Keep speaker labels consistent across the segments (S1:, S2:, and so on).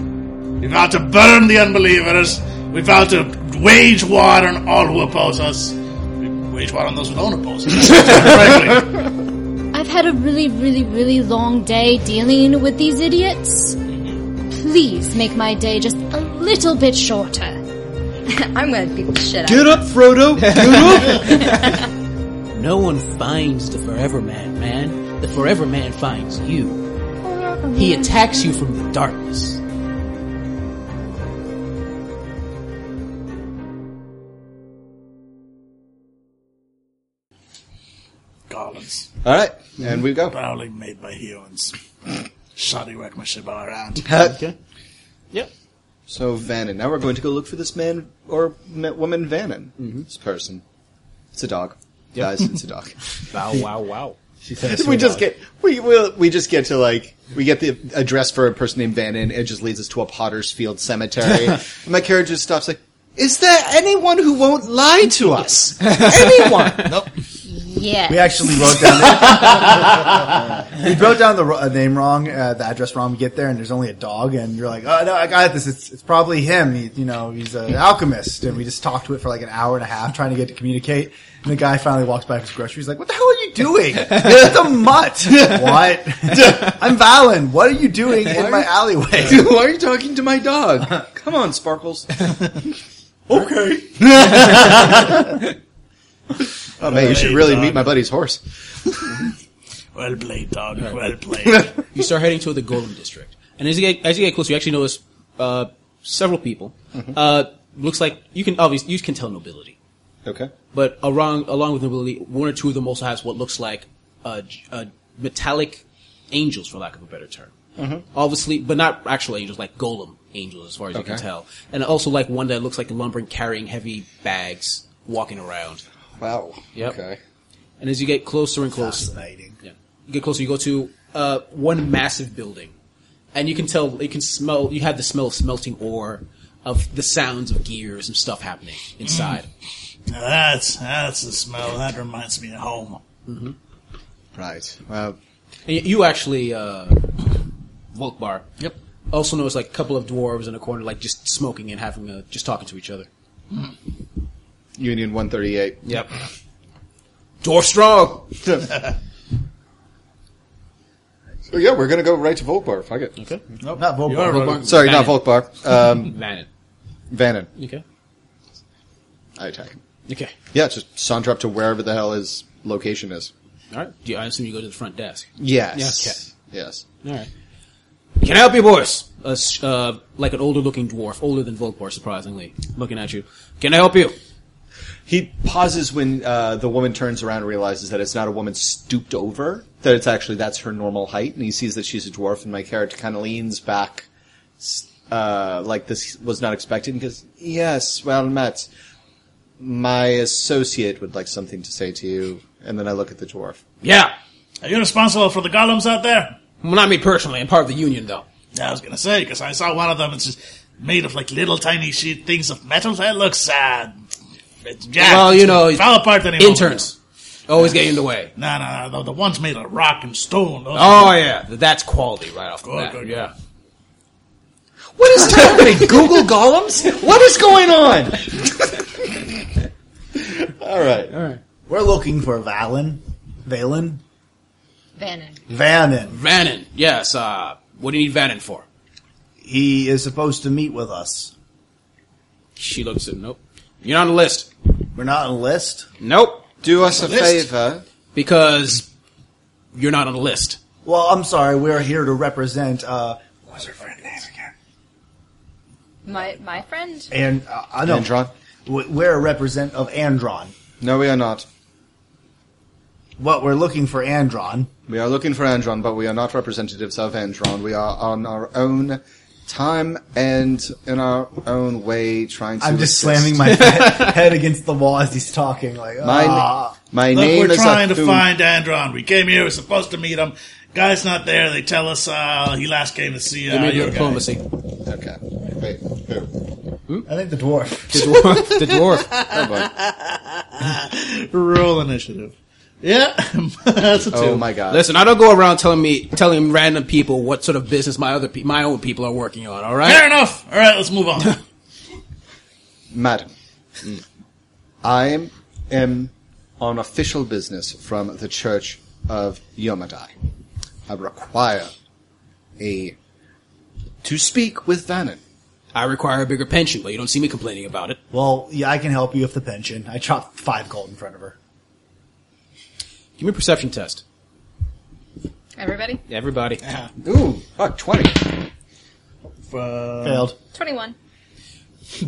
S1: We vow to burn the unbelievers. We vow to wage war on all who oppose us. We wage war on those who don't oppose us. Frankly.
S2: I've had a really, really, really long day dealing with these idiots. Please make my day just a little bit shorter.
S3: I'm gonna beat the shit out.
S4: Get up, Frodo! Get up!
S5: No one finds the Forever Man, man. The Forever Man finds you. He attacks you from the darkness.
S1: Garlands.
S4: Alright, and we go.
S1: Barely made by humans. Shoddy work my shit all around.
S5: Okay. Yep.
S4: So Vannon. Now we're going to go look for this man or ma- woman Vannon. This person. It's a dog. Guys, it's a dog.
S6: Wow, wow, wow. She says
S4: we just get we will we just get to like we get the address for a person named Vannon. It just leads us to a Potter's Field cemetery. and my carriage just stops. Like, is there anyone who won't lie to us? anyone? nope.
S2: Yeah.
S6: We actually wrote down. we wrote down the ro- uh, name wrong, uh, the address wrong. We get there and there's only a dog, and you're like, "Oh no, I got this. It's, it's probably him. He, you know, he's an alchemist." And we just talked to it for like an hour and a half, trying to get to communicate. And the guy finally walks by with his groceries, like, "What the hell are you doing? It's a mutt. what? I'm Valen. What are you doing in my alleyway?"
S4: Dude, why are you talking to my dog? Come on, Sparkles.
S1: Okay.
S4: Oh man, you should really meet my buddy's horse.
S1: Well played, dog. Well played.
S5: You start heading toward the Golem District, and as you get as you get closer, you actually notice uh, several people. Uh, looks like you can obviously you can tell nobility,
S4: Okay.
S5: but along along with nobility, one or two of them also has what looks like uh, j- uh, metallic angels, for lack of a better term.
S4: Oh. Mm-hmm.
S5: Obviously, but not actual angels, like golem angels, as far as you can
S4: Okay.
S5: tell, and also like one that looks like lumbering, carrying heavy bags, walking around.
S4: Wow.
S5: Yep.
S4: Okay.
S5: And as you get closer and closer,
S6: Fascinating.
S5: Yeah. You get closer. You go to uh, one massive building, and you can tell you can smell. You have the smell of smelting ore, of the sounds of gears and stuff happening inside.
S1: Now that's that's the smell. That reminds me of home.
S4: Mm-hmm. Right. Well,
S5: And you, you actually, uh, Volkbar. Yep. Also notice like a couple of dwarves in a corner, like just smoking and having a, just talking to each other.
S4: Union 138.
S5: Yep. Dwarf strong.
S4: Oh, yeah, we're gonna go right to Volkbar. Fuck it.
S5: Okay.
S6: Not Volbar.
S4: Sorry, not Volkbar. Um,
S5: Vannon.
S4: Vannon.
S5: Okay.
S4: I attack him.
S5: Okay.
S4: Yeah, just saunter up to wherever the hell his location is.
S5: All right. Do you- I assume you go to the front desk.
S4: Yes. Yes.
S5: All right. Can I help you, boys? A s uh, like an older-looking dwarf, older than Volkbar, surprisingly, looking at you. Can I help you?
S4: He pauses when uh, the woman turns around and realizes that it's not a woman stooped over, that it's actually that's her normal height, and he sees that she's a dwarf, and my character kind of leans back, s- uh, like this was not expected, and goes, "Yes, well met. My associate would like something to say to you." And then I look at the dwarf.
S5: Yeah.
S1: Are you responsible for the golems out there?
S5: Well, not me personally. I'm part of the union, though.
S1: Yeah, I was gonna say because I saw one of them. It's just made of like little tiny sheet things of metal. That looks sad. Yeah,
S5: Well, you know,
S1: it fell apart anymore.
S5: Interns. Always get in the way.
S1: No, no, no. The, the ones made of rock and stone. Those
S5: Oh, yeah. That's quality right off the
S1: Good,
S5: bat.
S1: good, good.
S5: yeah.
S4: What is happening? Google golems? What is going on? All right.
S6: We're looking for Valen. Valen.
S3: Vannon.
S6: Vannon.
S5: Vannon. Yes. Uh, what do you need Vannon for?
S6: He is supposed to meet with us.
S5: She looks at him. Nope. You're not on the list.
S6: We're not on the list.
S5: Nope.
S4: Do us a
S5: List.
S4: favor.
S5: Because you're not on the list.
S6: Well, I'm sorry. We're here to represent, uh,
S1: What's her friend name again?
S3: My my friend.
S6: and uh, I know
S4: Andron?
S6: W- We're a represent of Andron.
S4: No, we are not.
S6: What we're looking for, Andron.
S4: We are looking for Andron, but we are not representatives of Andron. We are on our own time and in our own way trying to.
S6: I'm just
S4: assist.
S6: slamming my head, head against the wall as he's talking. Like,
S4: My,
S6: ah.
S4: my
S1: Look,
S4: name
S1: we're
S4: is
S1: trying to
S4: Athun.
S1: find Andron. We came here. We're supposed to meet him. Guy's not there. They tell us uh, he last came to see uh,
S5: Let me do
S1: your guy.
S5: diplomacy.
S4: Okay. Wait. Who?
S6: I think the dwarf.
S5: The dwarf. the dwarf.
S4: Oh, boy.
S1: Roll initiative. Yeah, that's a two.
S4: Oh my god.
S5: Listen, I don't go around telling me telling random people what sort of business my other pe- my own people are working on. All right.
S1: Fair enough. All right, let's move on.
S4: Madam, I am on official business from the Church of Yomadai. I require a to speak with Vannon.
S5: I require a bigger pension, but you don't see me complaining about it.
S6: Well, yeah, I can help you with the pension. I chopped five gold in front of her.
S5: Give me a perception test,
S3: Everybody?
S5: everybody.
S4: Ooh, fuck, 20.
S1: Uh,
S6: Failed.
S3: 21.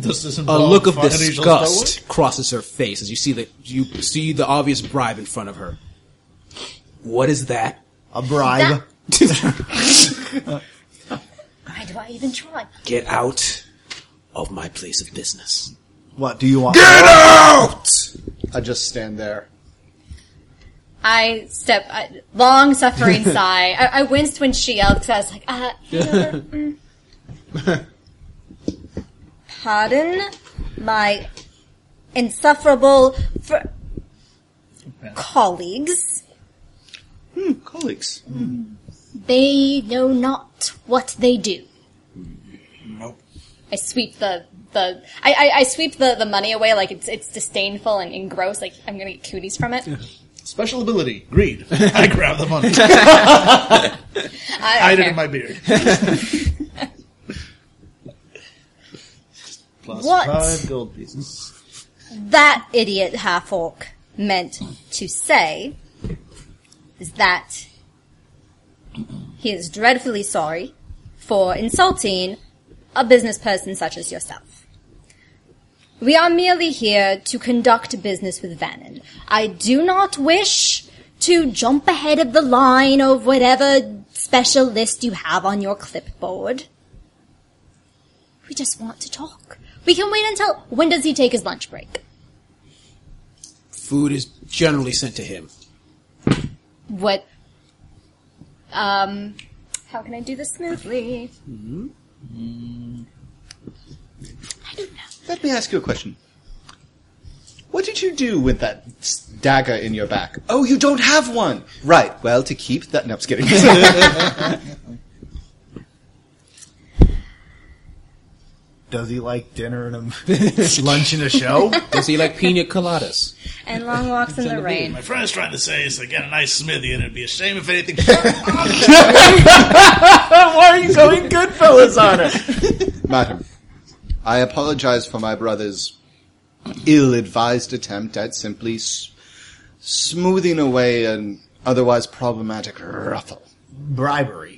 S1: does this
S5: A
S1: involve
S5: look of
S1: financial
S5: disgust crosses her face as you see that you see the obvious bribe in front of her. What is that?
S6: A bribe.
S3: Why do I even try?
S5: Get out of my place of business.
S6: What do you want?
S5: Out!
S4: I just stand there.
S3: I step, I, long suffering sigh. I, I winced when she yelled because I was like, uh, Heather, mm. pardon my insufferable fr- colleagues.
S4: Colleagues.
S2: They know not what they do.
S3: I sweep the the I, I, I sweep the, the money away like it's it's disdainful and, and gross. Like I'm gonna get cooties from it.
S1: Special ability, greed. I grab the money,
S3: I,
S1: hide
S3: don't
S1: it
S3: care.
S1: in my beard. Plus
S3: What?
S1: five gold pieces.
S3: that idiot half orc meant to say is that he is dreadfully sorry for insulting a business person such as yourself. We are merely here to conduct business with Vannon.
S2: I do not wish to jump ahead of the line of whatever special list you have on your clipboard. We just want to talk. We can wait until when does he take his lunch break?
S5: Food is generally sent to him.
S3: What? Um, how can I do this smoothly?
S4: Let me ask you a question. What did you do with that s- dagger in your back? Oh, you don't have one! Right, well, to keep that. No, I'm just kidding.
S6: Does he like dinner and a lunch and a show?
S5: Does he like pina coladas?
S3: And long walks in the rain.
S1: My friend's trying to say is to get a nice smithy, and it'd be a shame if anything.
S6: Why are you going Goodfellas on it?
S4: Madam, I apologize for my brother's ill-advised attempt at simply s- smoothing away an otherwise problematic ruffle.
S6: Bribery.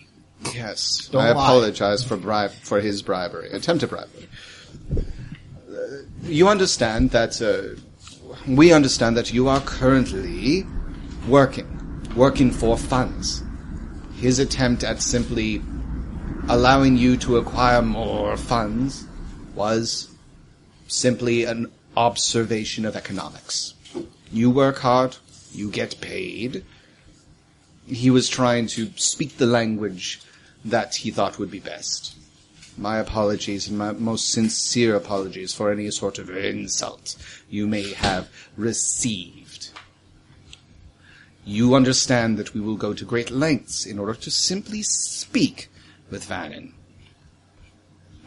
S4: Yes,
S6: Don't
S4: I
S6: lie.
S4: apologize for bribe for his bribery, attempted bribery. Uh, You understand that uh, we understand that you are currently working, working for funds. His attempt at simply allowing you to acquire more funds was simply an observation of economics. You work hard, you get paid. He was trying to speak the language that he thought would be best. My apologies and my most sincere apologies for any sort of insult you may have received. You understand that we will go to great lengths in order to simply speak with Vannon.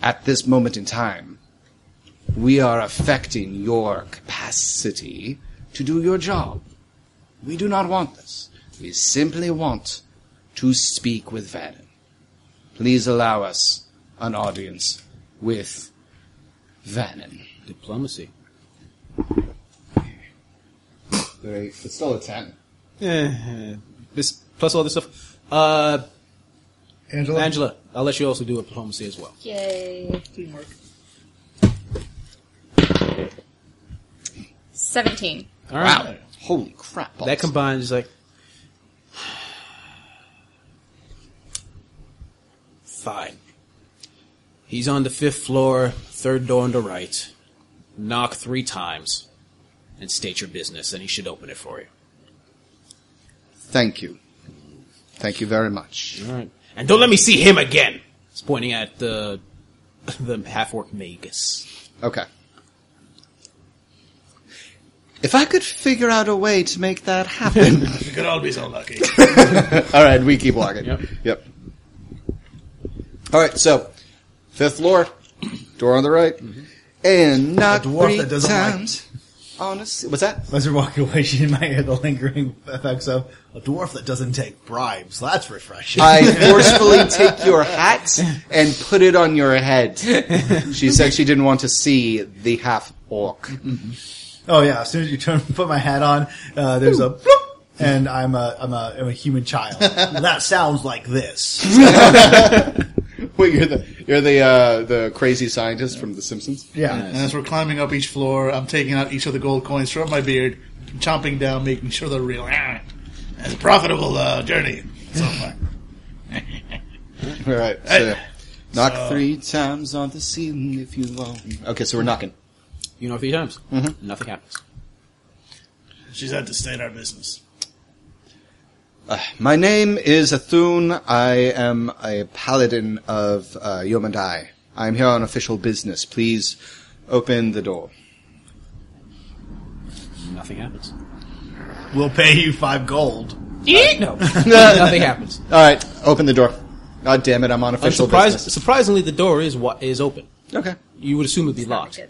S4: At this moment in time, we are affecting your capacity to do your job. We do not want this. We simply want to speak with Vannon. Please allow us an audience with Vannon.
S5: Diplomacy.
S4: It's still a 10.
S5: Eh, This plus all this stuff. Uh,
S1: Angela,
S5: Angela, I'll let you also do a diplomacy as well.
S3: Yay. Teamwork. 17.
S5: All right.
S4: Holy crap.
S5: That combines like fine. He's on the fifth floor, third door on the right. Knock three times, and state your business, and he should open it for you.
S4: Thank you. Thank you very much.
S5: All right. And don't let me see him again. He's pointing at the the half orc magus.
S4: Okay. If I could figure out a way to make that happen.
S1: We could all be so lucky.
S4: All right, we keep walking.
S5: Yep.
S4: Yep. All right, so fifth floor, door on the right, and knock
S6: Mm-hmm. A dwarf
S4: three
S6: that doesn't like-
S4: times. on a s- what's that?
S6: As we're walking away, she might have the lingering effects of a dwarf that doesn't take bribes. That's refreshing.
S4: I forcefully take your hat and put it on your head. She said she didn't want to see the half orc.
S6: oh yeah, as soon as you turn, put my hat on, uh, there's a bloop, and I'm a I'm a I'm a human child. that sounds like this.
S4: Wait, you're the you're the uh, the crazy scientist from The Simpsons.
S6: Yeah.
S1: And as we're climbing up each floor, I'm taking out each of the gold coins from my beard, chomping down, making sure they're real. Ah, It's a profitable uh, journey so far.
S4: All right, so knock three times on the ceiling if you want. Okay, so we're knocking. Mm-hmm.
S5: You know, three times. Nothing happens.
S1: She's had to state our business.
S4: Uh, My name is Athun. I am a paladin of uh, Yomandai. I'm here on official business. Please open the door.
S5: Nothing happens.
S6: We'll pay you five gold.
S5: No, nothing happens.
S4: All right, open the door. God damn it, I'm on
S5: I'm
S4: official
S5: surprised.
S4: business.
S5: Surprisingly, the door is wa- is open.
S4: Okay.
S5: You would assume it'd be locked.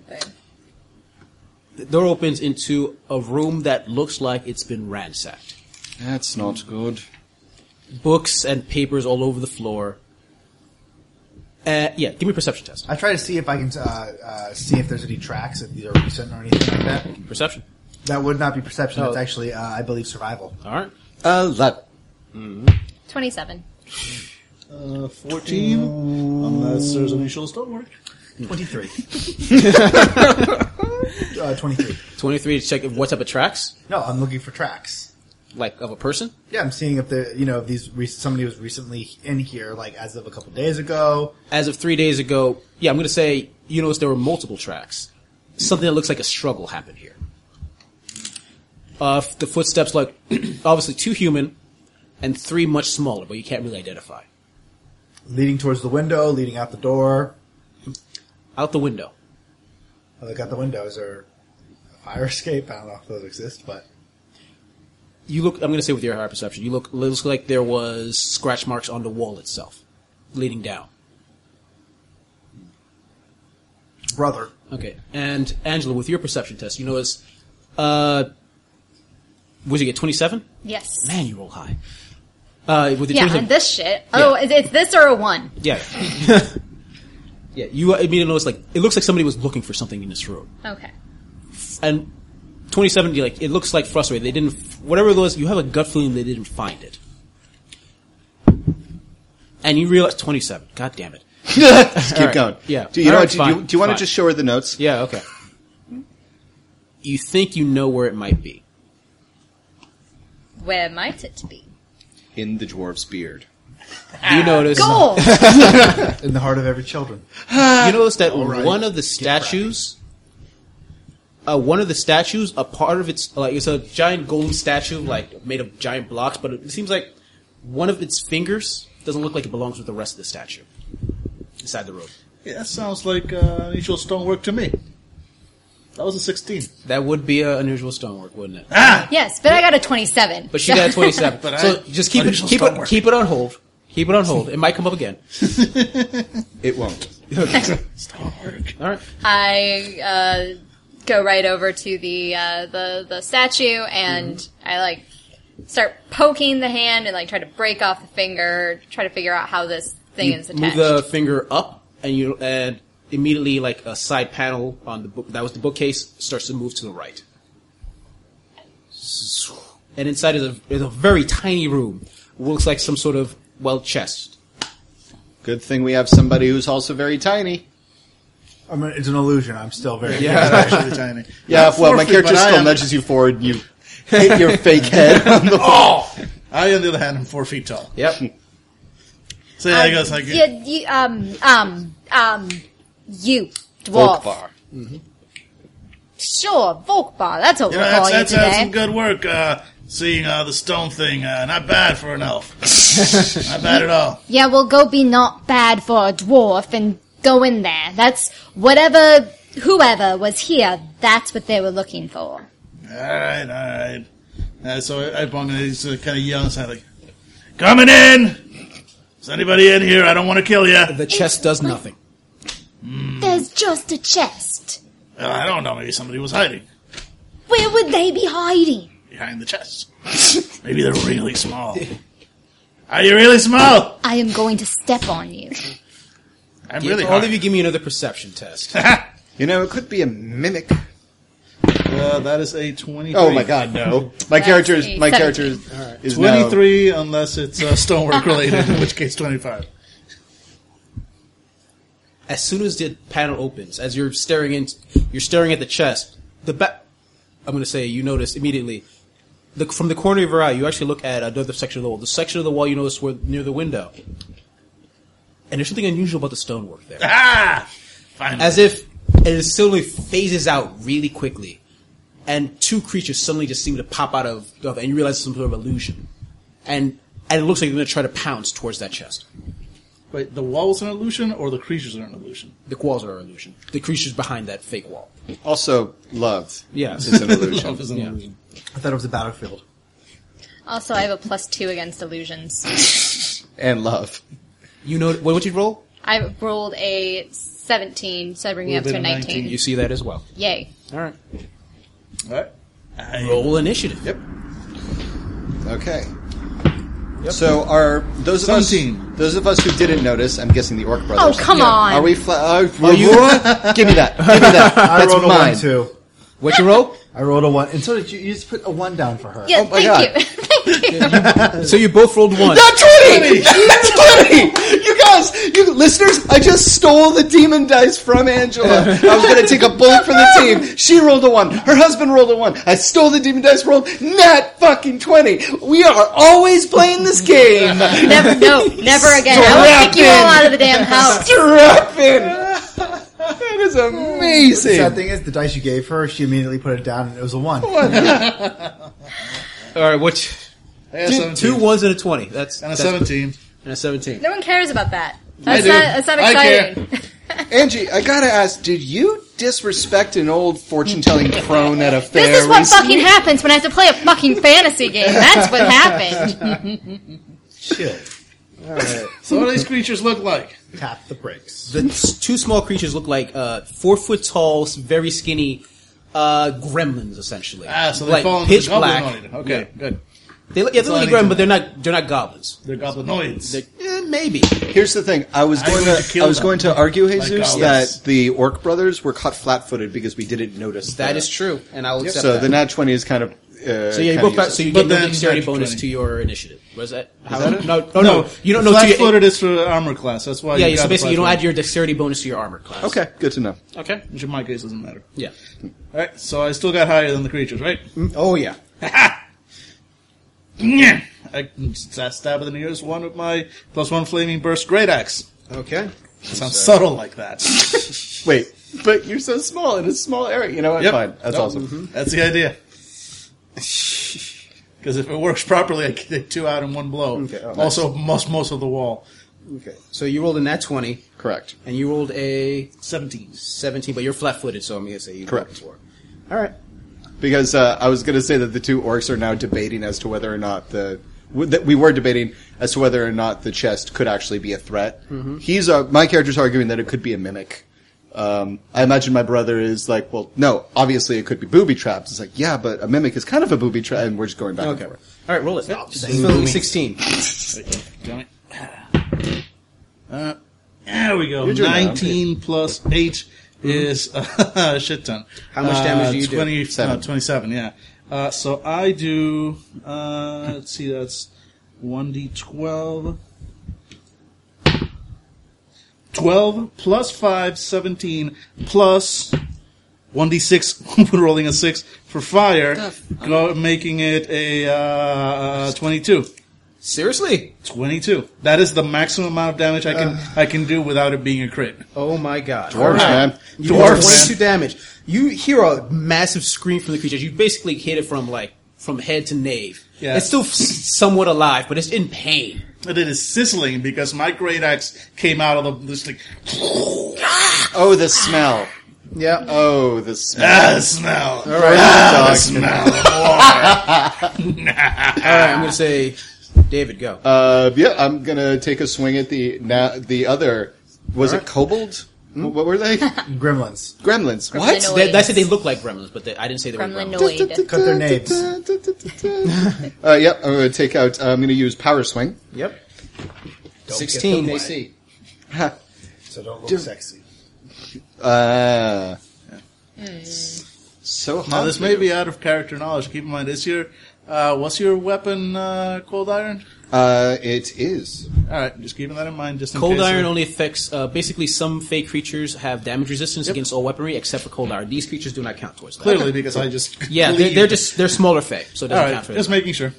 S5: The door opens into a room that looks like it's been ransacked.
S4: That's not good.
S5: Books and papers all over the floor. Uh, yeah, give me a perception test.
S6: I try to see if I can uh, uh, see if there's any tracks, if these are recent or anything like that.
S5: Perception.
S6: That would not be perception.
S5: No.
S6: That's actually, uh, I believe, survival.
S5: All right.
S4: Eleven.
S3: 27.
S1: Uh, 14. Unless there's initial stonework.
S6: Twenty-three. uh, Twenty-three.
S5: Twenty-three to check if- what type of tracks,
S6: No, I'm looking for tracks.
S5: like of a person.
S6: Yeah, I'm seeing if the you know if these rec- somebody was recently in here, like as of a couple days ago.
S5: As of three days ago, yeah, I'm going to say you noticed there were multiple tracks. Something that looks like a struggle happened here. Uh, f- the footsteps, like obviously two human, and three much smaller, but you can't really identify.
S6: leading towards the window, leading out the door.
S5: Out the window.
S6: Oh, they got the windows or a fire escape. I don't know if those exist, but
S5: You look. I'm going to say with your higher perception, you look. It looks like there was scratch marks on the wall itself, leading down.
S6: brother,
S5: Okay. And Angela, with your perception test, you notice. Uh, what did you get? Twenty-seven.
S3: Yes.
S5: Man, you roll high. Uh, with your
S3: Yeah,
S5: 27
S3: and this shit. Oh, it's, it's this or a one.
S5: Yeah. yeah, you uh, immediately notice like it looks like somebody was looking for something in this room.
S3: Okay.
S5: And 2070 like it looks like frustrated. They didn't whatever it was, you have a gut feeling they didn't find it. And you realize 27. God damn it.
S4: Just keep
S5: right,
S4: going.
S5: yeah.
S4: Do you
S5: All
S4: know?
S5: right,
S4: do, you,
S5: fine,
S4: do you want
S5: fine.
S4: to just show her the notes?
S5: Yeah, okay. You think you know where it might be.
S3: Where might it be?
S4: In the dwarf's beard.
S5: You notice
S3: Gold!
S6: in the heart of every children.
S5: you notice that
S6: right.
S5: one of the statues, uh, one of the statues, a part of its like it's a giant golden statue, like made of giant blocks, but it seems like one of its fingers doesn't look like it belongs with the rest of the statue inside the room.
S1: Yeah, that sounds like uh, initial stonework to me. That was a 16.
S5: That would be an unusual stonework, wouldn't it?
S3: yes, but I got a 27.
S5: Ah! But she got a twenty-seven.
S1: But
S5: so
S1: I-
S5: just keep it,
S1: unusual
S5: keep
S1: stonework.
S5: it, keep it on hold. Keep it on hold. It might come up again.
S4: It won't.
S1: Stonework.
S5: All right.
S3: I uh, go right over to the uh, the the statue and
S5: Mm-hmm.
S3: I like start poking the hand and like try to break off the finger, try to figure out how this thing
S5: You
S3: is
S5: move
S3: attached.
S5: the finger up, and you and immediately like a side panel on the book that was the bookcase starts to move to the right. And inside is a is a very tiny room. Looks like some sort of well chest.
S4: Good thing we have somebody who's also very tiny.
S6: I mean, it's an illusion. I'm still very.
S1: Yeah, that's actually tiny.
S4: Yeah,
S1: Not
S4: well,
S1: four
S4: my
S1: feet,
S4: character
S1: but I
S4: still
S1: am-
S4: nudges you forward. You hit your fake head on the
S1: Oh! I, on the other hand, am four feet tall.
S5: Yep.
S1: So yeah, I guess
S7: Uh,
S1: I
S3: Um, yeah,
S1: can.
S3: you, um, um, um, you,
S4: folk
S3: dwarf.
S4: bar.
S5: Mm-hmm.
S3: Sure, Volkbar. That's what
S1: You know,
S3: we'll
S1: that's,
S3: call
S1: that's,
S3: you
S1: that's
S3: today.
S1: some good work, uh, seeing uh, the stone thing. Uh, not bad for an elf. not bad at all.
S2: Yeah, well, go be not bad for a dwarf and go in there. That's whatever, whoever was here, that's what they were looking for.
S1: Uh, all right, all right. Uh, so I, I bung and he's uh, kind of yelling inside, like, coming in! Is anybody in here? I don't want to kill you.
S5: The chest does nothing.
S2: There's just a chest.
S1: Uh, I don't know, maybe somebody was hiding
S2: Where would they be hiding?
S1: behind the chest. maybe they're really small. Are you really small?
S2: I am going to step on you.
S1: I'm
S5: Give-
S1: really
S5: all
S1: hard.
S5: of you give me another perception test.
S4: Oh! You know, it could be a mimic.
S1: Uh, that is a 23.
S4: Oh my god, no! My character is my
S3: That's a
S4: character is, is now-
S1: 23 unless it's uh, stonework related, in which case Uh, 25.
S5: as soon as the panel opens, as you're staring in, you're staring at the chest. The back, I'm going to say, you notice immediately. The, from the corner of your eye, you actually look at another section of the wall. The section of the wall you notice where near the window, and there's something unusual about the stonework there.
S1: Ah! Fine.
S5: as if it suddenly phases out really quickly, and two creatures suddenly just seem to pop out of, of and you realize it's some sort of illusion, and and it looks like they're going to try to pounce towards that chest.
S1: Wait, the wall's an illusion or the creatures are an illusion?
S5: The walls are an illusion. The creatures behind that fake wall.
S4: also love.
S5: Yeah.
S4: is an illusion.
S1: Love is an
S5: Yeah.
S1: illusion.
S6: I thought it was a battlefield.
S3: Also, I have a plus two against illusions.
S4: and love.
S5: You know what? What you roll?
S3: I rolled a 17, so I bring you up
S1: Little
S3: to a
S1: bit of
S3: 19.
S5: You see that as well.
S3: Yay.
S5: All right.
S1: Alright. I-
S5: Roll initiative.
S4: Yep. Okay. So are those of
S1: Seventeen.
S4: us those of us who didn't notice? I'm guessing the orc
S2: Oh,
S4: brothers.
S2: come on.
S4: Are we? Fla- are, are you? give me that. Give me that.
S6: I
S4: That's
S6: rolled a
S4: mine.
S6: one too.
S5: What you roll?
S6: I rolled a one, and so did you. You just put a one down for her.
S3: Yeah,
S4: Oh my
S3: thank
S4: God.
S3: you. thank you.
S5: So you both rolled one.
S4: Not twenty. That's twenty. You guys, you listeners, I just stole the demon dice from Angela. I was going to take a bullet for the team. She rolled a one. Her husband rolled a one. I stole the demon dice. Rolled not fucking twenty. We are always playing this game.
S3: Never, no, never again. I will kick you all out of the damn house.
S4: Strapping. That is amazing. Oh
S6: Sad thing is, the dice you gave her, she immediately put it down, and it was a one.
S5: All right. What?
S1: I got
S5: Two,
S1: 17.
S5: two ones and a twenty. That's
S1: and a
S5: that's
S1: 17.
S5: And a seventeen.
S3: No one cares about that. That's
S1: do.
S3: not, that's not
S1: I care.
S3: exciting.
S4: Angie, I gotta ask, did you disrespect an old fortune telling crone at a fair?
S3: This is what
S4: recently?
S3: fucking happens when I have to play a fucking fantasy game. That's what happened.
S1: So what do these creatures look like?
S6: Tap the brakes.
S5: The s- two small creatures look like uh, four foot tall, s- very skinny uh, gremlins, essentially.
S1: Ah, so they
S5: like
S1: fall into
S5: pitch
S1: the goblin
S5: black.
S1: mode. Okay, good.
S5: They look, yeah, they
S1: all
S5: look
S1: I need
S5: like
S1: to
S5: gremlins, but they're not. They're not goblins.
S1: They're goblinoids.
S5: They're, eh, maybe.
S4: Here's the thing. I was
S1: I'm
S4: going
S1: going
S4: to,
S1: to kill
S4: I was
S1: them.
S4: going to argue, Jesus,
S1: God.
S4: that
S1: Yes.
S4: the orc brothers were caught flat-footed because we didn't notice.
S5: That is true, and I'll accept
S4: So
S5: that.
S4: the nat twenty is kind of. Uh,
S5: so yeah, you
S4: kinda
S5: both got,
S4: useless.
S5: so you
S1: But
S5: get no
S1: then
S5: dexterity
S1: that's
S5: bonus
S1: 20.
S5: to your initiative. Was that? How,
S4: that it?
S5: no, no, no, You don't know. to
S1: Flat
S5: your-
S1: footed is for armor class. That's why.
S5: Yeah,
S1: you
S5: yeah.
S1: got the
S5: So basically, you don't add
S1: flat-footed.
S5: your dexterity bonus to your armor class.
S4: okay, good to know.
S5: Okay.
S1: Which in my case doesn't matter.
S5: Yeah.
S1: All right, so I still got higher than the creatures, right?
S4: Mm,
S5: Oh yeah.
S1: Yeah. I can s- stab at the nearest one with my plus one flaming burst great axe.
S4: Okay.
S1: It sounds subtle like that.
S4: Wait, but you're so small in a small area. You know what?
S1: Yep.
S4: Fine. That's
S1: Nope.
S4: awesome.
S1: Mm-hmm. That's the idea. Because if it works properly, I can take two out in one blow.
S4: Okay, oh, nice.
S1: also, most most of the wall.
S4: Okay.
S5: So you rolled a nat twenty,
S4: Correct.
S5: and you rolled a
S1: 17.
S5: 17, but you're flat footed, so I'm going to say you
S4: Correct.
S5: rolled
S4: All right. Because uh, I was going to say that the two orcs are now debating as to whether or not the w- that we were debating as to whether or not the chest could actually be a threat. He's uh, my character's arguing that it could be a mimic. Um, I imagine my brother is like, well, no, obviously it could be booby traps. It's like, yeah, but a mimic is kind of a booby trap, and we're just going back
S5: four.
S4: and
S5: Okay.
S4: forth.
S5: All right, roll it. Film 16.
S1: Wait, damn it. Uh, there we go.
S4: You're doing
S1: 19 plus 8 is a shit ton.
S5: How much damage do you do?
S1: 20,
S4: Seven.
S1: Uh, 27, yeah. Uh, so I do, uh, let's see, that's 1d12. 12 plus 5, 17, plus 1d6, rolling a 6 for fire, go, making it a uh, 22.
S5: Seriously? Uh.
S1: 22. That is the maximum amount of damage I can I can do without it being a crit.
S5: Oh my god.
S4: Dwarves, man.
S5: You rolled
S1: Dwarfs.
S5: 22 damage. You hear a massive scream from the creature. You basically hit it from like from head to nave.
S1: Yeah.
S5: It's still f- somewhat alive, but it's in pain.
S1: But it is sizzling because my great axe came out of the just like
S4: Oh, the smell.
S6: Yeah.
S4: Oh, the smell.
S1: Ah, the smell.
S6: All right.
S1: Ah, the smell.
S5: All right, I'm gonna say, David, go.
S4: Uh, yeah, I'm gonna take a swing at the now the other. Was it kobold? Hmm, What were they?
S6: Gremlins.
S4: Gremlins.
S3: Gremlinoid.
S4: What?
S5: They- I said they look like gremlins, but they, I didn't say they were gremlins.
S3: Gremlinoid.
S6: Cut their names.
S4: uh, yep, I'm gonna take out. uh, I'm gonna use power swing.
S5: Yep.
S6: Don't
S5: Sixteen
S6: get them wet,
S5: AC.
S6: So don't look sexy.
S4: Uh, So hot.
S1: Now, this may be out of character knowledge. Keep in mind, is your uh, what's your weapon? Uh, cold iron.
S4: Uh, it is.
S1: All right, just keeping that in mind. Just in
S5: Cold
S1: case
S5: iron
S1: uh,
S5: only affects uh, basically some fey creatures have damage resistance against all weaponry except for cold iron. These creatures do not count towards that.
S1: Clearly, because I just
S5: Yeah, they're,
S1: believed.
S5: they're just they're smaller fey, so it
S1: all
S5: doesn't
S1: right.
S5: count for
S1: Just
S5: that.
S1: making sure.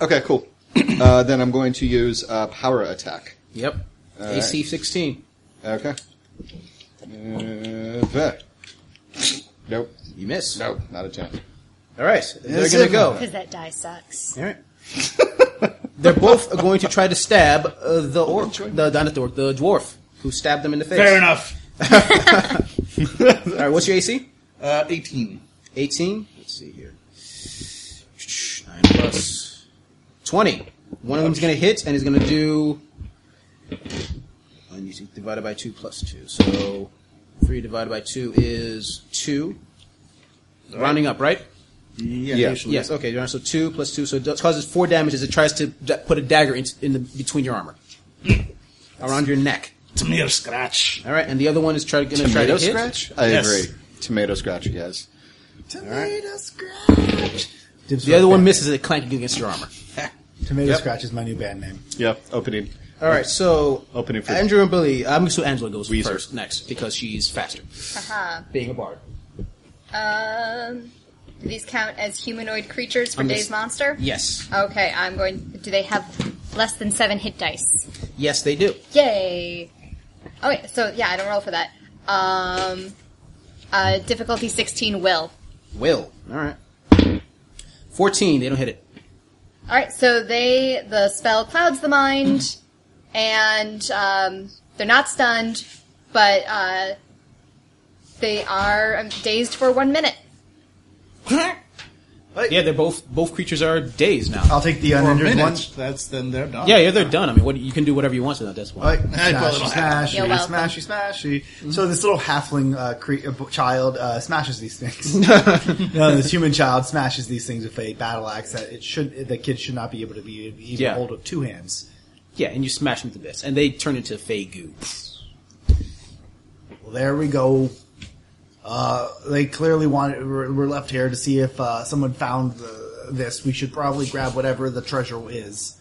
S4: Okay, cool. uh, then I'm going to use uh, power attack. Uh,
S5: Yep.
S4: right.
S5: AC sixteen.
S4: Okay. Uh, nope.
S5: You miss.
S4: Nope. Not a chance.
S5: All right, they're gonna go.
S2: Because that die sucks.
S5: All right. they're both going to try to stab uh, the orc, the not the orc, the dwarf who stabbed them in the face.
S1: Fair enough.
S5: All right, what's your AC?
S1: Uh, Eighteen.
S5: 18. Let's see here. 9 plus 20. One of them's going to hit, and he's going to do. And you see, divided by 2 plus 2. So 3 divided by 2 is 2. Rounding up, right?
S1: Yeah.
S4: Yeah.
S1: usually.
S5: Yes, okay. John, So 2 plus 2. So it does- causes 4 damage as it tries to d- put a dagger in, in the, between your armor. Around your neck.
S1: It's a mere scratch.
S5: All right, and the other one is try, going to try
S4: Tomato
S5: to hit.
S4: scratch. I
S1: Yes.
S4: agree. Tomato scratch. Yes.
S6: Tomato scratch.
S5: The other one misses it, clanking against your armor.
S6: Tomato scratch is my new band name.
S4: Yeah. Opening.
S5: All right, so
S4: Opening for-
S5: Andrew and Billy. uh, I'm going to Angela goes
S4: Weezer.
S5: first next because she's faster,
S3: Haha.
S5: being a bard.
S3: Um, these count as humanoid creatures for
S5: I'm
S3: Dave's
S5: just-
S3: monster.
S5: Yes,
S3: Okay, I'm going. Do they have less than seven hit dice?
S5: yes, they do.
S3: Yay! Oh wait, so yeah, I don't roll for that. Um, uh, difficulty sixteen will.
S5: Will. All right. Fourteen. They don't hit it.
S3: All right, so they the spell clouds the mind, and um, they're not stunned, but uh, they are um, dazed for one minute.
S5: Yeah, they're both both creatures are dazed now.
S6: I'll take the
S1: Or a
S6: uninjured
S1: minute.
S6: one.
S1: That's then they're done.
S5: Yeah, yeah, they're done. I mean, what you can do whatever you want to them at this point.
S6: Like,
S1: Hey, well, it'll
S6: smashy,
S3: You're
S6: smashy,
S3: welcome.
S6: smashy, smashy. So this little halfling uh, cre- uh, b- child uh, smashes these things. no, this human child smashes these things with a battle axe that it should the kid should not be able to be even
S5: Yeah.
S6: hold with two hands.
S5: Yeah, and you smash them to bits, and they turn into fey goo.
S6: Well, there we go. Uh, they clearly wanted. We're, we're left here to see if uh, someone found the, this. We should probably grab whatever the treasure is.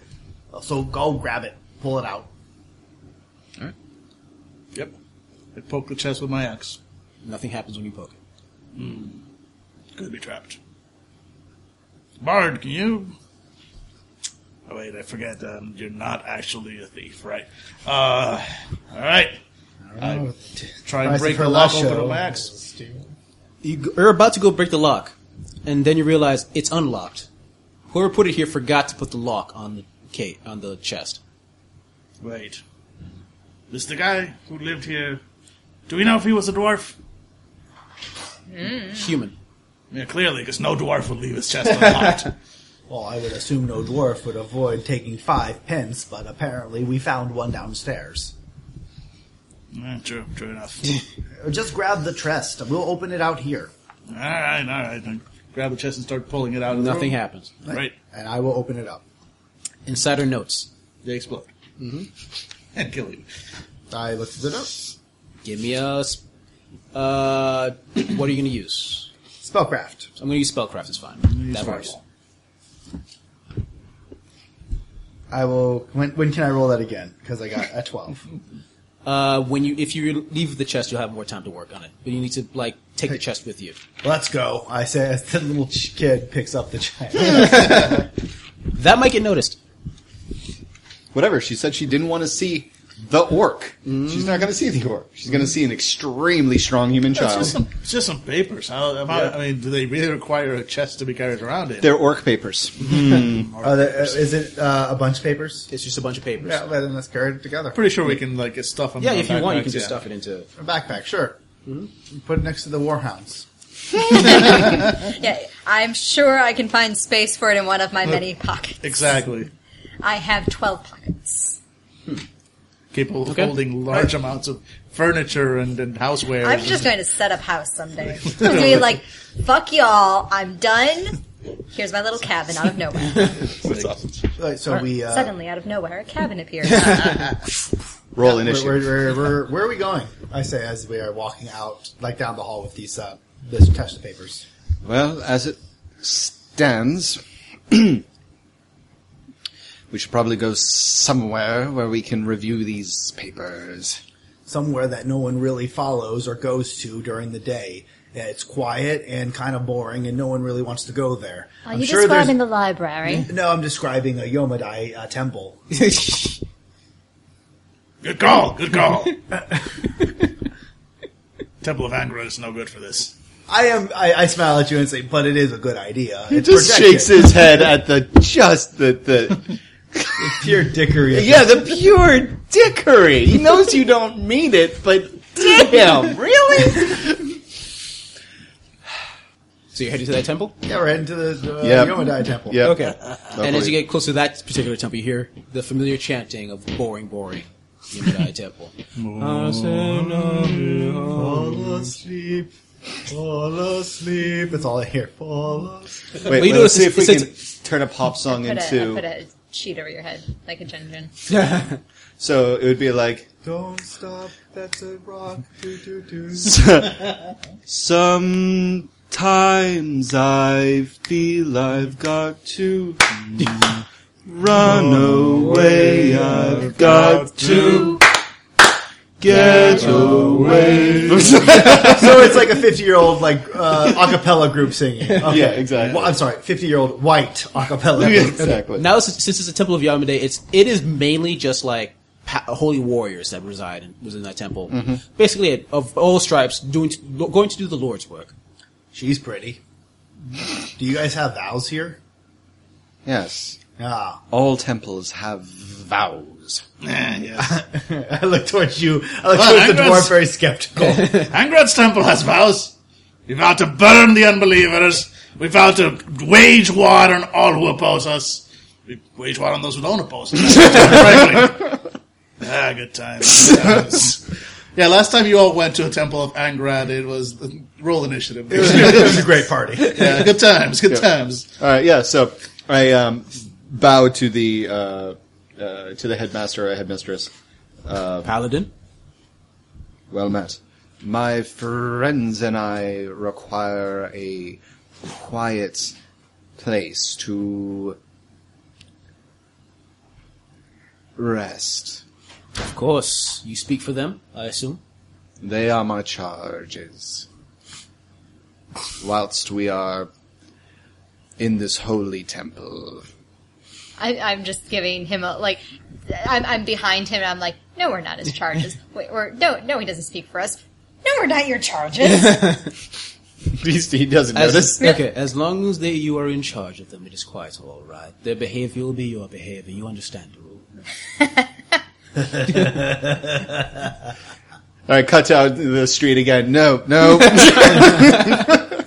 S6: So go grab it, pull it out.
S1: Yep. I poke the chest with my axe.
S5: Nothing happens when you poke it.
S1: Could be trapped. Bard, can you? Oh wait, I forget. Um, you're not actually a thief, right? Uh, all right. Uh, I try and
S6: Price
S1: break
S6: of her
S1: the lock
S6: last
S1: open
S6: show.
S1: with my axe.
S5: You g- You're about to go break the lock, and then you realize it's unlocked. Whoever put it here forgot to put the lock on the cage, on the chest.
S1: Wait. This the guy who lived here. Do we know if he was a dwarf?
S3: Hmm.
S5: Human.
S1: Yeah, clearly, because no dwarf would leave his chest unlocked.
S6: Well, I would assume no dwarf would avoid taking five pence, but apparently we found one downstairs.
S1: Eh, true, true enough. Hmm.
S6: Or just grab the chest. We'll open it out here.
S1: All right, all right. Then grab the chest and start pulling it out. Of the
S5: Nothing
S1: room.
S5: happens.
S1: Right,
S6: And I will open it up.
S5: Insider notes.
S1: they explode. Mm-hmm. and kill you.
S6: I looked it up.
S5: Give me a. sp- Uh, what are you going to use?
S6: Spellcraft.
S5: So I'm going to use spellcraft. It's fine. That works.
S1: fireball.
S6: I will. When, when can I roll that again? Because I got a 12.
S5: Uh, when you if you leave the chest, you'll have more time to work on it. But you need to like take the chest with you.
S6: Let's go. I say as the little ch- kid picks up the giant.
S5: That might get noticed.
S4: Whatever. She said she didn't want to see the orc.
S5: Mm.
S4: She's not going to see the orc. She's going to see an extremely strong human
S1: It's
S4: child.
S1: just some, it's just some papers. How, am I- I mean, do they really require a chest to be carried around in?
S4: They're orc papers.
S5: Hmm.
S6: Are there, uh, is it uh, a bunch of papers?
S5: It's just a bunch of papers.
S6: Yeah, well, then let's carry it together.
S1: Pretty sure we can like get stuff. On
S5: Yeah,
S1: the
S5: if you want, you can
S1: backpacks,
S5: just
S1: yeah. Mm-hmm.
S5: stuff it into.
S6: A backpack, sure. Put it next to the warhounds.
S3: Yeah, I'm sure I can find space for it in one of my many pockets.
S1: Exactly.
S3: I have 12 pockets.
S1: Capable of
S5: Okay.
S1: holding large amounts of furniture and, and houseware.
S3: I'm just going to set up house someday. I'm going to be like, fuck y'all, I'm done. Here's my little cabin out of nowhere.
S4: That's awesome.
S6: All right, so we uh,
S3: Suddenly, out of nowhere, a cabin appears.
S4: Roll
S6: Where,
S4: initiative.
S6: where, where, where, where are we going? I say as we are walking out, like down the hall with these uh, this touch the papers.
S4: Well, as it stands, we should probably go somewhere where we can review these papers.
S6: somewhere that no one really follows or goes to during the day. Yeah, It's quiet and kind of boring, and no one really wants to go there.
S2: Are
S6: I'm
S2: Oh, you
S6: sure there's-
S2: describing the library?
S6: No, I'm describing a Yomadai uh, temple.
S1: Good call. Good call. Temple of Angra is no good for this.
S6: I am. I, I smile at you and say, "But it is a good idea." It
S4: Just shakes his head at the just the the
S6: Pure dickery.
S4: yeah the pure dickery. He knows you don't mean it, but damn, really?
S5: So you're heading to that temple?
S6: Yeah, we're heading to the uh,
S4: Yep.
S6: Yomadai temple.
S4: Yep.
S5: Okay. and as you get close to that particular temple, you hear the familiar chanting of boring, boring. Yamidai temple. Um,
S6: Fall asleep, fall asleep. That's all I hear. Fall asleep.
S4: Wait, well,
S5: you
S4: let's
S5: notice
S4: see if we
S5: it's-
S4: can
S5: it's-
S4: turn a pop song
S3: put, a, I put
S4: into.
S3: a sheet over your head, like a gin.
S4: So it would be like
S6: Don't stop. That's a rock. Do, do, do.
S4: Sometimes I feel I've got to run away. I've got to get away.
S6: so it's like a 50 year old like uh, acapella group singing. Okay.
S4: Yeah, exactly.
S6: Well, I'm sorry, 50 year old white acapella.
S4: Yeah,
S6: group.
S4: exactly.
S5: Now, since since it's a temple of Yamade, it's it is mainly just like pa- holy warriors that reside in, was in that temple.
S8: Mm-hmm.
S5: Basically, of all stripes, doing to, going to do the Lord's work.
S6: She's pretty. Do you guys have vows here?
S4: Yes,
S6: Ah,
S4: all temples have vows.
S1: Eh, yes.
S6: I look towards you. I look
S1: Well,
S6: towards the
S1: I
S6: dwarf
S1: guess-
S6: very skeptical.
S1: Angrad's temple has vows. We vow to burn the unbelievers. We vow to wage war on all who oppose us. We wage war on those who don't oppose us. Frankly. ah, good times. Good times. yeah, last time you all went to a temple of Angrad, it was the roll initiative.
S6: it was a great party.
S1: yeah, good times. Good times.
S4: All right, yeah. So I um, bow to the uh, uh, to the headmaster or headmistress. Uh,
S5: Paladin.
S4: Well met. My friends and I require a quiet place to rest.
S5: Of course, you speak for them, I assume.
S4: They are my charges. Whilst we are in this holy temple.
S3: I, I'm just giving him a like. I'm, I'm behind him, and I'm like, no, we're not his charges. Wait, or no, no, he doesn't speak for us. No, we're not your charges.
S4: he doesn't
S5: As, okay, as long as they, you are in charge of them, it is quite all right. Their behavior will be your behavior. You understand the rule.
S4: All right, cut out the street again. No, no,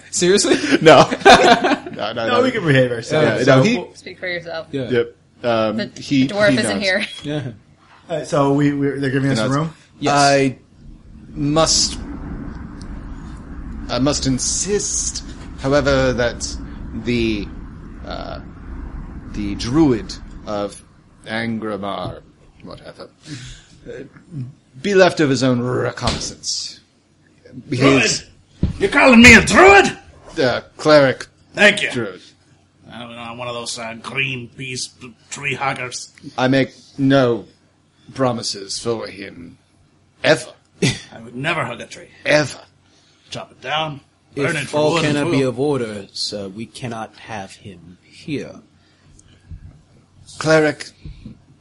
S5: Seriously?
S4: no. no, no,
S6: No, we can behave ourselves.
S4: Yeah,
S6: so,
S4: no, he,
S3: speak for yourself.
S5: Yeah.
S4: yep. Um,
S3: The,
S4: he,
S3: the dwarf
S4: he
S3: isn't
S4: nods.
S3: here.
S5: Yeah.
S6: uh, so we, we they're giving us a
S4: Nods.
S6: room.
S5: Yes.
S4: I must. I must insist, however, that the uh, the druid of Angramar, whatever, uh,
S6: Mm-hmm.
S4: be left of his own reconnaissance.
S1: Druid!
S4: His
S1: You're calling me a druid?
S4: uh, cleric
S1: Thank you.
S4: druid.
S1: I'm I'm one of those uh, green peas p- tree huggers.
S4: I make no promises for him, ever,
S1: I would never hug a tree.
S4: ever.
S1: Chop it down. Burn it
S5: if
S1: for
S5: all
S1: wood and
S5: cannot be
S1: fuel.
S5: of order, sir, we cannot have him here.
S4: Cleric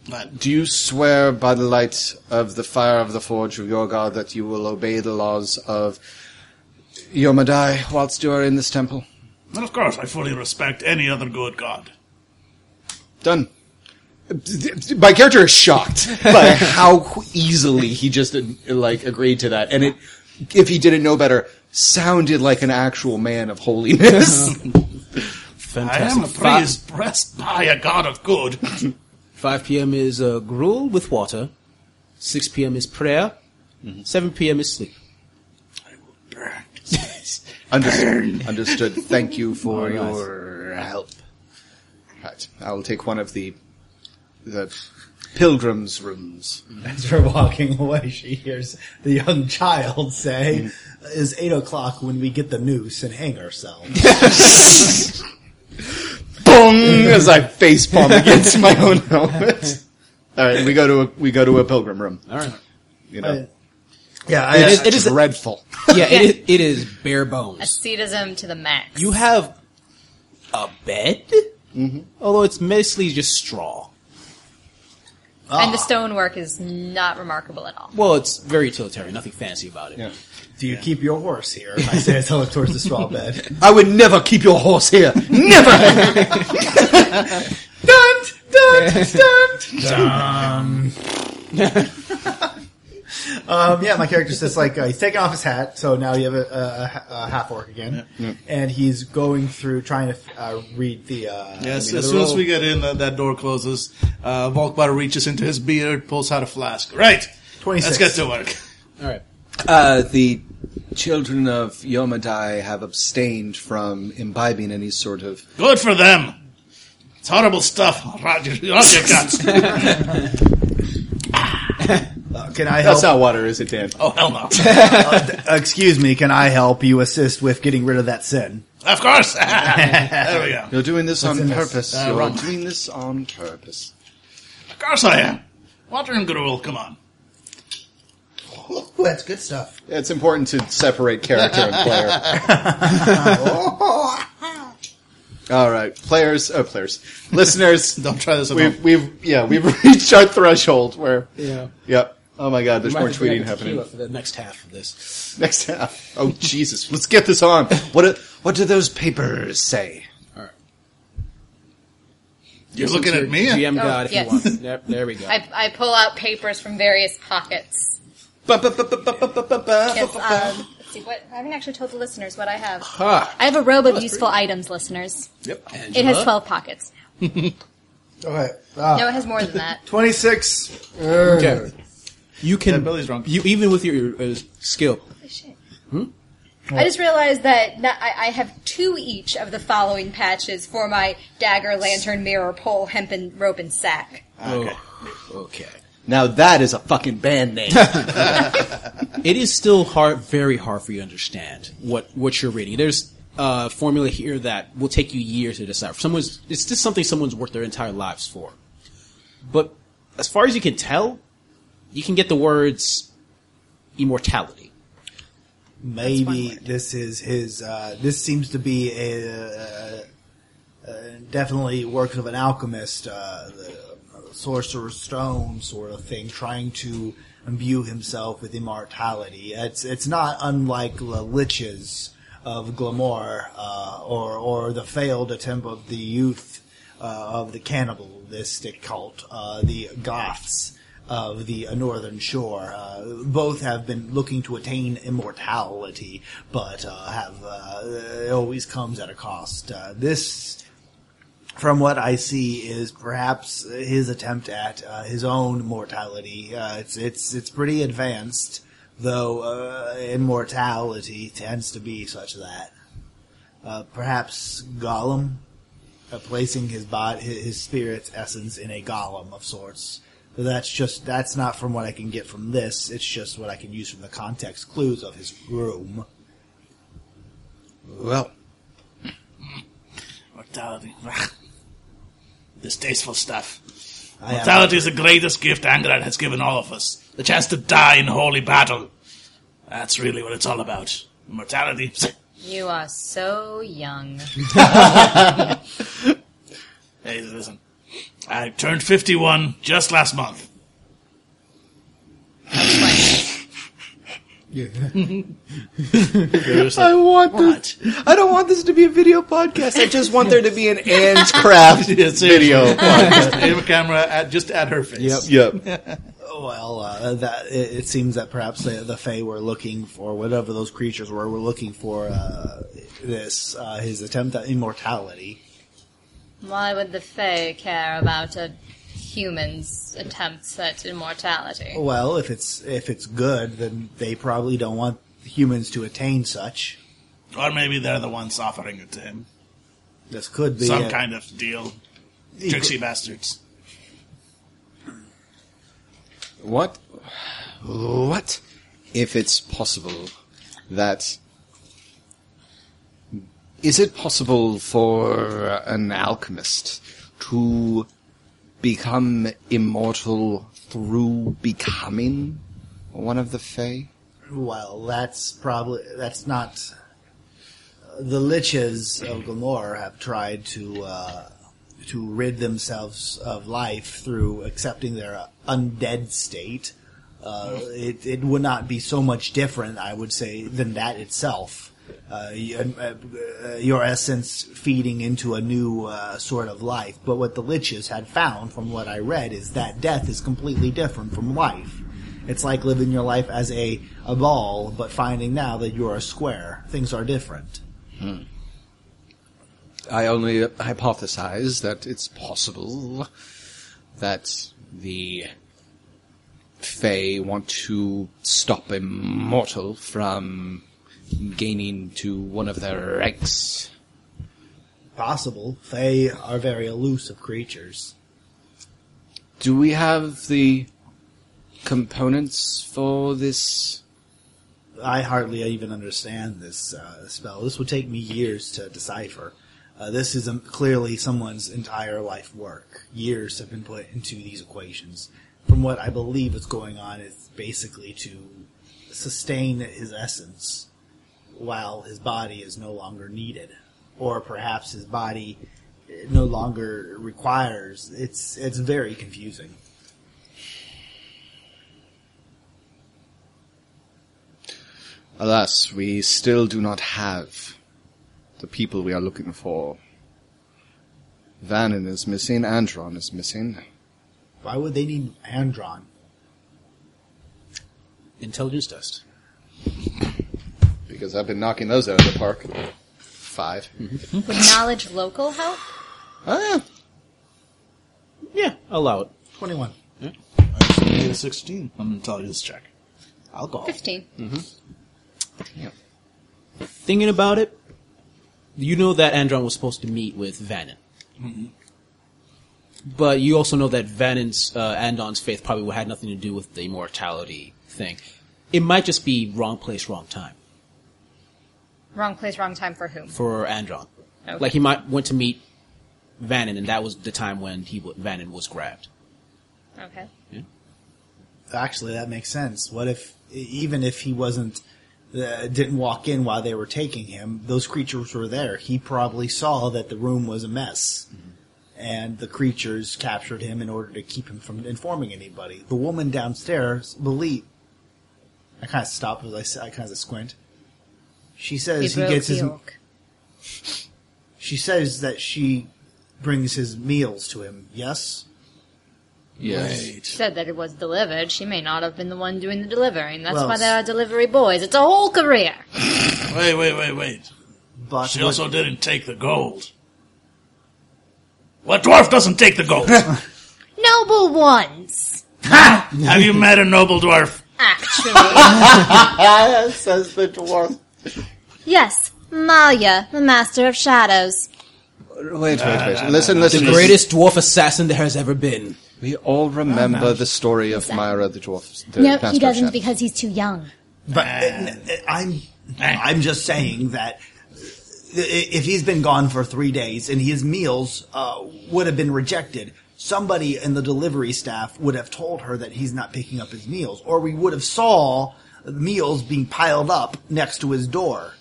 S1: But
S4: Do you swear by the light of the fire of the forge of your god that you will obey the laws of Yomadai whilst you are in this temple?
S1: And of course, I fully respect any other good god.
S4: Done. My character is shocked by how easily he just like agreed to that, and it if he didn't know better, sounded like an actual man of holiness.
S1: I
S5: Fantastic.
S1: am praised, blessed by a God of good.
S5: 5 p.m. is uh, gruel with water. 6 p.m. is prayer. 7 p.m. is sleep.
S4: Understood. Understood. Thank you for your help. Right. I will take one of the the pilgrims' rooms.
S6: As we're walking away, she hears the young child say,
S4: Mm.
S6: "Is eight o'clock when we get the noose and hang ourselves."
S4: Boom! As I face palm against my own helmet. All right. We go to a we go to a pilgrim room.
S5: All right.
S4: You know.
S6: yeah, I,
S5: It is, it is
S4: dreadful.
S5: yeah, it is, it is bare bones.
S3: Ascetism to the max.
S5: You have a bed,
S6: Mm-hmm.
S5: although it's mostly just straw. Ah.
S3: and the stonework is not remarkable at all.
S5: Well, it's very utilitarian. Nothing fancy about it.
S4: Yeah.
S6: do you keep your horse here?
S4: Oh
S6: I say as I look towards the straw bed.
S4: I would never keep your horse here. Never.
S6: Don't, don't, don't. Um, yeah, my character just like uh, he's taking off his hat, so now you have a, a, a ha- a half orc again, and he's going through trying to uh, read the. Uh,
S1: Yes,
S6: I mean,
S1: as
S6: the
S1: soon as
S6: roll.
S1: we get in, that, that door closes. Uh, Volkbar reaches into his beard, pulls out a flask. Right.
S6: 26.
S1: Let's get to work.
S5: All right.
S4: Uh, the children of Yomadai have abstained from imbibing any sort of
S1: Good for them. It's horrible stuff. Roger, Roger cuts.
S6: Uh, can I help?
S4: That's not water, is it, Dan?
S1: oh, hell no.
S6: Uh, d- excuse me, can I help you assist with getting rid of that sin?
S1: of course. there we go.
S4: You're doing this
S6: What's
S4: on
S6: in this?
S4: purpose.
S1: Uh,
S4: You're
S1: rum.
S4: doing this on purpose.
S1: Of course I am. Water and gruel, come on.
S6: Ooh, that's good stuff.
S4: It's important to separate character and player. All right, players, oh, players, listeners,
S1: Don't try this at home.
S4: we've we've yeah we've reached our threshold where
S5: Yeah.
S4: yep. Oh my God, there's
S5: Might
S4: more
S5: have to get
S4: tweeting
S5: a
S4: happening
S5: tequila for the next half of this.
S4: next half. Oh Jesus, let's get this on. What do, what do those papers say?
S1: You're looking at me?
S5: GM
S3: Oh,
S5: God, if
S3: yes.
S5: you want. Yep, there we go.
S3: I, I pull out papers from various pockets. Yes, um, let's see, what, I haven't actually told the listeners what I have.
S5: Ha.
S3: I have a robe of useful items, listeners. It has
S5: Angela? Ah.
S3: 12 pockets.
S6: Okay. Uh, er,
S3: No, it has more than that.
S6: 26.
S5: Okay. You can.
S1: Yeah, Billy's wrong.
S5: You even with your uh, skill. Hmm?
S3: Holy shit. I just realized that not, I, I have two each of the following patches for my dagger, lantern, mirror, pole, hempen, rope, and sack.
S5: Okay. okay.
S4: Now that is a fucking band name.
S5: It is still hard, very hard for you to understand what what you're reading. There's a formula here that will take you years to decipher. Someone's it's just something someone's worked their entire lives for. But as far as you can tell, you can get the words immortality.
S6: Maybe this is his, uh, this seems to be a, uh, uh, definitely works of an alchemist, uh, the sorcerer's stone sort of thing, trying to imbue himself with immortality. It's, it's not unlike the liches of Glamour, uh, or, or the failed attempt of the youth, uh, of the cannibalistic cult, uh, the Goths of the uh, northern shore. Uh, both have been looking to attain immortality, but uh, have uh, it always comes at a cost. Uh, this, from what I see, is perhaps his attempt at uh, his own mortality. Uh, it's it's it's pretty advanced, though uh, immortality tends to be such that. Uh, perhaps Gollum uh, placing his body, his, his spirit's essence in a golem of sorts. But that's just that's not from what I can get from this. It's just what I can use from the context clues of his room.
S4: well,
S1: Mortality. Ugh. Distasteful stuff.
S6: I am-
S1: Mortality is the greatest gift Angrad has given all of us. The chance to die in holy battle. That's really what it's all about. Mortality.
S3: You are so young.
S1: Hey, listen. I turned 51 just last month.
S4: I want this. I don't want this to be a video podcast. I just want there to be an Anne's Craft
S1: Yeah, seriously.
S4: video.
S1: Aim a camera at, just at her face.
S4: yep.
S6: well, uh, that it, it seems that perhaps the, the Fae were looking for whatever those creatures were were looking for uh, this uh, his attempt at immortality.
S9: Why would the Fae care about a human's attempts at immortality?
S6: Well, if it's if it's good, then they probably don't want humans to attain such.
S1: Or maybe they're the ones offering it to him.
S6: This could be
S1: Some
S6: a-
S1: kind of deal. Tricksy bastards.
S4: What? What? If it's possible that. Is it possible for an alchemist to become immortal through becoming one of the Fae?
S6: Well, that's probably that's not. The liches of Gomor have tried to uh, to rid themselves of life through accepting their undead state. Uh, it, it would not be so much different, I would say, than that itself. Uh, y- uh, uh, your essence feeding into a new uh, sort of life. But what the liches had found, from what I read, is that death is completely different from life. It's like living your life as a, a ball, but finding now that you're a square. Things are different.
S4: Hmm. I only hypothesize that it's possible that the Fae want to stop Immortal from gaining to one of their ranks.
S6: Possible. They are very elusive creatures.
S4: Do we have the components for this?
S6: I hardly even understand this uh, spell. This would take me years to decipher. Uh, this is um, clearly someone's entire life work. Years have been put into these equations. From what I believe is going on, it's basically to sustain his essence while his body is no longer needed, or perhaps his body eh, no longer requires. It's it's very confusing.
S4: Alas, we still do not have the people we are looking for. Vannon is missing, Andron is missing.
S6: Why would they need Andron?
S5: Intelligence test.
S4: because I've been knocking those out of the park. Five.
S1: Mm-hmm.
S3: Would knowledge local help?
S4: Ah,
S5: Yeah, allow it.
S6: Twenty one.
S1: I should be a 16 on an intelligence check.
S5: Alcohol.
S3: 15.
S5: Thinking about it, you know that Andron was supposed to meet with Vannon.
S1: Mm-hmm.
S5: But you also know that Vannon's, uh, Andron's faith probably had nothing to do with the immortality thing. It might just be wrong place, wrong time
S3: Wrong place, wrong time for whom?
S5: for Andron.
S3: Okay.
S5: Like he might went to meet Vannon, and that was the time when he w- Vannon was grabbed.
S3: Okay.
S6: actually that makes sense what if even if he wasn't uh, didn't walk in while they were taking him those creatures were there he probably saw that the room was a mess and the creatures captured him in order to keep him from informing anybody the woman downstairs believe i kind of stopped as i, s- I kind of squint she says he,
S3: broke
S6: gets
S3: the
S6: his
S3: oak.
S6: she says that she brings his meals to him yes
S4: yes.
S9: She said that it was delivered. She may not have been the one doing the delivering. That's
S6: Well,
S9: why
S6: s-
S9: there are delivery boys. It's a whole career.
S1: Wait, wait, wait, wait.
S6: but
S1: She
S6: what-
S1: also didn't take the gold. What dwarf doesn't take the gold?
S9: Noble ones.
S1: Have you met a noble dwarf?
S3: Actually.
S4: Ah, says the dwarf.
S3: yes. Malia, the master of shadows.
S4: Wait, wait,
S5: Uh,
S1: Uh,
S4: wait. Listen, listen.
S5: The
S4: listen.
S5: greatest dwarf assassin there has ever been.
S4: We all remember
S5: Uh,
S4: the story of Myra the dwarf. The
S2: No,
S4: Master
S2: he
S4: of
S2: doesn't
S4: Shadows.
S2: because he's too young.
S6: But uh, n- uh, I'm I'm just saying that uh, i- if he's been gone for three days and his meals uh, would have been rejected, somebody in the delivery staff would have told her that he's not picking up his meals, or we would have saw meals being piled up next to his door.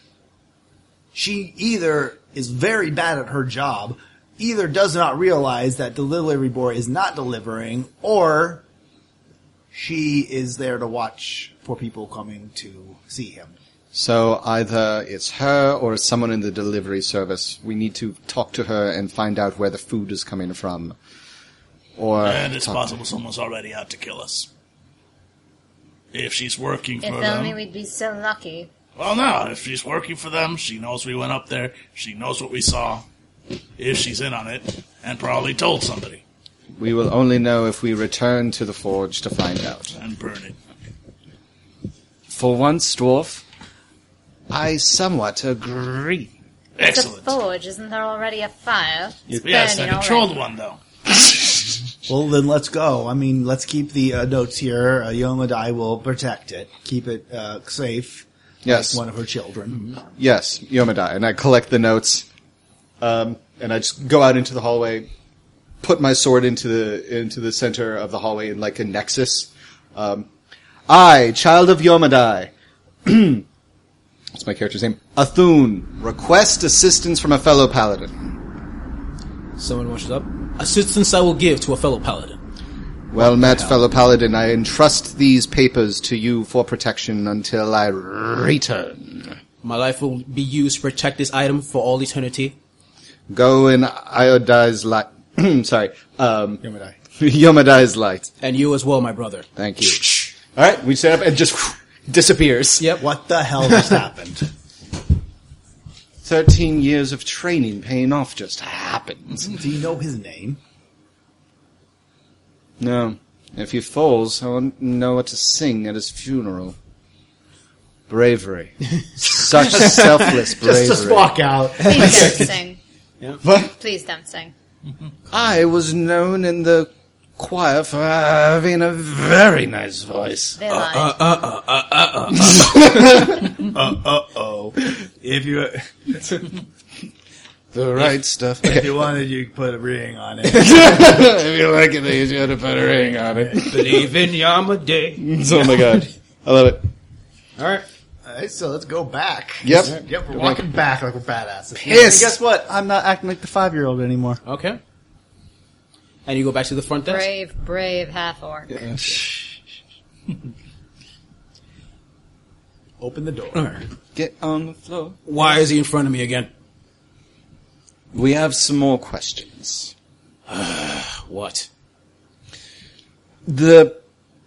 S6: She either is very bad at her job, either does not realize that the delivery boy is not delivering, or she is there to watch for people coming to see him.
S4: So either it's her or it's someone in the delivery service. We need to talk to her and find out where the food is coming from. Or
S1: And it's
S4: talk-
S1: possible someone's already out to kill us. If she's working
S9: If
S4: Oh,
S1: for
S9: only
S1: them.
S9: we'd be so lucky.
S1: well, no, if she's working for them, she knows we went up there. She knows what we saw. If she's in on it, and probably told somebody
S4: We will only know if we return to the forge to find out.
S1: and burn it.
S4: For once, dwarf, I somewhat agree.
S9: It's a
S1: Excellent.
S9: forge, isn't there already a fire? It's
S1: Yes, a
S9: burning
S1: controlled
S9: already.
S1: one though.
S6: Well, then let's go. I mean, let's keep the uh, notes here. Uh, Yomadai will protect it, keep it uh, safe.
S4: Yes.
S6: Like one of her children.
S4: Yes, Yomadai, and I collect the notes, um, and I just go out into the hallway, put my sword into the into the center of the hallway in like a nexus. Um, I, child of Yomadai, that's my character's name. Athun, request assistance from a fellow paladin.
S5: uh, Someone washes up. Assistance I will give to a fellow paladin.
S4: Well met, fellow paladin. I entrust these papers to you for protection until I return.
S5: My life will be used to protect this item for all eternity.
S4: Go in Iodai's light. Sorry, um, Yomadai. Yomadai's light.
S5: And you as well, my brother.
S4: Thank you. All right, we set up and just disappears.
S5: Yep.
S6: What the hell just happened?
S4: Thirteen years of training paying off just happens.
S6: Do you know his name?
S4: No, if he falls, I won't know what to sing at his funeral. Bravery, such selfless bravery.
S6: out.
S9: Please don't sing.
S4: What?
S9: Please don't sing.
S4: I was known in the choir for having a very nice voice.
S9: They
S5: Uh,
S9: lied.
S8: If you
S4: The right stuff.
S8: if you wanted, you could put a ring on it.
S4: if you like it, they usually had to put a ring on it.
S5: Believe in Yamade.
S4: oh my god, I love it.
S5: Alright.
S6: All right, so let's go back.
S4: Yep.
S6: Yep, we're walking back like we're badasses.
S4: Pissed.
S6: And guess what? I'm not acting like the five year old anymore.
S5: Okay. And you go back to the front desk.
S9: Brave, brave half orc.
S6: Open the door.
S5: Alright.
S4: Get on the floor.
S5: Why is he in front of me again?
S4: We have some more questions.
S5: What?
S4: The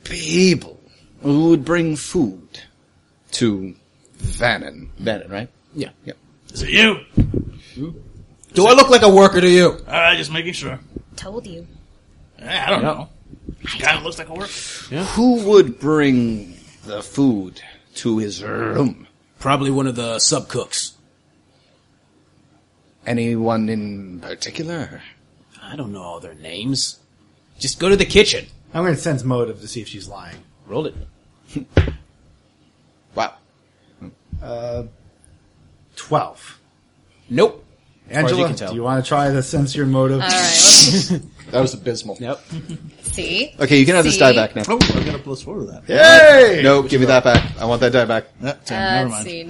S4: people who would bring food to Vannon. Vannon, right?
S5: Yeah.
S4: Yep.
S1: Is it you?
S5: Do I look like a worker to you?
S1: All right, just making sure.
S2: Told you.
S1: Eh, I don't know. Kind of looks like a work.
S4: Who would bring the food to his room?
S5: Probably one of the sub cooks.
S4: Anyone in particular?
S5: I don't know all their names. Just go to the kitchen.
S6: I'm going to sense motive to see if she's lying.
S5: Roll it.
S4: Wow.
S1: Uh,
S6: 12.
S5: Nope. far as you
S6: Angela,
S5: can tell.
S6: do you want to try to sense your motive?
S9: All right.
S4: That was abysmal.
S5: Nope.
S9: Let's see.
S4: Okay, you can have this
S9: See?
S4: die back now.
S1: Oh, I got a plus four to that.
S4: Yay! No, give me that back. I want that die back.
S1: Uh, ten,
S9: Uh,
S1: never
S9: let's
S1: mind.
S9: see.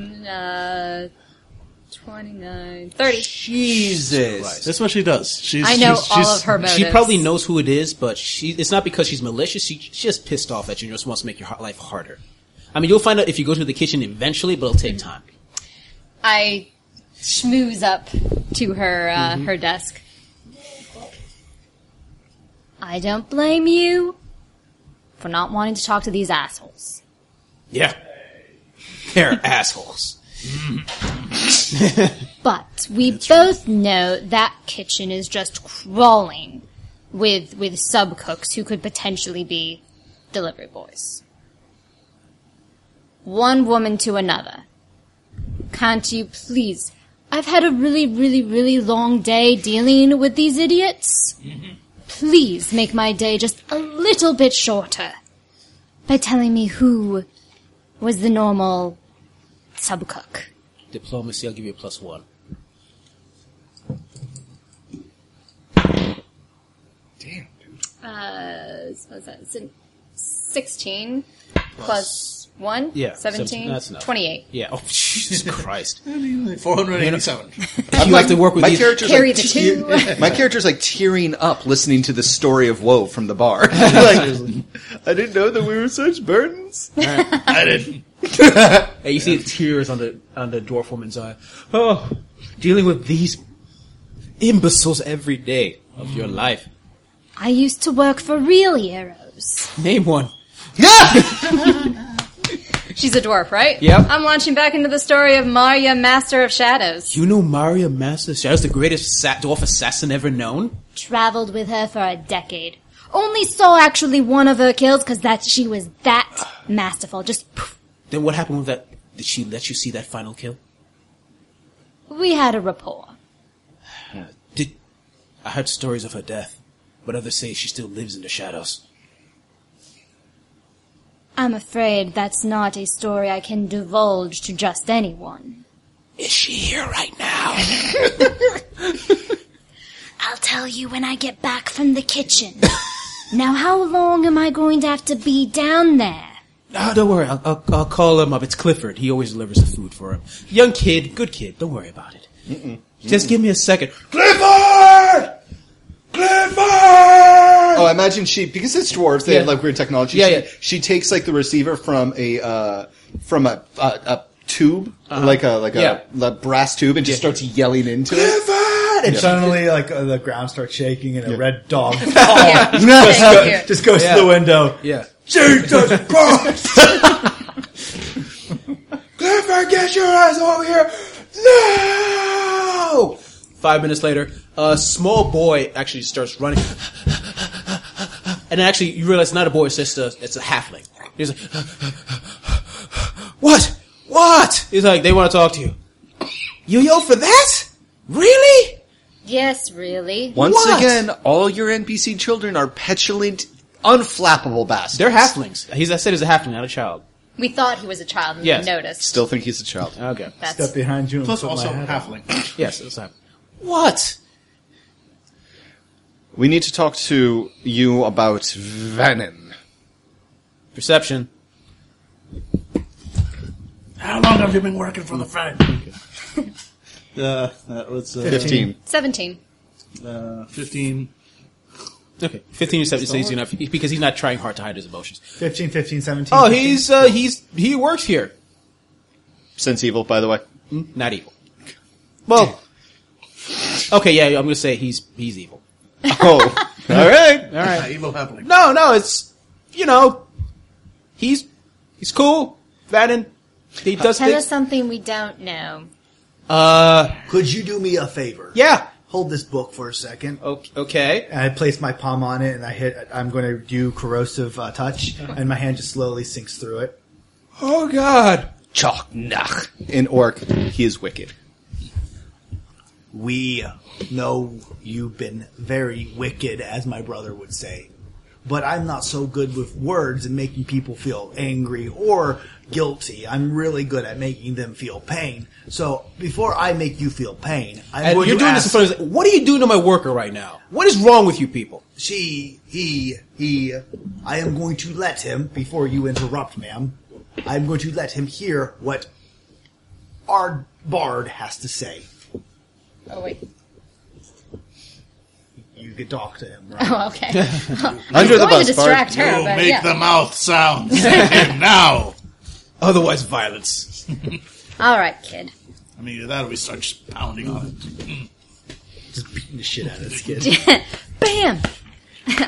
S9: 19, uh, 29, 30.
S5: Jesus.
S1: That's what she does. She's,
S9: I know
S1: she's,
S9: all
S1: she's-
S9: of her motives.
S5: She probably knows who it is, but she it's not because she's malicious. She, she's just pissed off at you and just wants to make your hot- life harder. I mean, you'll find out if you go to the kitchen eventually, but it'll take time.
S9: I schmooze up to her uh,
S1: Mm-hmm.
S9: her desk.
S2: I don't blame you for not wanting to talk to these assholes.
S5: Yeah. They're assholes.
S6: Mm-hmm.
S2: But we both know that kitchen is just crawling with with sub cooks who could potentially be delivery boys.
S9: One woman to another.
S2: Can't you please? I've had a really, really, really long day dealing with these idiots. Please make my day just a little bit shorter by telling me who was the normal sub cook.
S5: Diplomacy, I'll give you a plus one.
S9: Uh, what was that? It's a 16 plus 1?
S5: Yeah,
S9: 17?
S5: seventeen. That's enough.
S9: 28.
S5: Yeah. Oh, Jesus Christ.
S1: 487.
S5: you have to work with
S4: my
S5: these.
S4: character's
S9: Carry
S4: like
S9: the two.
S4: My character's like tearing up listening to the story of woe from the bar. like, I didn't know that we were such burdens.
S1: I didn't.
S5: Hey, you see the tears on the on the dwarf woman's eye. Oh, dealing with these imbeciles every
S4: Mm.
S5: day of your life.
S2: I used to work for real heroes.
S5: Name one.
S9: She's a dwarf, right?
S5: Yep.
S9: I'm launching back into the story of Marya, Master of Shadows.
S5: Do you know Maria Master? She was the greatest sa- dwarf assassin ever known.
S7: Traveled with her for a decade. Only saw actually one of her kills because that she was that masterful. Just poof.
S5: Then what happened with that? Did she let you see that final kill?
S7: we had a rapport.
S5: Uh, Did I heard stories of her death, but others say she still lives in the shadows.
S7: I'm afraid that's not a story I can divulge to just anyone.
S5: Is she here right now?
S7: I'll tell you when I get back from the kitchen. now, how long am I going to have to be down there?
S5: No, don't worry. I'll, I'll, I'll call him up. It's Clifford. He always delivers the food for him. Young kid, good kid. Don't worry about it. Just give me a second. Clifford! Clifford!
S4: Oh, I imagine she because it's dwarves. They
S5: Yeah.
S4: have like weird technology.
S5: Yeah,
S4: she,
S5: yeah.
S4: she takes like the receiver from a uh, from a a, a tube, like a like
S5: Uh-huh. Yeah.
S4: a, a brass tube, and just starts yelling into it.
S1: And suddenly, like uh, the ground starts shaking, and a red dog
S9: Yeah. Thank you.
S1: just goes
S5: Yeah.
S1: to the window.
S5: Yeah.
S1: Jesus Christ!
S5: Clifford, get your ass over here! No! Five minutes later, a small boy actually starts running. And actually, you realize it's not a boy, it's just a, it's a halfling. He's like, What? What? He's like, they want to talk to you. You yell for that? Really?
S9: Yes, really.
S4: Once
S5: What?
S4: again, all your NPC children are petulant, unflappable bastards.
S5: They're halflings. He's, I said he's a halfling, not a child.
S9: We thought he was a child and
S5: Yes.
S9: we noticed.
S4: Still think he's a child.
S5: Okay.
S9: That's
S1: Step behind you. And
S8: Plus
S1: put
S8: also
S1: my hat on.
S8: halfling.
S5: Yes, it's a halfling. What?
S4: We need to talk to you about Venom.
S5: Perception.
S8: How long have you been working for the Fed? Uh, that was uh,
S4: Fifteen.
S9: 17.
S8: uh, 15.
S5: Okay. 15 or 17, so he's not, because he's not trying hard to hide his emotions.
S1: 15, 15, 17.
S5: Oh,
S1: 15.
S5: he's uh, he's he works here. Hmm?
S4: Since evil, by the way.
S5: Not evil. Well, okay, yeah, I'm gonna say he's he's evil.
S4: Oh, all right.
S5: All right.
S8: evil halfling.
S5: No, no, it's you know, he's he's cool. Vannon, he does
S9: Tell us
S5: things.
S9: something we don't know.
S5: Uh,
S6: Could you do me a favor?
S5: yeah.
S6: Hold this book for a second.
S5: O- Okay.
S1: And I place my palm on it, and I hit. I'm going to do corrosive uh, touch, and my hand just slowly sinks through it.
S5: Uh-huh. Oh God.
S4: Chalk nach. In orc, he is wicked.
S6: We know you've been very wicked, as my brother would say. But I'm not so good with words and making people feel angry or guilty. I'm really good at making them feel pain. So before I make you feel pain, I'm
S5: And
S6: going
S5: you're
S6: to
S5: doing
S6: ask,
S5: this in front of. His, what are you doing to my worker right now? What is wrong with you people?
S6: she, he, he. I am going to let him, before you interrupt, ma'am, I'm going to let him hear what our bard has to say.
S9: Oh, wait.
S6: You could talk to him, right?
S9: Oh, okay.
S4: Under the
S9: I'm going to
S4: bus, Bard.
S9: distract her, but
S8: make
S9: yeah.
S8: the mouth sounds. and now!
S5: Otherwise, violence.
S9: All right, kid.
S8: I mean, either that or we start just pounding on it.
S6: the shit out of this kid.
S9: Bam!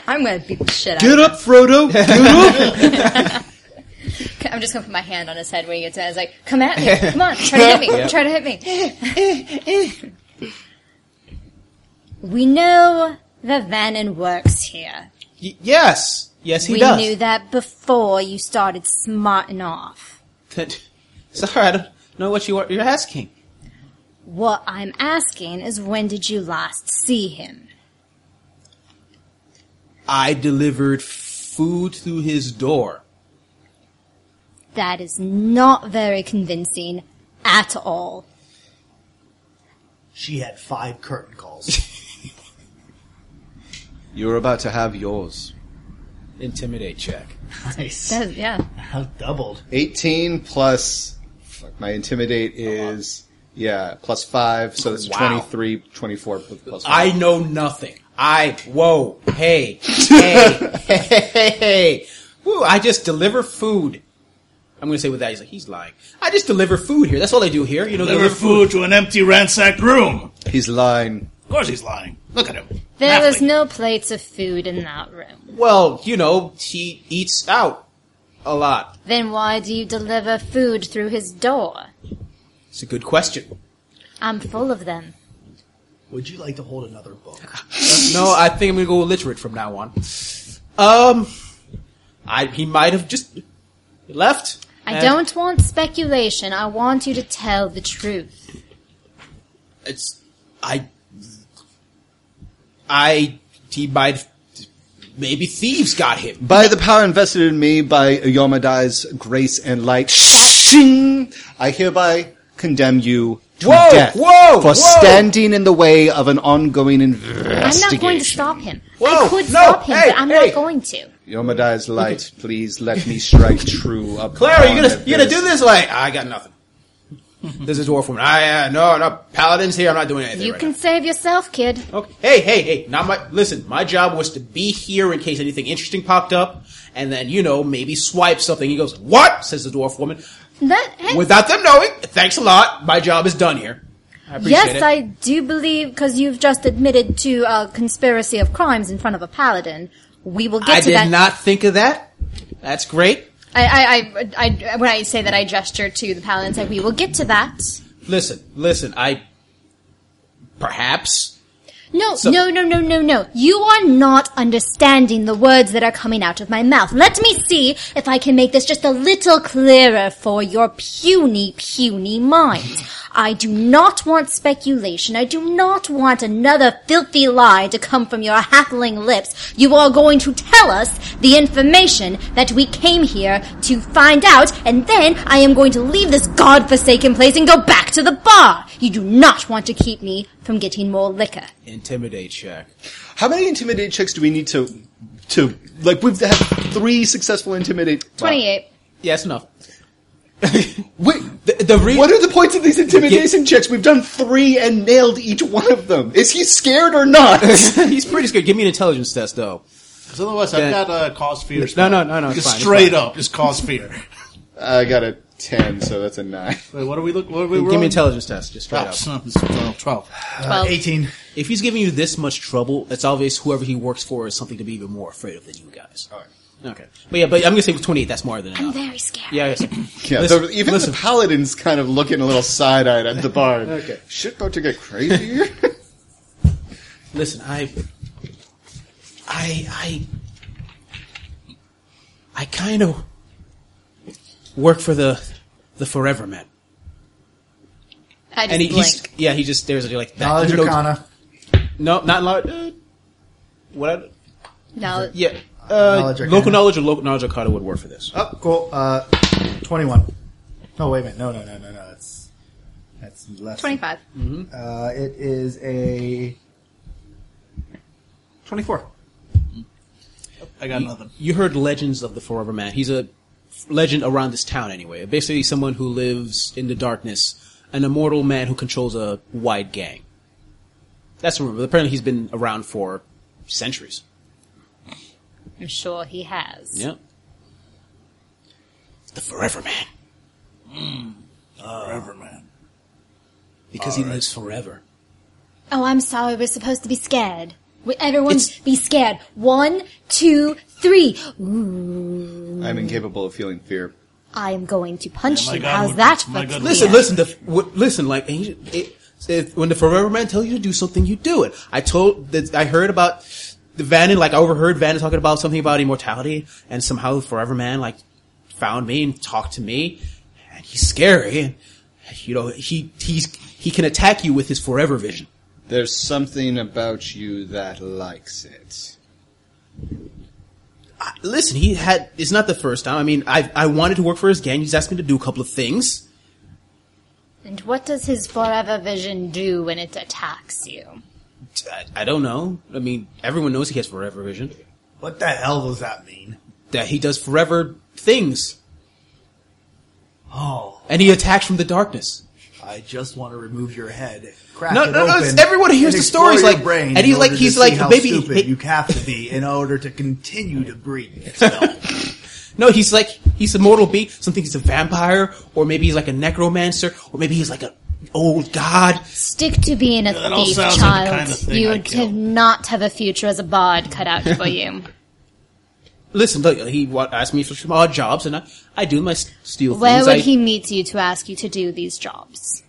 S9: I'm going to beat the shit out
S4: Get up, Frodo.
S9: I'm just going to put my hand on his head when he gets mad. It's like, come at me. Come on. Try to hit me. Try to hit me.
S7: We know the Vannon works here.
S5: Y- yes. Yes, he
S7: we
S5: does.
S7: knew that before you started smarting off.
S5: That- Sorry, I don't know what you are. You're asking.
S7: What I'm asking is when did you last see him?
S5: I delivered food to his door.
S7: That is not very convincing at all.
S6: She had five curtain calls.
S4: You're about to have yours.
S5: Intimidate check.
S6: nice.
S9: Does- yeah.
S6: I've doubled.
S4: 18 plus. Fuck, my intimidate is. Yeah, plus 5, so it's
S5: Wow.
S4: 23, 24 pl- plus 5.
S5: I know nothing. I whoa hey hey hey hey hey. Woo! I just deliver food. I'm gonna say with that he's like he's lying. I just deliver food here. That's all I do here. You know,
S8: Deliver food to an empty, ransacked room.
S4: He's lying.
S8: Of course he's lying. Look at him.
S7: There
S8: Halfling.
S7: was no plates of food in that room.
S5: Well, you know, she eats out. A lot.
S7: Then why do you deliver food through his door?
S5: It's a good question.
S7: I'm full of them.
S6: Would you like to hold another book?
S5: no, I think I'm gonna go illiterate from now on. Um, I he might have just left.
S7: I
S5: and
S7: don't want speculation. I want you to tell the truth.
S5: It's I. I he might have- maybe thieves got him.
S4: By the power invested in me by Yomadai's grace and light, shing, I hereby condemn you to
S5: Whoa,
S4: death
S5: whoa,
S4: for
S5: whoa.
S4: standing in the way of an ongoing investigation.
S7: I'm not going to stop him. I
S5: Whoa,
S7: could
S5: no,
S7: stop him,
S5: hey,
S7: but I'm
S5: hey.
S7: not going to.
S4: Yomadai's light, please let me strike true up.
S5: Clara, you gonna you gonna do this? Like I got nothing. This is dwarf woman. I uh, no no paladins here. I'm not doing anything.
S7: You
S5: right
S7: can
S5: now.
S7: save yourself, kid.
S5: Okay. Hey, hey, hey! Not my. Listen, my job was to be here in case anything interesting popped up, and then you know maybe swipe something. He goes, "What?" says the dwarf woman.
S7: That, hey,
S5: Without them knowing, thanks a lot. My job is done here. I appreciate
S7: yes,
S5: it.
S7: I do believe because you've just admitted to a conspiracy of crimes in front of a paladin. We will get
S5: I
S7: to
S5: did
S7: that.
S5: not think of that. That's great.
S9: I, I, I, I, when I say that, I gesture to the paladin and say, "We will get to that."
S5: Listen, listen. I perhaps
S7: no,
S5: So-
S7: no, no, no, no, no. You are not understanding the words that are coming out of my mouth. Let me see if I can make this just a little clearer for your puny, puny mind. I do not want speculation. I do not want another filthy lie to come from your hackling lips. You are going to tell us the information that we came here to find out, and then I am going to leave this godforsaken place and go back to the bar. You do not want to keep me from getting more liquor.
S5: intimidate check.
S4: How many intimidate checks do we need to to like? We've had three successful intimidate.
S9: Twenty-eight.
S5: Yeah, that's enough.
S4: Wait,
S5: The, the re-
S4: what are the points of these intimidation checks? We've done three and nailed each one of them. Is he scared or not?
S5: He's pretty scared. Give me an intelligence test, though.
S1: Because otherwise, I've
S5: Yeah.
S1: got uh, cause fear.
S5: No,
S1: spell.
S5: no, no, no. It's
S1: Just
S5: fine, it's
S1: straight
S5: fine.
S1: up, just cause fear.
S4: I got a ten, so that's a nine.
S1: Wait, what are we looking? What are we
S5: Give
S1: rolling?
S5: me an intelligence test, just straight
S1: Oh,
S5: up.
S1: snap, it's 12, 12.
S6: Uh, 18.
S5: If he's giving you this much trouble, it's obvious whoever he works for is something to be even more afraid of than you guys. All right. Okay. But yeah, but I'm gonna say with 28, that's more than
S7: I'm
S5: enough.
S7: very scared.
S5: Yeah, I guess.
S4: Yeah,
S5: Listen-
S4: the, even
S5: listen.
S4: the paladin's kind of looking a little side-eyed at the bard. okay. Shit about to get crazy here.
S5: Listen, I, I, I, I kind of work for the the Forever Men,
S2: I just
S5: and he,
S2: blinked.
S5: he's yeah, he just stares at you like that.
S10: Knowledge
S5: Who knows-
S10: Arcana.
S5: No, not knowledge. Uh, what? I,
S2: Now,
S5: yeah, uh,
S10: Knowledge Arcana.
S5: local knowledge or local knowledge Arcana would work for this.
S10: Oh, cool. Uh, 21. No, wait a minute. No, no, no, no, no. That's, that's less. than-
S2: twenty-five.
S5: Mm-hmm.
S10: Uh, it is a. 24.
S1: I got nothing.
S5: You heard legends of the Forever Man. He's a legend around this town, anyway. Basically, someone who lives in the darkness, an immortal man who controls a wide gang. That's remember. Apparently, he's been around for centuries.
S2: I'm sure he has.
S5: Yeah, the Forever Man
S8: Mm.
S1: Forever, man.
S5: because he lives forever.
S7: Oh, I'm sorry. We're supposed to be scared. We, everyone be scared. One, two, three. Ooh.
S4: I'm incapable of feeling fear.
S7: I am going to punch
S1: Yeah, my
S7: you.
S1: God,
S7: How's
S1: would-
S7: that for
S1: my God,
S7: clear?
S1: would-
S5: Listen, listen, the, f- w- listen. Like and you- it, if, when the Forever Man tells you to do something, you do it. I told that I heard about the Vannon. Like I overheard Vannon talking about something about immortality, and somehow the Forever Man like found me and talked to me, and he's scary. And you know he he's he can attack you with his Forever Vision.
S4: There's something about you that likes it.
S5: Listen, he had. It's not the first time. I mean, I I wanted to work for his gang. He's asked me to do a couple of things.
S2: And what does his forever vision do when it attacks you?
S5: I, I don't know. I mean, everyone knows he has Forever Vision.
S6: What the hell does that mean?
S5: That he does forever things.
S6: Oh,
S5: and he attacks from the darkness.
S6: I just want to remove your head. Crack
S5: No,
S6: it
S5: no, no,
S6: open,
S5: it's- everyone
S6: and
S5: hears the
S6: explore
S5: stories,
S6: your
S5: like-
S6: brain
S5: and he's
S6: in
S5: like-
S6: order
S5: he's
S6: to
S5: like,
S6: see how
S5: baby,
S6: stupid
S5: hey-
S6: you have to be in order to continue to breathe. So,
S5: No, he's like he's a mortal being. Some think he's a vampire, or maybe he's like a necromancer, or maybe he's like an old god.
S7: Stick to being a
S1: that all
S7: thief,
S1: sounds
S7: child.
S1: like the kind of thing
S7: you
S1: I'd
S7: do
S1: kill.
S7: not have a future as a bard cut out for you.
S5: Listen, look, he wa- asked me for some odd jobs, and I, I do my s- steal
S2: Where
S5: things.
S2: would
S5: I-
S2: he meet you to ask you to do these jobs?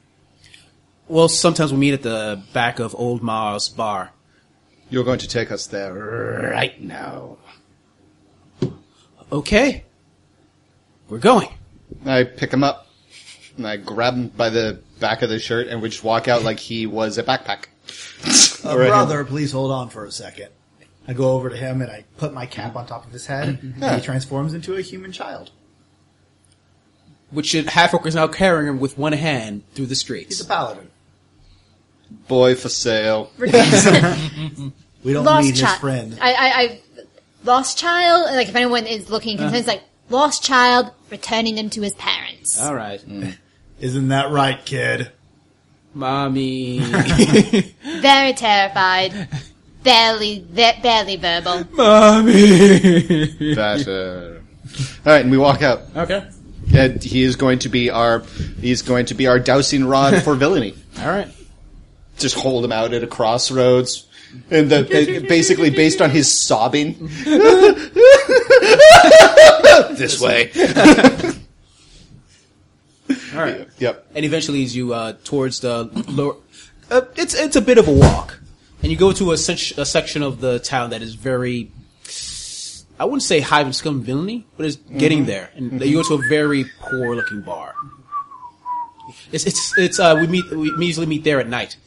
S5: Well, sometimes we meet at the back of Old Ma's bar.
S4: You're going to take us there right now.
S5: Okay, we're going.
S4: I pick him up and I grab him by the back of the shirt and we just walk out like he was a backpack.
S6: Uh, brother, please hold on for a second. I go over to him and I put my cap on top of his head, and he transforms into a human child.
S5: Which should half is now carrying him with one hand through the
S6: He's a
S5: streets.
S6: paladin.
S4: Boy for sale.
S6: We don't
S2: Lost
S6: need his
S2: child.
S6: friend.
S2: I, I, I, lost child. Like if anyone is looking,
S5: Uh-huh.
S2: it's like lost child, returning them to his parents.
S5: All right,
S6: Isn't that right, kid?
S5: mommy,
S2: Very terrified, barely, ve- barely verbal.
S5: mommy.
S4: Better. All right, and we walk out.
S5: okay,
S4: And he is going to be our he's going to be our dousing rod for villainy.
S5: all right.
S4: Just hold him out at a crossroads. And the, ba- basically based on his sobbing. this way.
S5: All right.
S4: Yep.
S5: And eventually, as you uh, towards the lower, uh, it's it's a bit of a walk, and you go to a, sec- a section of the town that is very, I wouldn't say hive and scum villainy, but it's getting there. And you go to a very poor looking bar. It's it's it's uh, we meet we usually meet there at night,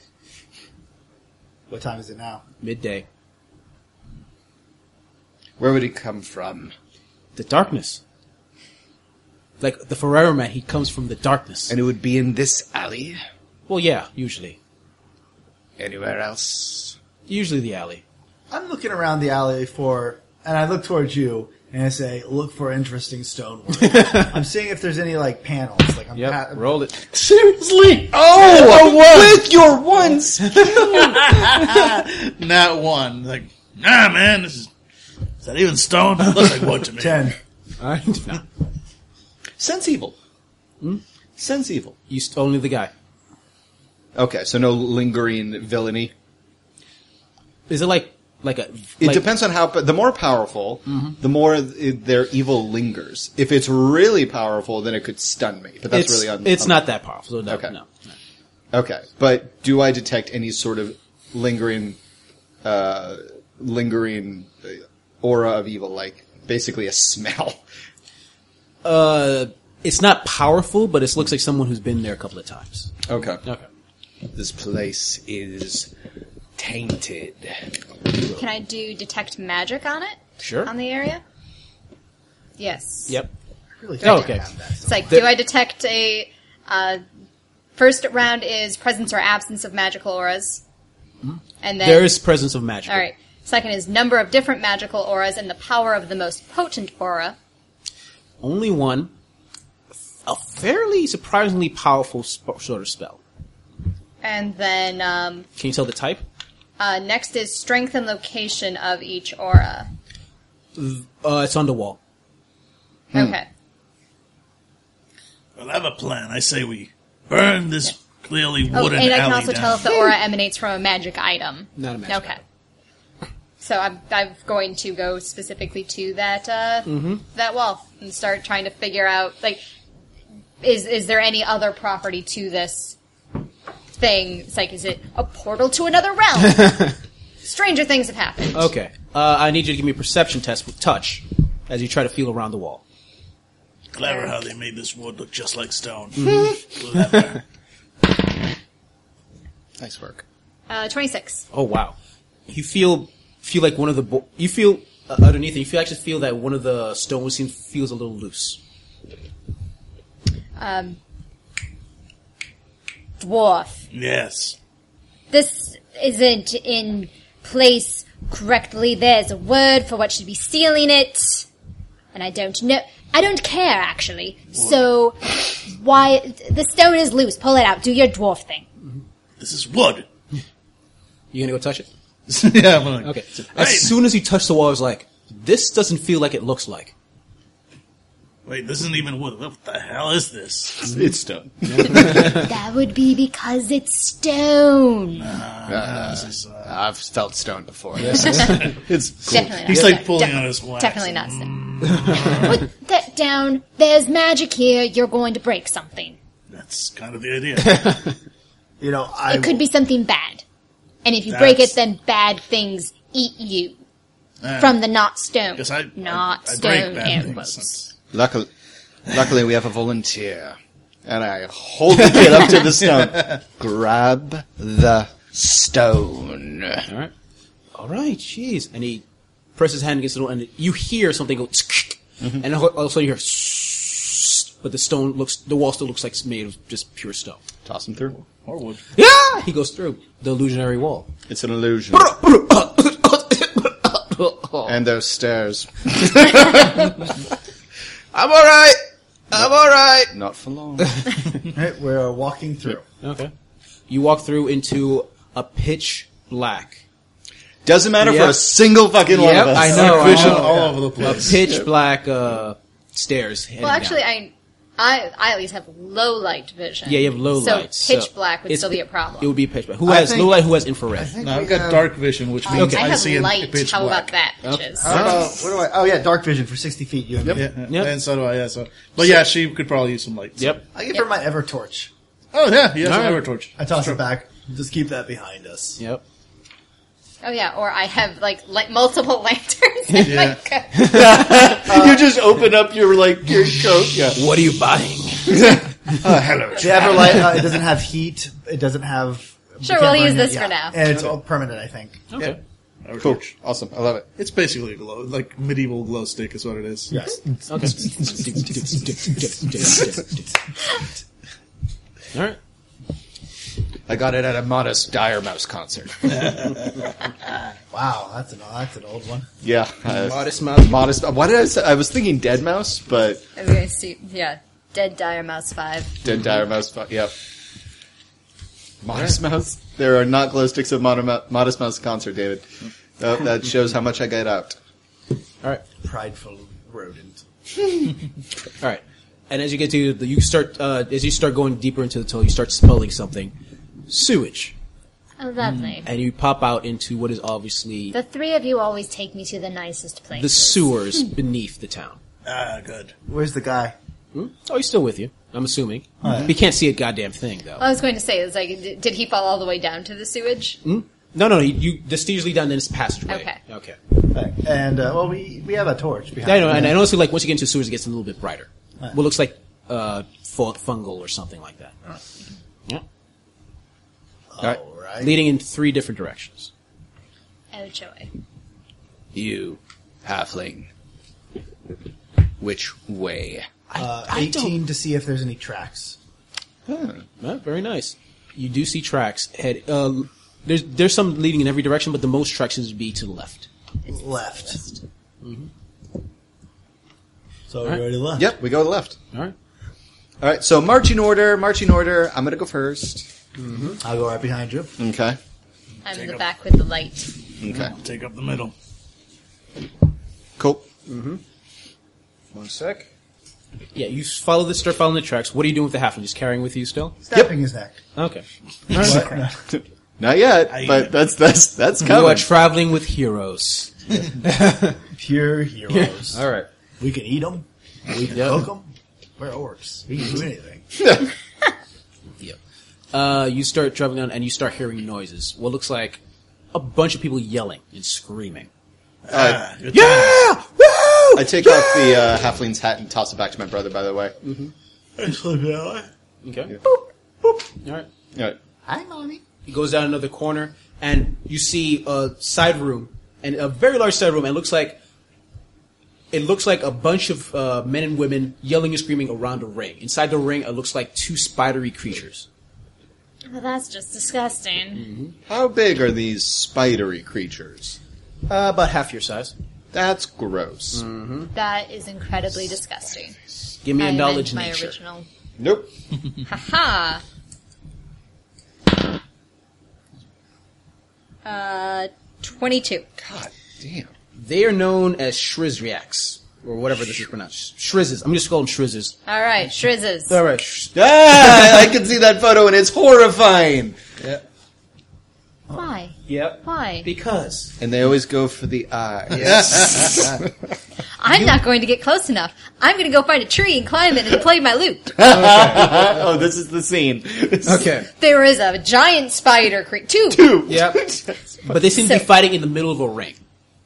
S6: What time is it now?
S5: midday,
S4: Where would he come from?
S5: the darkness. Like the Ferrero man, he comes from the darkness.
S4: And it would be in this alley.
S5: well, yeah, usually,
S4: Anywhere else?
S5: usually the alley.
S6: I'm looking around the alley for, and I look towards you and I say, "Look for interesting stonework." I'm seeing if there's any like panels. Like I'm
S5: Yep,
S6: pa-
S5: roll it.
S8: Seriously?
S4: Oh, with your ones.
S8: Not one. Like, nah, man, this is. Is that even stone? It looks like wood to me.
S6: ten.
S5: All right, no,
S4: Sense evil. Sense evil.
S5: Hmm? you st- only the guy.
S4: Okay, so no lingering villainy.
S5: Is it like like a?
S4: It
S5: like- Mm-hmm.
S4: depends on how. But the more powerful, the more it, their evil lingers. If it's really powerful, then it could stun me. But that's
S5: it's,
S4: really un-
S5: it's
S4: un-
S5: not that powerful. So no,
S4: Okay.
S5: no.
S4: okay. But do I detect any sort of lingering, uh, lingering uh, aura of evil, like basically a smell?
S5: Uh, it's not powerful, but it looks like someone who's been there a couple of times.
S4: Okay.
S5: Okay.
S4: This place is tainted.
S9: Can I do detect magic on it?
S5: Sure.
S9: On the area? Yes.
S5: Yep.
S6: Really?
S5: Oh, okay.
S9: It's like,
S5: The-
S9: do I detect a. Uh, first round is presence or absence of magical auras. And then.
S5: Mm-hmm. There is presence of magic.
S9: All right. Second is number of different magical auras and the power of the most potent aura.
S5: Only one. A fairly surprisingly powerful sp- sort of spell.
S9: And then um,
S5: Can you tell the type?
S9: uh, next is strength and location of each aura.
S5: Uh, it's on the wall. Hmm.
S9: Okay.
S8: Well, I have a plan. I say we burn this clearly
S9: Oh,
S8: wooden
S9: and I can
S8: alley
S9: also
S8: down.
S9: tell if the aura emanates from a magic item.
S5: Not a magic
S9: Okay.
S5: item.
S9: So I'm, I'm going to go specifically to that uh,
S5: Mm-hmm.
S4: mm-hmm.
S9: that wall and start trying to figure out like is is there any other property to this thing? It's like is it a portal to another realm? Stranger things have happened.
S5: Okay. Uh, I need you to give me a perception test with touch as you try to feel around the wall.
S8: Clever how they made this wood look just like stone. Look
S5: Mm-hmm.
S8: at that.
S4: Nice work.
S9: Uh, Twenty six.
S5: Oh wow. You feel feel like one of the bo- you feel uh, underneath it. You feel actually feel that one of the stones seems feels a little loose.
S7: Um, dwarf.
S8: yes.
S7: This isn't in place correctly. There's a word for what should be stealing it. And I don't know. I don't care, actually. So, why. The stone is loose. Pull it out. Do your dwarf thing.
S8: This is wood.
S5: You gonna go touch it?
S8: yeah, I'm like,
S5: Okay.
S8: Right.
S5: As soon as you touch the wall, I was like, this doesn't feel like it looks like.
S1: Wait, this isn't even wood. What the hell is this?
S4: It's stone.
S2: That would be because it's stone.
S1: This is, uh,
S4: I've felt stone before. This is, it's cool.
S9: Definitely not.
S1: he's
S9: De-
S1: like pulling
S9: de-
S1: out his wax.
S9: Definitely not. Sim.
S2: Put that down. There's magic here. You're going to break something.
S1: That's kind of the idea.
S7: You know, I
S2: It could be something bad.
S9: And if you break
S1: That's-
S9: it, then bad things eat you.
S1: Uh,
S9: From the not stone.
S1: Yes, I-
S9: not
S1: I- I break
S9: stone
S1: bad
S9: air
S1: things.
S9: quotes.
S4: Luckily, luckily, we have a volunteer. And I hold the kid up to the stone. Grab the stone.
S5: All right. All right, jeez. And he presses his hand against the door, and you hear something go,
S8: Mm-hmm.
S5: and all all of a sudden you hear, but the stone looks, the wall still looks like it's made of just pure stone.
S4: Toss him through.
S1: or wood.
S5: Yeah! He goes through the illusionary wall. uh,
S4: It's an illusion. and those stairs. I'm alright! I'm alright! Not for long.
S7: Right, we are walking through.
S5: Okay. You walk through into a pitch black,
S4: Doesn't matter for
S5: Yep.
S4: a single fucking one
S5: Yep,
S4: of us.
S5: I know, I
S1: Vision
S5: know.
S1: all over the
S5: a
S1: place.
S5: pitch black uh, stairs. heading
S9: Well, actually,
S5: down.
S9: I, I, I at least have low light vision.
S5: yeah, you have low
S9: so
S5: light.
S9: pitch black would
S5: it's-
S9: still be a
S5: It
S9: problem.
S5: would be pitch black. Who
S7: I
S5: has
S7: think- uh,
S5: low light? Who has infrared?
S1: No, I've
S7: Um,
S1: got dark vision, which means
S5: Okay.
S9: I
S1: I,
S9: have
S1: see in
S9: light.
S1: pitch
S9: How
S1: black.
S9: about that, bitches?
S7: How about- Oh. what do I? Oh yeah, dark vision for sixty feet. You and me.
S1: Yeah,
S5: Yep.
S1: and so do I. Yeah, so but yeah, she could probably use some lights.
S5: Yep.
S7: I give her my Evertorch.
S1: Oh yeah, he has
S5: All
S1: an
S5: right.
S1: Evertorch.
S7: I toss it back. Just keep that behind us.
S5: Yep.
S9: Oh yeah, or I have like li- multiple lanterns. in my
S1: Yeah.
S9: coat.
S4: you just open up your, like, your coat. Yeah.
S5: What are you buying?
S1: Uh,
S7: The Everlight uh, it doesn't have heat. It doesn't have.
S9: Sure,
S7: we can't
S9: we'll
S7: burn
S9: use
S7: it,
S9: this for now.
S7: and it's all permanent. I think.
S5: Okay.
S4: Cool. Awesome. I love it.
S1: It's basically a glow, like medieval glow stick is what it is.
S7: Yes.
S5: All right.
S4: I got it at a modest Dire Mouse concert.
S7: Wow, that's an that's an old one.
S4: Yeah. uh,
S5: Modest mouse.
S4: modest. Why did I say? I was thinking Dead Mouse, but
S9: I was gonna see. Yeah, dead dire mouse five.
S4: Dead Dire Mouse. fu- Yep. Modest Mouse. There are not glow sticks of Mod- Mo- Modest Mouse concert, David. Uh, that shows how much I get out.
S5: All right.
S7: Prideful rodent.
S5: All right. And as you get to the, you start uh, as you start going deeper into the tunnel, you start smelling something, sewage,
S2: Oh, lovely.
S1: Mm.
S5: and you pop out into what is obviously
S2: The three of you always take me to the nicest place.
S5: the sewers beneath the town.
S1: Ah, good.
S7: Where's the guy? Oh,
S5: Oh, he's still with you. I'm assuming. We can't see a goddamn thing though.
S9: I was going to say Oh, is like, d- did he fall all the way down to the sewage?
S5: Hmm? no, no, you, you the stairs down this passageway.
S9: Okay.
S5: Okay.
S7: Right. And uh, well, we we have a torch behind.
S5: I know,
S7: us.
S5: and I honestly like once you get into the sewers, it gets a little bit brighter.
S7: Right.
S5: What looks like uh, fun- fungal or something like that.
S2: Oh,
S5: Yeah.
S7: All right.
S5: Leading in three different directions.
S2: oh, joy.
S4: You, halfling. Which way?
S7: Uh, Eighteen to see if there's any tracks.
S5: Yeah, very nice. You do see tracks head. Uh, there's there's some leading in every direction, but the most tracks seems to be to the left.
S7: Left. So
S5: All
S7: we
S5: right.
S7: already left.
S4: Yep, we go left.
S5: All right.
S4: All right, so marching order, marching order. I'm gonna go first.
S7: I'll go right behind you.
S4: Okay.
S9: I'm in
S1: Take
S9: the
S1: a-
S9: back with the light.
S4: Okay.
S1: Take up the middle.
S4: Cool. Mm-hmm. One sec.
S5: Yeah, you s- follow the start following the tracks. What are you doing with the halfling? Just carrying with you still?
S7: Snapping his neck.
S5: Okay.
S4: Not yet,
S1: I-
S4: but that's that's that's
S5: You are
S4: coming.
S5: traveling with heroes.
S7: Pure heroes.
S5: All right.
S7: We can eat them. We can cook them. We're orcs. We can do anything.
S5: Yep. Uh, you start driving on, and you start hearing noises. What looks like a bunch of people yelling and screaming.
S1: Ah, good
S5: Yeah! Woo!
S4: I take off the uh, halfling's hat and toss it back to my brother. By the way,
S7: Mm-hmm.
S5: Okay. All right.
S4: All right.
S7: Hi, mommy.
S5: He goes down another corner, and you see a side room, and a very large side room, and it looks like it looks like a bunch of uh, men and women yelling and screaming around a ring. Inside the ring, it looks like two spidery creatures.
S2: Well, that's just disgusting.
S4: Mm-hmm. how big are these spidery creatures?
S5: Uh, about half your size.
S4: That's gross.
S5: Mm-hmm.
S9: That is incredibly disgusting.
S5: Give me
S9: I
S5: a knowledge
S9: amend my
S5: nature.
S9: original.
S4: Nope.
S9: Haha. Uh, twenty-two.
S4: God damn.
S3: Uh,
S5: They are known as Shrizriaks. or whatever this is pronounced. Shrizzes. I'm just calling them Shrizzes.
S9: All right, Shrizzes.
S5: All right. Sh-
S4: Ah, I can see that photo and it's horrifying.
S9: Why?
S5: Yep.
S9: Why?
S5: Because
S4: And they always go for the eye. Yes.
S9: I'm not going to get close enough. I'm going to go find a tree and climb it and play my lute.
S4: oh, this is the scene.
S5: okay.
S9: There is a giant spider creature. Two.
S5: Yep. but they seem to be
S9: So-
S5: fighting in the middle of a ring,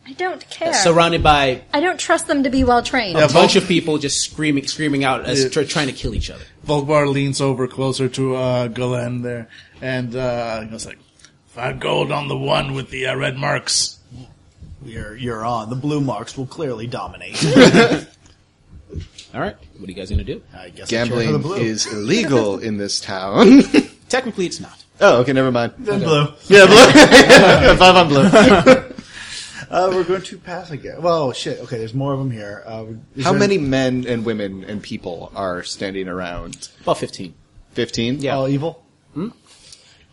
S9: I don't care.
S5: surrounded by
S9: I don't trust them to be well trained.
S5: a bunch of people just screaming, screaming out as tr- trying to kill each other.
S1: Volkbar leans over closer to uh, Galen there, and uh, he goes like, five gold on the one with the uh, red marks.
S7: You're, you're on. The blue marks will clearly dominate.
S5: All right. What are you guys gonna do?
S7: I guess I'll cheer for the
S4: Gambling
S7: blue.
S4: is illegal in this town.
S5: Technically, it's not.
S4: oh, okay, never mind.
S7: The blue.
S4: Yeah, blue. Five on blue.
S7: Uh, we're going to pass again. Well, shit. Okay, there's more of them here. Uh, is
S4: How
S7: there-
S4: many men and women and people are standing around?
S5: About fifteen.
S4: Fifteen.
S5: Yeah. Hmm?
S7: All evil.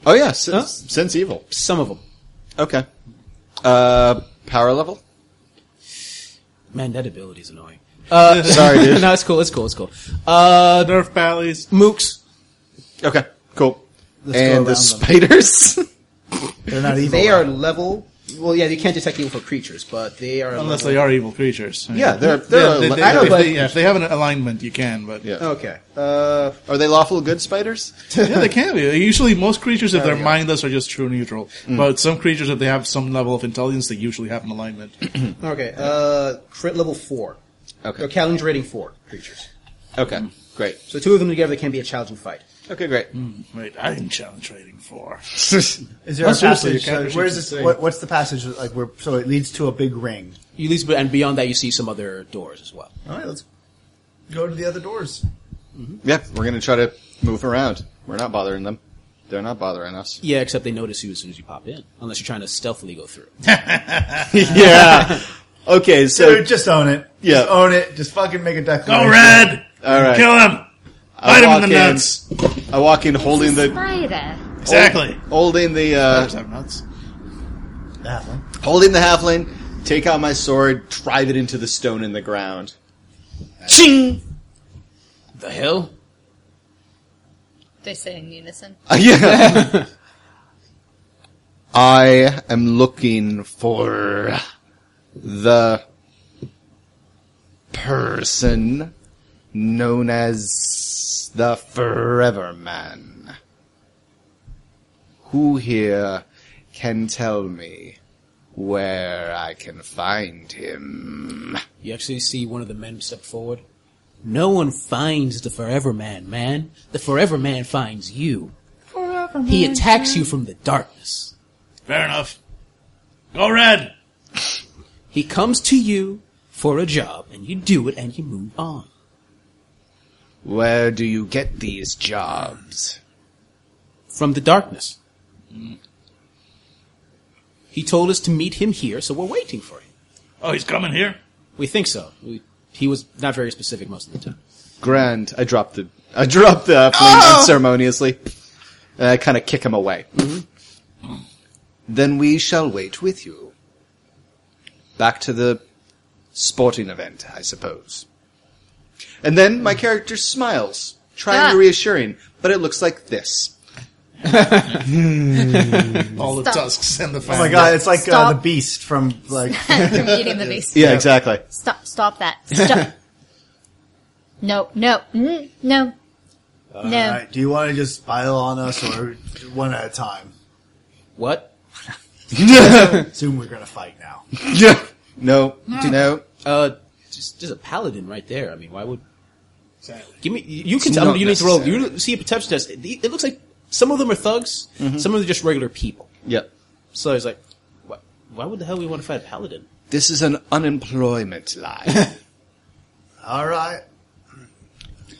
S4: Oh yeah, since,
S5: Huh?
S4: since evil.
S5: Some of them.
S4: Okay. Uh, power level.
S5: Man, that ability is annoying. Uh,
S4: Sorry, dude.
S5: no, it's cool. It's cool. It's cool. Uh,
S1: Nerf pallies.
S5: mooks.
S4: Okay, cool.
S7: Let's go
S4: and
S7: around
S4: the
S7: them.
S4: spiders.
S7: They're not evil.
S5: They are level. Well, yeah, you can't detect evil for creatures, but they are
S1: Unless
S5: level-
S1: they are evil creatures.
S4: yeah, they're
S1: Yeah,
S4: they're.
S1: they, they,
S4: I
S1: if,
S4: don't know.
S1: they, yeah, if they have an alignment, you can, but
S4: Yeah.
S5: Okay. Uh,
S4: Are they lawful good spiders?
S1: yeah, they can be. Usually, most creatures, if they're mindless, are just true neutral. But some creatures, if they have some level of intelligence, they usually have an alignment.
S5: okay. Uh, crit level four.
S4: Okay.
S5: They're challenge rating four creatures.
S4: Okay.
S1: Mm.
S4: Great.
S5: So two of them together can be a challenging fight.
S4: Okay, great.
S5: Hmm,
S1: Wait, I'm challenge rating for.
S8: Oh,
S7: Is there a
S1: That's seriously,
S7: passage?
S1: you can't
S7: uh,
S1: actually
S7: where's this?
S1: say.
S7: What, what's the passage? Like, where, so it leads to a big ring.
S5: You least, and beyond that, you see some other doors as well.
S7: All right, let's go to the other doors.
S4: Yeah, we're gonna try to move around. We're not bothering them. They're not bothering us.
S5: Yeah, except they notice you as soon as you pop in, unless you're trying to stealthily go through.
S4: yeah. Okay, so
S7: Dude, just own it.
S4: Yeah.
S7: Just own it. Just fucking make a declaration.
S1: Go red!
S4: all right.
S1: Kill him!
S4: I
S1: Bite him in
S4: walk
S1: the nuts!
S4: I walk in holding the
S9: Spider.
S1: Exactly.
S4: holding the uh,
S1: Does have nuts?
S7: That one.
S4: holding the halfling. Take out my sword. Drive it into the stone in the ground. Ching!
S5: The hell?
S9: They say in unison.
S4: Uh, yeah. I am looking for the person known as the Forever Man. Who here can tell me where I can find him?
S5: You actually see one of the men step forward. No one finds the Forever Man, man. The Forever Man finds you. Forever man, he attacks you from the darkness.
S1: Fair enough. Go red!
S5: He comes to you for a job, and you do it, and you move on.
S4: Where do you get these jobs?
S5: From the darkness. He told us to meet him here, so we're waiting for him.
S1: Oh, he's coming here?
S5: We think so. We, he was not very specific most of the time.
S4: Grand. I dropped the I dropped the fling
S6: Oh!
S4: unceremoniously. And I kind of kick him away.
S6: Mm-hmm.
S4: Then we shall wait with you. Back to the sporting event, I suppose. And then my character smiles, trying to
S9: Ah.
S4: be reassuring, but it looks like this.
S1: All the
S9: Stop.
S1: tusks and the
S7: Oh my
S1: fangs.
S7: god, it's like uh,
S9: Stop.
S7: the beast from like.
S9: From eating the beast.
S4: Yeah, exactly.
S9: Stop! Stop that! Stop! no! No! Mm, no!
S7: All
S9: no!
S7: right, do you want to just pile on us or one at a time?
S5: What?
S7: Soon we're gonna fight now.
S4: Yeah. No, no.
S5: Uh, just, there's a paladin right there. I mean, why would?
S1: Exactly.
S5: Give me. You can.
S4: It's
S5: tell
S4: not
S5: you need to roll.
S4: necessary. Mm-hmm.
S5: You see a perception test. It, it looks like some of them are thugs. Some of them are just regular people.
S4: Yeah.
S5: So it's like, why, why would the hell we want to fight a paladin?
S4: This is an unemployment line.
S7: All right,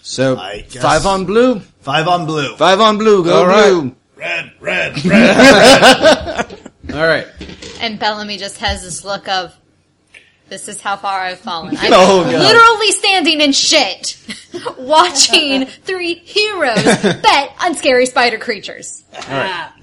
S4: So,
S7: I guess-
S4: five on blue.
S7: five on blue.
S4: Five on blue. Go
S5: All right.
S4: blue.
S1: Red, red, red!
S5: All right.
S9: And Bellamy just has this look of, "This is how far I've fallen. I'm
S4: Oh, God.
S9: literally standing in shit." watching three heroes bet on scary spider creatures.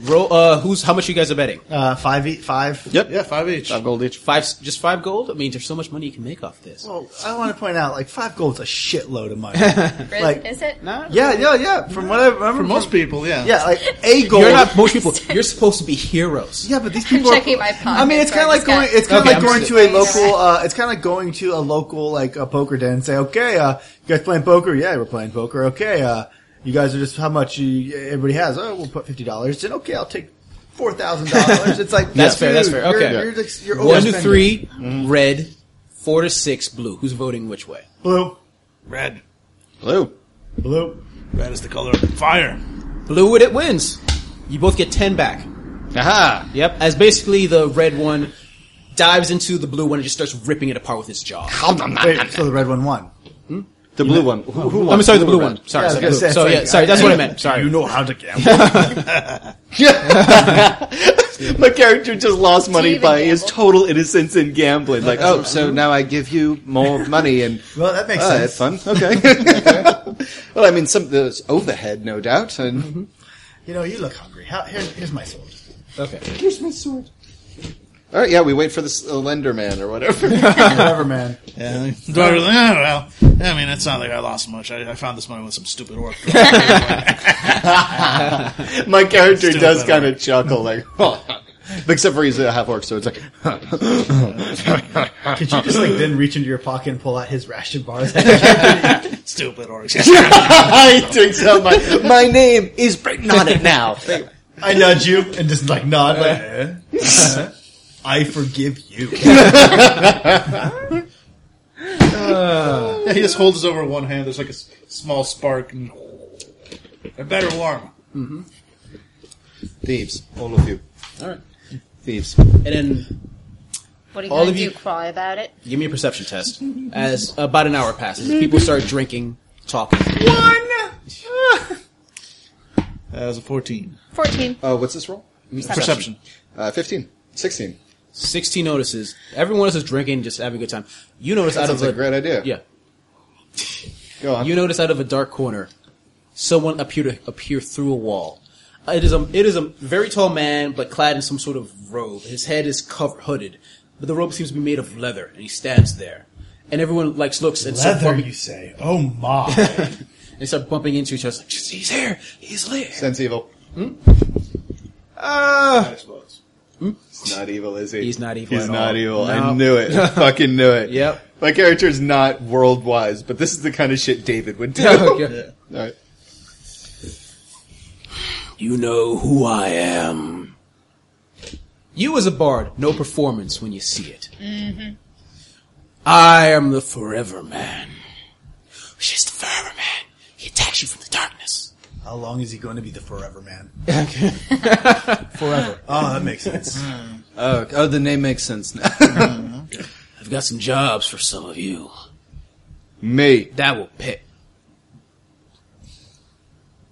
S5: Roll. Uh, who's how much you guys are betting?
S6: Ah. Uh, five eat five.
S1: Yeah, five each.
S4: Five gold each.
S5: Five, just five gold. I mean, there's so much money you can make off this.
S6: Well, I want to point out, like five gold's a shitload of money.
S9: Really?
S6: Like-
S9: is it?
S6: yeah, yeah, yeah. From what I remember,
S1: For most people, yeah.
S6: yeah, like a gold.
S5: You're not most people. You're supposed to be heroes.
S6: Yeah, but these people.
S9: checking
S6: are,
S9: my
S6: I mean,
S9: pockets,
S6: it's kind
S9: I
S6: of like
S9: just got-
S6: going. It's kind of
S5: Okay,
S6: like
S5: I'm
S6: going
S5: just-
S6: to a local. Uh, it's kind of going to a local like a poker den and say, "Okay, uh, you guys playing poker? Yeah, we're playing poker. Okay, uh, you guys are just how much you, everybody has? Oh, we'll put fifty dollars. Then okay, I'll take four thousand dollars. It's like
S5: That's
S6: dude,
S5: fair, that's fair.
S6: you're-
S5: Okay.
S6: you're, just- you're
S5: One to
S6: overspending.
S5: 3 red. Four to six, blue. Who's voting which way?
S6: blue,
S1: Red.
S4: Blue.
S6: blue.
S1: Red is the color of fire.
S5: Blue it, it wins. You both get ten back.
S4: Aha.
S5: Yep. As basically the red one dives into the blue one and just starts ripping it apart with his jaw.
S6: Wait, so the red one won.
S4: Hmm? The blue one. Who, who won?
S5: I'm sorry, the blue
S4: or
S5: one.
S4: red?
S5: Sorry,
S6: Yeah, I was gonna
S5: sorry.
S6: say,
S5: so
S6: it's
S5: yeah,
S6: like-
S5: sorry. That's what I meant. Sorry.
S8: You know how to gamble.
S4: My character just lost money
S9: even
S4: by his
S9: gamble?
S4: total innocence in gambling. Like, oh, so now I give you more money and.
S6: Well, that makes
S4: Ah,
S6: sense.
S4: That's fun. Okay. well, I mean, some there's overhead, no doubt. And
S6: Mm-hmm. You know, you look hungry. How, here, here's my sword.
S5: Okay.
S4: here's my sword. All right, yeah, we wait for this uh, lender man or whatever.
S6: Whatever, man.
S1: Yeah. Driver's like, "Ah, well, I mean, it's not like I lost much. I, I found this money with some stupid orc.
S4: My character
S1: Still
S4: does
S1: better.
S4: kind of chuckle, like, except for he's a half orc, so it's like,
S6: Could you just like then reach into your pocket and pull out his ration bars?
S1: stupid orcs.
S4: I think so. My, my name is Britain on it now.
S6: I nudge you and just like nod, like, eh? Uh-huh. I forgive you.
S1: Yeah, he just holds it over one hand. There's like a s- small spark. And they're better warm.
S4: Thieves, all of you.
S5: Mm-hmm. All right.
S4: Thieves.
S5: And then
S9: What are you
S5: All
S9: going
S5: of
S9: to
S5: you-
S9: do, cry about it?
S5: give me a perception test. As about an hour passes, people start drinking, talking. Uh,
S1: That was a 14.
S9: 14.
S4: Uh, what's this roll?
S1: Perception.
S4: Uh, 15. 16.
S5: 16 notices. Everyone else is drinking, just having a good time. You notice
S4: That
S5: out
S4: sounds
S5: of the
S4: like a great idea.
S5: yeah.
S4: Go on.
S5: You notice out of a dark corner, someone appear to appear through a wall. Uh, It is a it is a very tall man, but clad in some sort of robe. His head is covered, hooded, but the robe seems to be made of leather, and he stands there. And everyone likes looks and start
S8: Leather,
S5: bumping,
S8: you say? Oh my!
S5: they start bumping into each other. Like, he's here, he's Uh, there.
S4: Sense evil. Hmm?
S1: I suppose.
S4: He's not evil, is he?
S5: He's not evil.
S4: He's
S5: at
S4: not
S5: all.
S4: evil.
S5: No.
S4: I knew it. I fucking knew it.
S5: Yep.
S4: My character's not world wise, but this is the kind of shit David would do.
S5: Okay.
S4: All right.
S5: You know who I am. You as a bard, no performance when you see it. Mm-hmm. I am the Forever Man. She's the Forever Man. He attacks you from the darkness.
S6: How long is he going to be the forever man? forever. Oh, that makes sense.
S5: Mm-hmm.
S6: Mm-hmm.
S4: Oh, oh, the name makes sense now.
S5: I've got some jobs for some of you.
S4: Me.
S5: That will pay.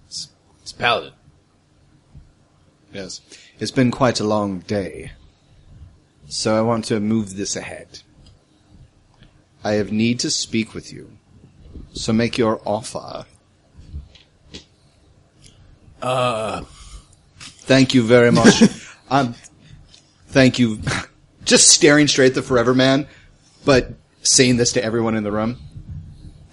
S5: It's, it's Paladin.
S4: Yes. It's been quite a long day. So I want to move this ahead. I have need to speak with you. So make your offer.
S5: Uh,
S4: Thank you very much. um, thank you. Just staring straight at the Forever Man, but saying this to everyone in the room.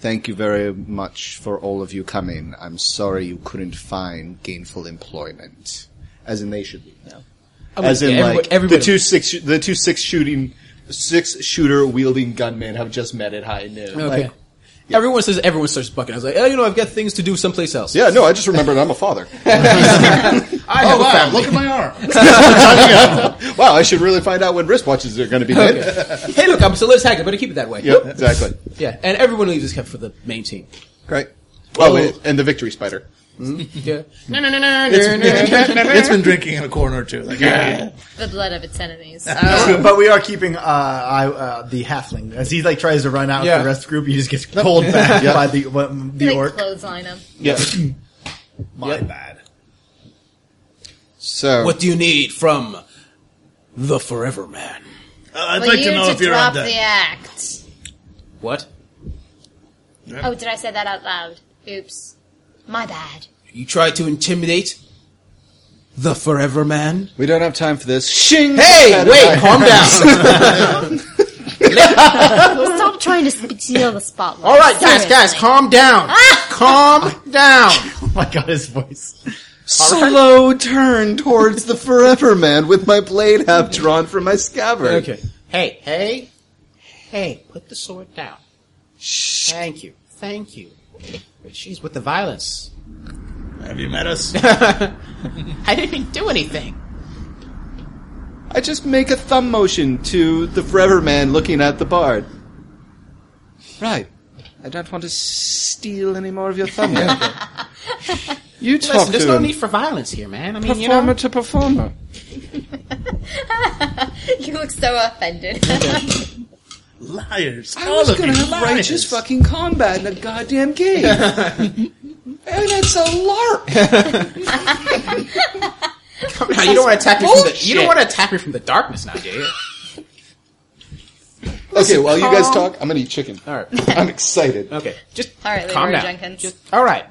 S4: Thank you very much for all of you coming. I'm sorry you couldn't find gainful employment, as in they should be now. As in,
S5: everybody-
S4: like
S5: everybody-
S4: the two six, the two six shooting, six shooter wielding gunmen have just met at high noon.
S5: okay.
S4: Like,
S5: Everyone says everyone starts bucking. I was like, oh, you know, I've got things to do someplace else.
S4: yeah, no, I just remembered I'm a father.
S5: I
S1: Oh,
S5: have a
S1: wow.
S5: family.
S1: Look at my arm.
S4: wow, I should really find out when wristwatches are going to be made.
S5: Okay. hey, look, I'm still let's hack it. Better keep it that way.
S4: Yep, exactly.
S5: Yeah, and everyone leaves except for the main team.
S4: Great. Oh,
S5: Well-
S4: and- and the victory spider.
S5: Yeah.
S1: it's been drinking in a corner or two. Like, yeah.
S9: The blood of its enemies. Oh.
S6: but we are keeping uh, I, uh, the halfling as he like tries to run out
S5: Yeah.
S6: with the rest of the group. He just gets pulled back by the what, the
S9: like
S6: orc.
S9: clothesline him.
S4: Yeah.
S6: My bad.
S4: So
S5: What do you need from the Forever Man?
S8: Uh, I'd
S9: Well,
S8: like
S9: you
S8: to know
S9: to
S8: if you're
S9: drop
S8: on
S9: the
S8: that.
S9: act.
S5: What?
S9: Oh, did I say that out loud? Oops. My bad.
S5: You try to intimidate the Forever Man.
S4: We don't have time for this. Shing!
S5: Hey, wait, calm down.
S2: Stop trying to sp- steal the spotlight.
S5: All right, guys, guys,
S2: Seriously.
S5: calm down. calm down.
S7: Oh my god, his voice.
S4: Slow turn towards the forever man with my blade half drawn from my scabbard.
S5: Okay. Hey, hey, hey, put the sword down. Shh. Thank you. Thank you. But she's with the violence.
S8: Have you met us?
S5: I didn't do anything.
S4: I just make a thumb motion to the forever man looking at the bard. Right. I don't want to steal any more of your thumb. you talk
S5: Listen, there's
S4: to
S5: no
S4: him.
S5: need for violence here, man. I mean,
S4: performer
S5: you know.
S4: to performer.
S9: You look so offended.
S1: Liars.
S4: I
S1: All
S4: was
S1: of
S4: gonna
S1: you
S4: have
S1: liars.
S4: righteous fucking combat in a goddamn game. and it's a LARP.
S5: Now, you don't want to attack me from the, you don't want to attack me from the darkness now, do you?
S4: Okay, while you guys talk, I'm gonna eat chicken.
S5: All right.
S4: I'm excited.
S5: Okay. Just
S9: All right,
S5: calm
S9: Leroy
S5: down.
S9: Jenkins.
S5: Just, all right.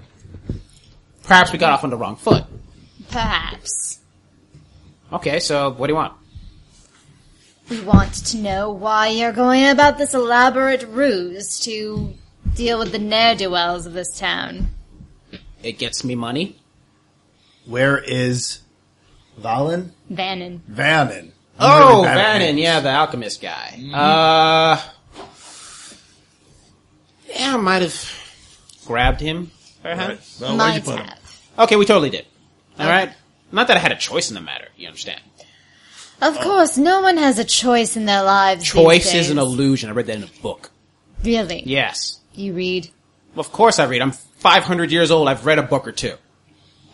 S5: Perhaps we got off on the wrong foot.
S2: Perhaps.
S5: Okay, so what do you want?
S2: We want to know why you're going about this elaborate ruse to deal with the ne'er-do-wells of this town.
S5: It gets me money.
S7: Where is Valen?
S2: Vannon.
S7: Vannon.
S5: Oh,
S7: really bad at
S5: Vannon,
S7: names.
S5: yeah, the alchemist guy. Uh, yeah, I might have grabbed him. Perhaps.
S8: Well, where'd you
S2: Might
S8: put him?
S2: have.
S5: Okay, we totally did. All right. Not that I had a choice in the matter. You understand?
S2: Of course, no one has a choice in their lives. these
S5: Choice is an
S2: days.
S5: illusion. I read that in a book.
S2: Really?
S5: Yes.
S2: You read.
S5: Of course I read. I'm 500 years old. I've read a book or two.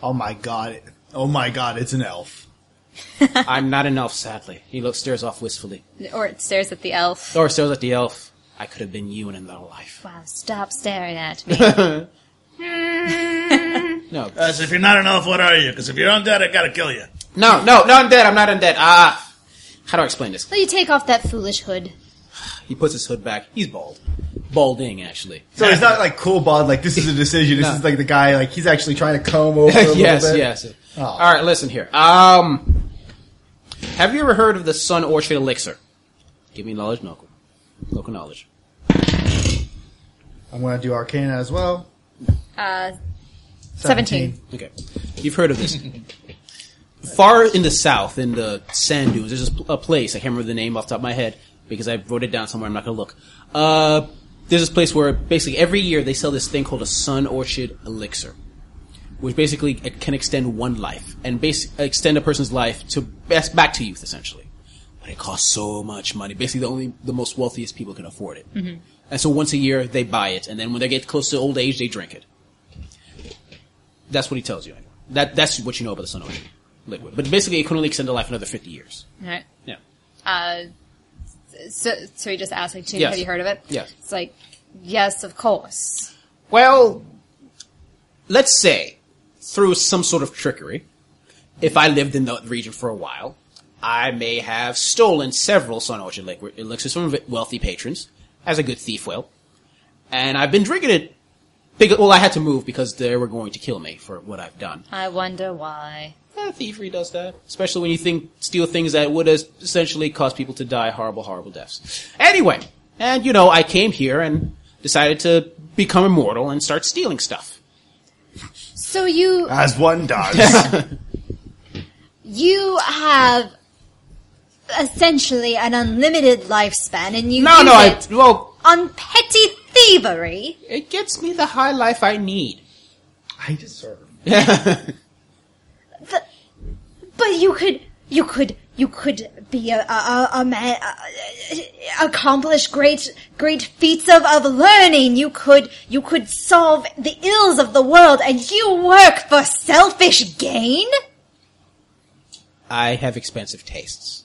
S7: Oh my god. Oh my god, it's an elf.
S5: I'm not an elf, sadly. He looks, stares off wistfully.
S9: or it stares at the elf.
S5: Or stares at the elf. I could have been you in another life.
S2: Wow, stop staring at me.
S5: No,
S8: Uh, so if you're not an elf, what are you? Because if you're undead, I gotta kill you.
S5: no, no, no! I'm dead. I'm not undead. Ah, how do I explain this?
S2: Will you take off that foolish hood?
S5: He puts his hood back. He's bald, balding actually.
S7: So it's not like cool bod, like this is a decision. This
S5: No.
S7: is like the guy, like he's actually trying to comb over a
S5: yes,
S7: little bit.
S5: yes. All right, listen here. Um, have you ever heard of the Sun Orchard Elixir? Give me knowledge, local, local knowledge.
S7: I'm gonna do Arcana as well.
S9: Uh, 17.
S5: Okay, you've heard of this. Far in the south, in the sand dunes, there's a, pl- a place I can't remember the name off the top of my head because I wrote it down somewhere. I'm not gonna look. Uh, there's this place where basically every year they sell this thing called a sun orchid elixir, which basically it can extend one life and basic extend a person's life to best back to youth essentially. But it costs so much money. Basically, the only the most wealthiest people can afford it. And so once a year they buy it, and then when they get close to old age, they drink it. That's what he tells you. Anyway. That that's what you know about the Sun Ocean liquid. But basically, it can only extend the life another fifty years.
S9: Alright.
S5: Yeah.
S9: Uh, so, so he just asked, like, Tune,
S5: Yes.
S9: have you heard of it?
S5: Yes.
S9: It's like, yes, of course.
S5: Well, let's say through some sort of trickery, if I lived in the region for a while, I may have stolen several Sun Orchard liquid elixirs from wealthy patrons as a good thief will, and I've been drinking it. Because, well, I had to move because they were going to kill me for what I've done.
S2: I wonder why.
S5: Eh, thievery does that, especially when you think steal things that would es- essentially cause people to die horrible, horrible deaths. Anyway, and you know, I came here and decided to become immortal and start stealing stuff.
S2: So you
S7: As one does.
S2: you have essentially an unlimited lifespan, and you
S5: No,
S2: use
S5: no, I,
S2: it
S5: well,
S2: on petty thievery.
S5: it gets me the high life I need.
S7: I deserve.
S2: The- but you could, you could, you could be a a, a, a man, a, a- accomplish great great feats of of learning. You could, you could solve the ills of the world, and you work for selfish gain.
S5: I have expensive tastes.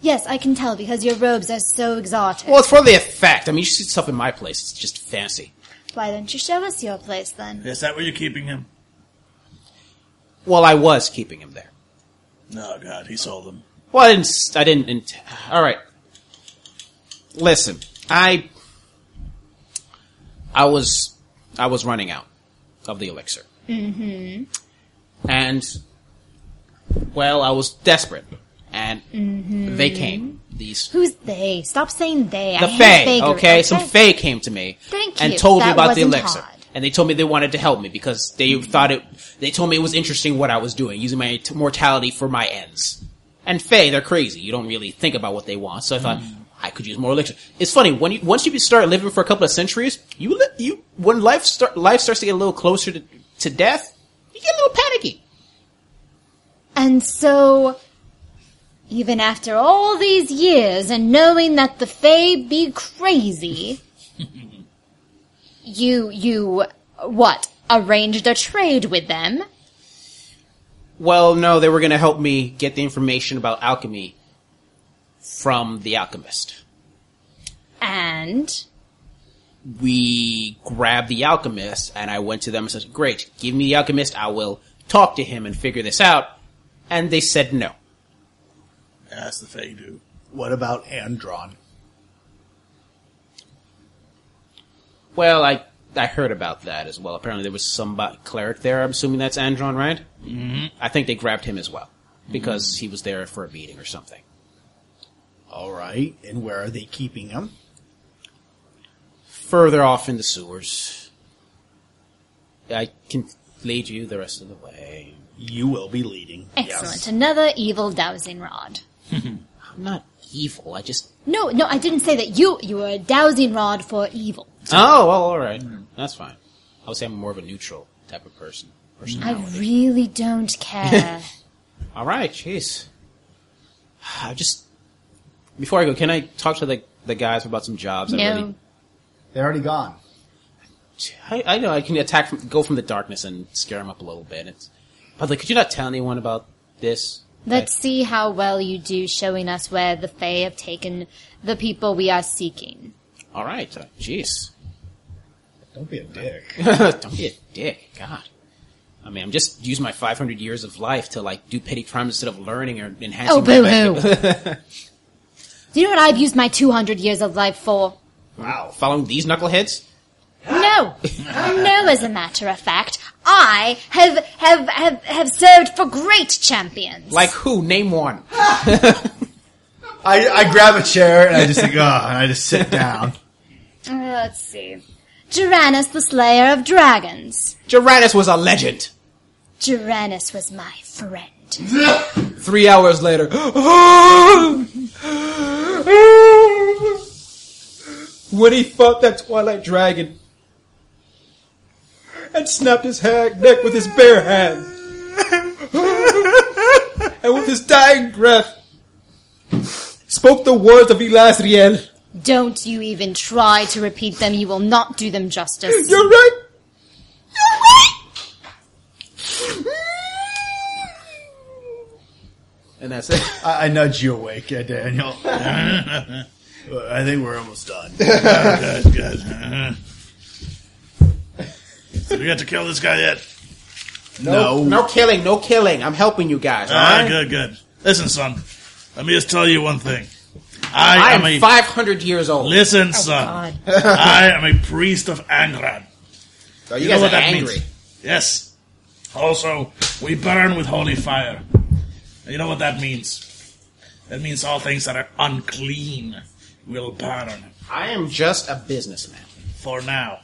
S2: Yes, I can tell because your robes are so exotic.
S5: Well, it's for the effect. I mean, you should see stuff in my place. It's just fancy.
S2: Why don't you show us your place then?
S8: Is that where you're keeping him?
S5: Well, I was keeping him there.
S8: No, Oh, God, he sold him.
S5: Well, I didn't. s- I didn't. Int- All right. Listen, I. I was I was running out of the elixir. Mm-hmm. And well, I was desperate, and
S2: Mm-hmm.
S5: they came. These
S2: Who's they? Stop saying they. I
S5: the
S2: hate
S5: Fae,
S2: vagary,
S5: okay? Some Fae came to me
S2: Thank
S5: and
S2: you.
S5: told me
S2: That
S5: about the
S2: wasn't
S5: elixir.
S2: hard. Mm-hmm.
S5: And they told me they wanted to help me because they thought it. They told me it was interesting what I was doing, using my t- mortality for my ends. And Fae, they're crazy. You don't really think about what they want. So I thought
S2: Mm-hmm.
S5: I could use more elixir. It's funny when you once you start living for a couple of centuries, you li- you when life start life starts to get a little closer to to death, you get a little panicky.
S2: And so, even after all these years and knowing that the Fae be crazy, you, you, what, arranged a trade with them?
S5: Well, no, they were going to help me get the information about alchemy from the alchemist.
S2: And
S5: we grabbed the alchemist and I went to them and said, great, give me the alchemist. I will talk to him and figure this out. And they said no.
S8: That's the Fae do.
S7: What about Andron?
S5: Well, I, I heard about that as well. Apparently there was some bo- cleric there. I'm assuming that's Andron, right? Mm-hmm. I think they grabbed him as well because he was there for a meeting or something.
S7: All right, and where are they keeping him?
S5: Further off in the sewers. I can lead you the rest of the way.
S7: You will be leading.
S2: excellent, another evil dowsing rod.
S5: I'm not evil. I just.
S2: No, no, I didn't say that you, you were a dowsing rod for evil.
S5: Oh, well, alright. That's fine. I would say I'm more of a neutral type of person.
S2: I really don't care.
S5: All right, jeez. I just before I go, can I talk to the the guys about some jobs? I,
S2: no.
S5: really,
S6: They're already gone.
S5: I, I know I can attack from go from the darkness and scare them up a little bit. It's, but like, could you not tell anyone about this?
S2: Let's see how well you do showing us where the Fae have taken the people we are seeking.
S5: All right, uh, jeez.
S6: Don't be a dick.
S5: Don't be a dick, God. I mean, I'm just using my 500 years of life to like do petty crimes instead of learning or enhancing.
S2: Oh, boo
S5: my back-
S2: hoo. Do you know what I've used my 200 years of life for?
S5: Wow, following these knuckleheads.
S2: No. no, as a matter of fact. I have, uh, have, have, have served for great champions.
S5: Like who? Name one.
S6: I, I grab a chair and I just think, oh, and I just sit down.
S2: Uh, let's see. Geranus the Slayer of Dragons.
S5: Gerardus was a legend.
S2: Geranus was my friend.
S5: Three hours later. when he fought that Twilight Dragon and snapped his ha- neck with his bare hand. and with his dying breath, spoke the words of Elasriel.
S2: Don't you even try to repeat them. You will not do them justice.
S5: You're right! And that's it.
S6: I, I nudge you awake, uh, Daniel.
S7: I think we're almost done.
S8: Good, good. so we got to kill this guy yet?
S5: No, no killing, no killing. I'm helping you guys.
S8: Ah,
S5: alright?
S8: good, good. Listen, son. Let me just tell you one thing. I,
S5: I
S8: am, a
S5: am 500 years old.
S8: listen, son. I am a priest of Angran.
S5: Oh, you,
S8: You know
S5: guys
S8: what
S5: are
S8: that
S5: angry.
S8: means? Yes. Also, we burn with holy fire. And you know what that means? That means all things that are unclean will burn.
S5: I am just a businessman.
S8: For now,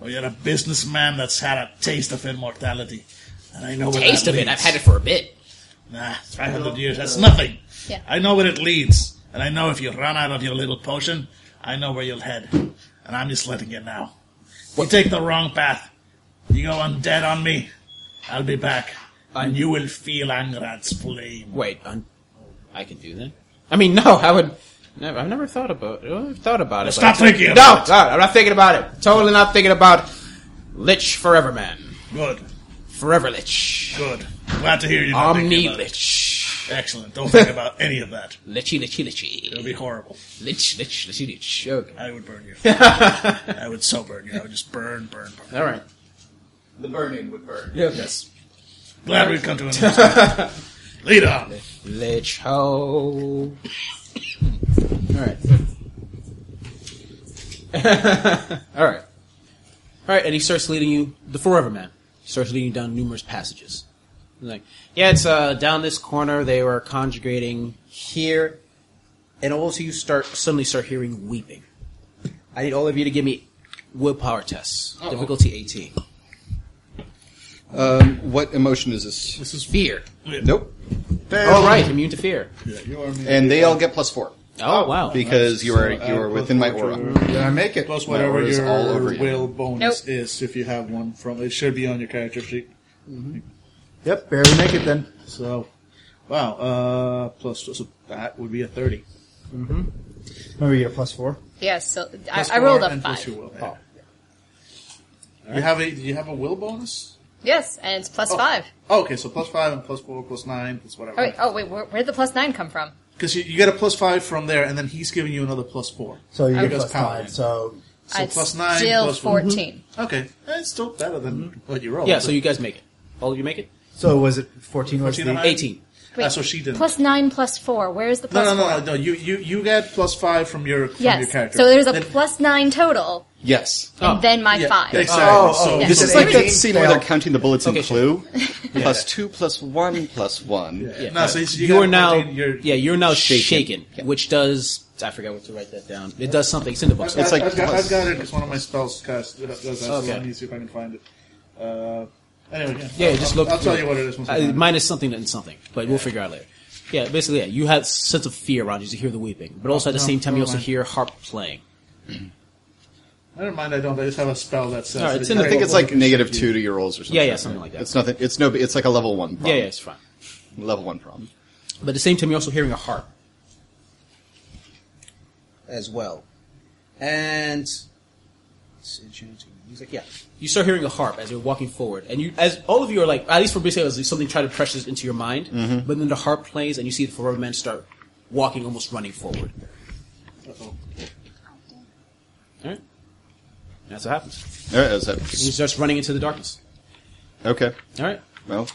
S8: well, you're a businessman that's had a taste of immortality, and I know what
S5: Taste
S8: that
S5: of it.
S8: leads.
S5: I've had it for a bit.
S8: Nah, 500 years, that's nothing.
S2: Yeah.
S8: I know where it leads, and I know if you run out of your little potion, I know where you'll head. And I'm just letting you know. You take the wrong path, you go undead on me, I'll be back. and you will feel Angrad's flame.
S5: Wait, i I can do that. I mean, no, I would. Never, I've never thought about. I've thought about it.
S8: Stop
S5: but-
S8: thinking
S5: No,
S8: about it.
S5: God, I'm not thinking about it. Totally not thinking about Lich Forever Man,
S8: Good,
S5: Forever Lich,
S8: good. Glad to hear you. not thinking
S5: Omni
S8: about it.
S5: Lich,
S8: Excellent. Don't think about any of that.
S5: Lichy Lichy
S8: It'll
S5: Lichy,
S8: be horrible.
S5: Lich Lich Lichy Lich. Okay.
S8: I would burn you. I would so burn you. I would just burn, burn, burn.
S5: All right.
S4: The burning would burn.
S5: Yes.
S8: Glad we've come to an understanding. Lead on.
S5: Lich ho. All right. All right. All right, and he starts leading you, the Forever Man, starts leading you down numerous passages. He's like, yeah, it's uh, down this corner. They were congregating here, and all of you start suddenly start hearing weeping. I need all of you to give me willpower tests, difficulty eighteen.
S4: Um, what emotion is this?
S5: This is fear.
S4: Nope.
S5: All Oh, right, immune to fear.
S4: And they all get plus four
S5: Oh, wow.
S4: because you are you are within my aura.
S6: Did I make it?
S1: Plus
S4: My
S1: whatever
S4: aura's
S1: your
S4: all over you.
S1: will bonus
S9: Nope.
S1: is, if you have one from it, should be on your character sheet.
S6: Mm-hmm. Yep, barely make it then.
S1: So, wow, uh, plus so that would be a thirty.
S6: Mm-hmm. Remember, you get a plus four.
S9: Yes, so I,
S1: Plus
S9: I rolled
S1: four
S9: a
S1: and Plus your
S9: five.
S1: will. Yeah. You have a do you have a will bonus?
S9: Yes, and it's plus
S1: Oh.
S9: five.
S1: Oh, okay, so plus five and plus four, plus nine, plus
S9: Oh wait,
S1: whatever.
S9: oh, wait where, where'd the plus nine come from?
S1: Because you, you get a plus five from there, and then he's giving you another plus four.
S6: So you get
S1: Because
S6: plus
S1: Paladin.
S6: five. So
S1: So
S9: It's
S1: plus nine,
S9: still
S1: plus one.
S9: 14.
S1: Okay, that's still better than what you rolled.
S5: Mm-hmm. yeah, so you guys make it. All of you make it.
S6: so was it fourteen? Was
S1: 14 and
S6: the
S1: a half?
S5: Eighteen.
S1: Ah, so she didn't.
S2: Plus nine, plus four. Where is the
S1: no,
S2: plus
S1: no,
S2: four?
S1: no, no, no. You, you, you get plus five from your from your
S9: Yes,
S1: character.
S9: so there's a
S1: Then-
S9: plus nine total,
S4: Yes.
S5: Oh,
S9: then my
S1: yeah,
S9: five.
S1: Exactly.
S6: Oh,
S1: so
S6: oh,
S1: so
S4: This
S9: Yeah.
S4: is like that
S6: 18
S4: scene where
S6: fail.
S4: they're counting the bullets in
S5: Okay,
S4: Clue. Plus two, plus one, plus one.
S5: yeah.
S1: No, so you, you
S5: you
S1: got
S5: are now
S1: 14, you're-
S5: yeah you're now shaken,
S4: Shaken.
S5: which does I forgot what to write that down. It does something. It's in the book.
S4: It's
S1: I've,
S4: like
S1: I've, got,
S4: plus-
S1: I've got it because one of my spells cast does that. So
S5: Okay.
S1: let me see if I can find it. Uh, anyway, yeah.
S5: Yeah,
S1: I'll,
S5: just
S1: I'll-
S5: look.
S1: I'll tell you what it is. Once I
S5: Uh,
S1: find it.
S5: minus something and something, but we'll figure out later. Yeah, basically, yeah, you have sense of fear around you. You hear the weeping, but also at the
S1: No,
S5: same time, you
S1: never
S5: also
S1: mind.
S5: hear harp playing.
S1: Never mind. I don't. I just have a spell that says.
S5: No,
S1: that
S5: it's
S1: you
S5: in the
S1: can
S4: I think
S1: roll
S4: it's like
S1: one
S4: negative
S1: d6.
S4: two to your rolls or something.
S5: Yeah, yeah, something like that.
S4: It's nothing. It's no. It's like a level one. Problem.
S5: Yeah, yeah, it's fine.
S4: Level one problem.
S5: But at the same time, you're also hearing a harp as well. And music, yeah. You start hearing a harp as you're walking forward, and you, as all of you are like, at least for basically, as something try to pressures into your mind.
S1: Mm-hmm.
S5: But then the harp plays, and you see the forever man start walking, almost running forward. All right, that's what happens.
S4: There it is.
S5: And he
S4: That-
S5: starts running into the darkness.
S4: Okay.
S5: All right.
S4: Well,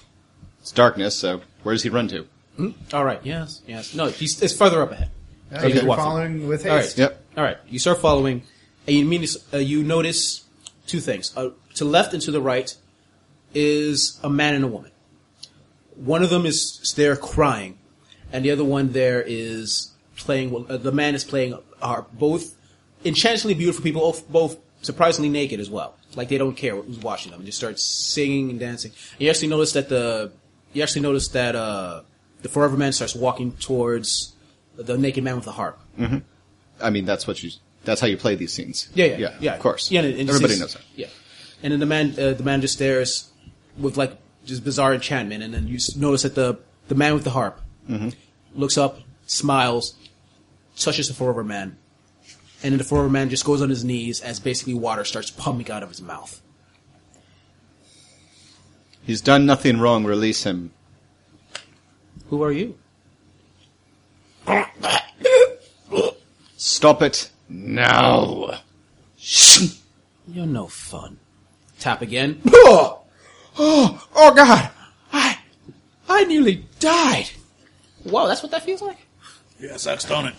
S4: it's darkness. So where does he run to?
S5: Hmm? All right. Yes. Yes. No. He's it's further up ahead.
S6: Yeah,
S5: So you
S6: you're
S5: can walk
S6: following with
S5: All right.
S6: haste.
S4: Yep.
S5: All right. You start following, and you mean uh, you notice two things. Uh, to left and to the right is a man and a woman. One of them is is there crying, and the other one there is playing. well, Uh, the man is playing are both enchantingly beautiful people, both- both surprisingly naked as well. Like they don't care who's watching them. They just start singing and dancing. And you actually notice that the you actually notice that uh, the forever man starts walking towards the naked man with the harp.
S4: Mm-hmm. I mean, that's what you. That's how you play these scenes.
S5: Yeah, yeah,
S4: yeah.
S5: yeah,
S4: Of course.
S5: Yeah, and it- and
S4: Everybody
S5: it's-
S4: knows that.
S5: Yeah, and then the man, uh, the man just stares with like just bizarre enchantment, and then you s- notice that the the man with the harp
S4: Mm-hmm.
S5: looks up, smiles, touches the forever man, and then the forever man just goes on his knees as basically water starts pumping out of his mouth.
S4: He's done nothing wrong. Release him.
S5: Who are you?
S4: Stop it now.
S5: You're no fun. Tap again.
S4: Oh,
S5: Oh God, I I nearly died. Wow, that's what that feels like.
S8: Yeah, sucks, don't it?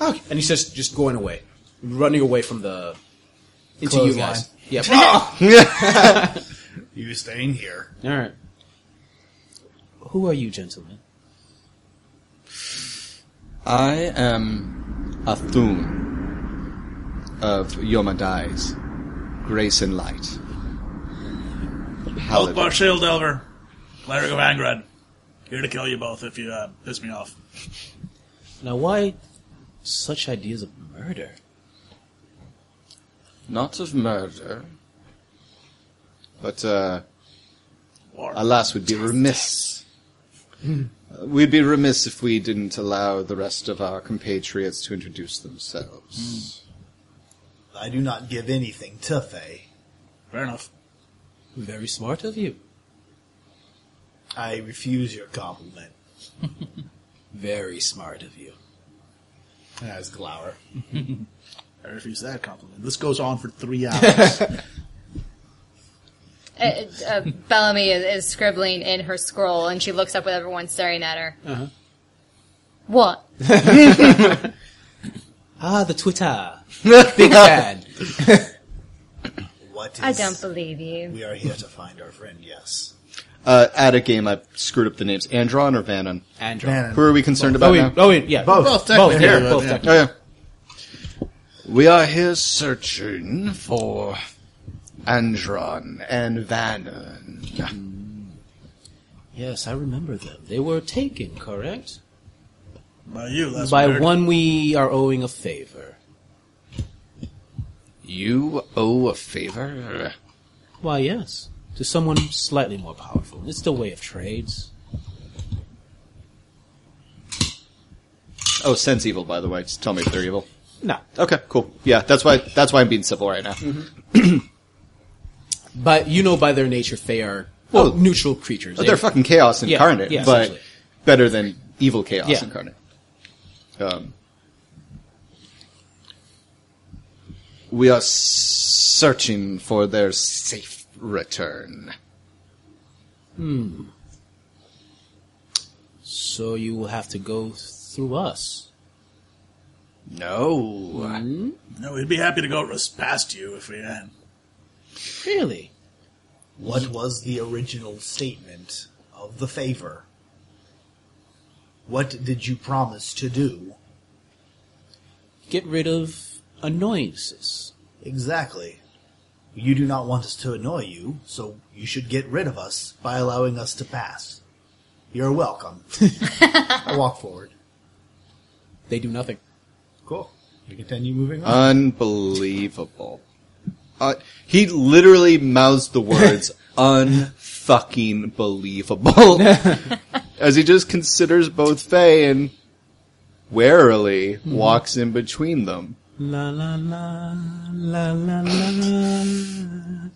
S5: Okay. And he says, just going away, running away from the into you guys. Yeah.
S7: You staying here?
S5: All right. Who are you, gentlemen?
S4: I am a Thun of Yomadai's Grace and Light.
S8: Both
S4: Paladin.
S8: bar shield over. Cleric of Angrad. Here to kill you both if you uh, piss me off.
S5: Now, why such ideas of murder?
S4: Not of murder, but uh,
S8: War.
S4: alas, we'd be remiss.
S5: Hmm.
S4: Uh, We'd be remiss if we didn't allow the rest of our compatriots to introduce themselves.
S7: I do not give anything to Faye.
S8: Fair enough.
S5: Very smart of you.
S7: I refuse your compliment.
S5: Very smart of you.
S7: And I was glower.
S1: I refuse that compliment. This goes on for three hours.
S9: Uh, uh, Bellamy is, is scribbling in her scroll, and she looks up with everyone staring at her.
S4: Uh-huh.
S9: What?
S5: Ah, the Twitter. Big fan.
S6: what is.
S9: I don't believe you.
S6: We are here to find our friend, yes.
S4: Uh, at a game, I screwed up the names. Andron or Vannon?
S5: Andrew.
S6: Man,
S4: Who are we concerned
S5: Oh
S4: about
S5: wait,
S4: now?
S5: oh wait, yeah.
S6: both.
S11: Both, technically.
S5: Both, yeah,
S11: yeah,
S5: both
S11: yeah.
S5: technically.
S4: Oh, yeah. We are here searching for Andron and Vannon.
S5: Mm. Yes, I remember them. They were taken, correct?
S8: By you, that's
S5: By
S8: weird.
S5: one we are owing a favor.
S4: You owe Oh, a favor?
S5: Why, yes. To someone slightly more powerful. It's the way of trades.
S4: Oh, sense evil, by the way. Just tell me if they're evil.
S5: No.
S4: Okay, cool. Yeah, that's why. That's why I'm being civil right now.
S5: But you know by their nature, they are
S4: Well,
S5: well, neutral creatures.
S4: But they're fucking chaos
S5: Yeah,
S4: incarnate,
S5: yeah,
S4: but
S5: essentially.
S4: better than evil chaos
S5: Yeah.
S4: incarnate. Um, we are searching for their safe return.
S5: Hmm. So you will have to go through us. Hmm?
S4: No.
S8: No, we'd be happy to go res- past you if we had.
S5: Really?
S6: What was the original statement of the favor? What did you promise to do?
S5: Get rid of annoyances.
S6: Exactly. You do not want us to annoy you, so you should get rid of us by allowing us to pass. You're welcome. I walk forward.
S5: They do nothing.
S6: Cool. We continue moving on.
S4: Uh, Unbelievable. Uh, he literally mouths the words unfucking believable as he just considers both Faye and warily walks in between them.
S5: La la la la la la.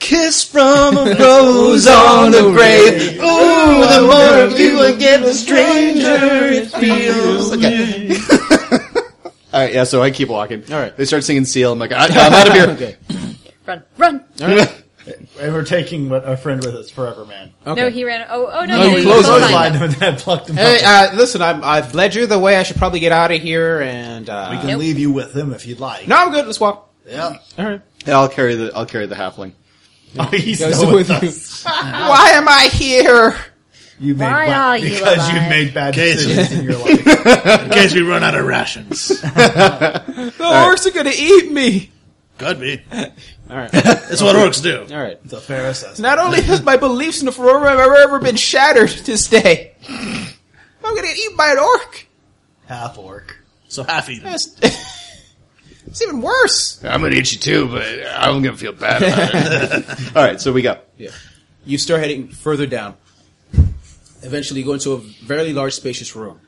S4: Kiss from a rose on the grave. Ooh, the more of you I get, the stranger it feels. Okay. All right, yeah. So I keep walking.
S5: All right.
S4: They start singing "Seal." I'm like, I, am out of here.
S5: Okay.
S9: Run, run.
S6: And we're taking what our friend with us forever, man.
S5: Okay.
S3: No, he ran. Oh, oh no,
S5: No,
S3: no,
S5: you
S3: he
S5: closed
S3: clotheslined him.
S6: Clotheslined
S5: the
S6: him and then plucked him
S5: Hey,
S6: up.
S5: uh, listen, I'm, I've led you the way. I should probably get out of here and,
S6: We
S5: uh...
S6: can leave you with him if you'd like.
S5: No, I'm good. Let's walk.
S6: Yep.
S5: Alright.
S4: Yeah, I'll carry the I'll carry the halfling. Oh,
S6: He's
S5: Goes
S6: still with
S5: with you.
S6: us.
S5: Why am I here?
S6: You made
S9: Why
S6: bad-
S9: are you
S6: because you
S9: alive?
S6: made bad decisions in your life.
S8: In case we run out of rations.
S5: The orcs are gonna eat me!
S8: Could be.
S5: Alright.
S8: That's what orcs do.
S5: Alright.
S6: It's a fair assessment.
S5: Not only has my beliefs in the Ferora ever, ever been shattered this day, I'm gonna get eaten by an orc.
S6: Half orc.
S8: So half eaten.
S5: That's, it's even worse.
S4: I'm gonna eat you too, but I'm gonna feel bad about it. All right, so we go.
S5: You start heading further down. Eventually, you go into a very large, spacious room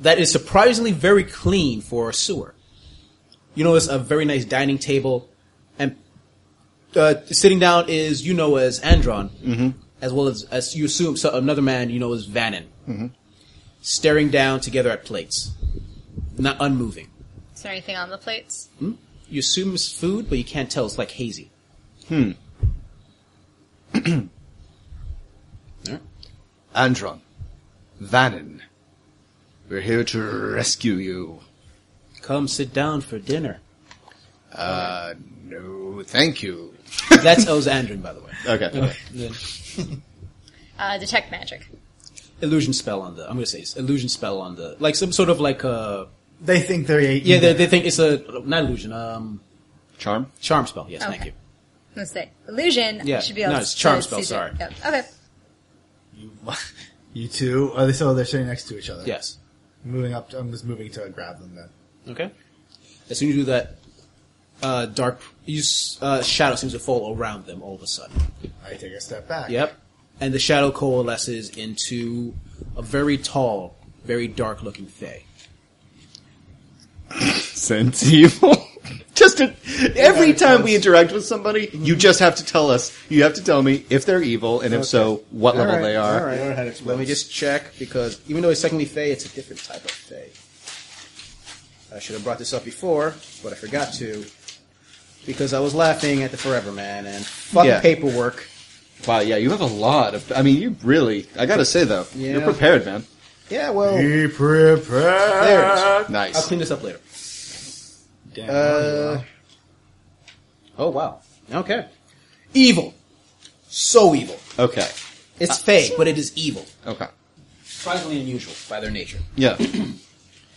S5: that is surprisingly very clean for a sewer. You notice a very nice dining table, and uh, sitting down is you know as Andron,
S4: Mm-hmm,
S5: as well as as you assume so another man you know as Vannon,
S4: mm-hmm.
S5: staring down together at plates, not unmoving.
S3: Is there anything on the plates?
S5: You assume it's food, but you can't tell. It's like hazy. Hmm.
S4: Andron, Vannon, we're here to rescue you.
S5: Come sit down for dinner.
S4: Uh, no, thank you.
S5: That's Elzandrin, by the way.
S4: Okay.
S3: Uh, detect magic.
S5: Illusion spell on the. I'm gonna say it's illusion spell on the. Like some sort of like uh
S6: They think they're eight.
S5: Yeah, they, they think it's a not illusion. Um,
S4: Charm.
S5: charm spell. Yes, thank
S3: Okay.
S5: you.
S3: Let's say illusion. I
S5: Yeah,
S3: Should be able
S5: no,
S3: to-
S5: it's charm
S3: to
S5: spell,
S3: see
S5: sorry.
S3: through. Yep. Okay.
S6: You, you two. Are they so they're sitting next to each other?
S5: Yes.
S6: Moving up. I'm just moving to grab them then.
S5: Okay. As soon as you do that, uh, dark you s- uh, shadow seems to fall around them all of a sudden.
S6: I take a step back.
S5: Yep. And the shadow coalesces into a very tall, very dark looking Fae.
S4: Sense evil. just a, every time we interact with somebody, you just have to tell us. You have to tell me if they're evil and if so, what level they are.
S5: Let me just check because even though it's technically Fey, it's a different type of Fey. I should have brought this up before, but I forgot to because I was laughing at the Forever Man and fuck
S4: Yeah.
S5: paperwork.
S4: Wow, yeah, you have a lot of. I mean, you really. I gotta say though,
S5: Yeah.
S4: you're prepared, man.
S5: Yeah, well, there
S6: Be prepared.
S5: it is.
S4: Nice.
S5: I'll clean this up later.
S6: Damn,
S5: Uh,
S4: Oh wow.
S5: Okay. Evil. So evil.
S4: Okay.
S5: It's fake, but it is evil.
S4: Okay.
S5: Surprisingly unusual by their nature.
S4: Yeah.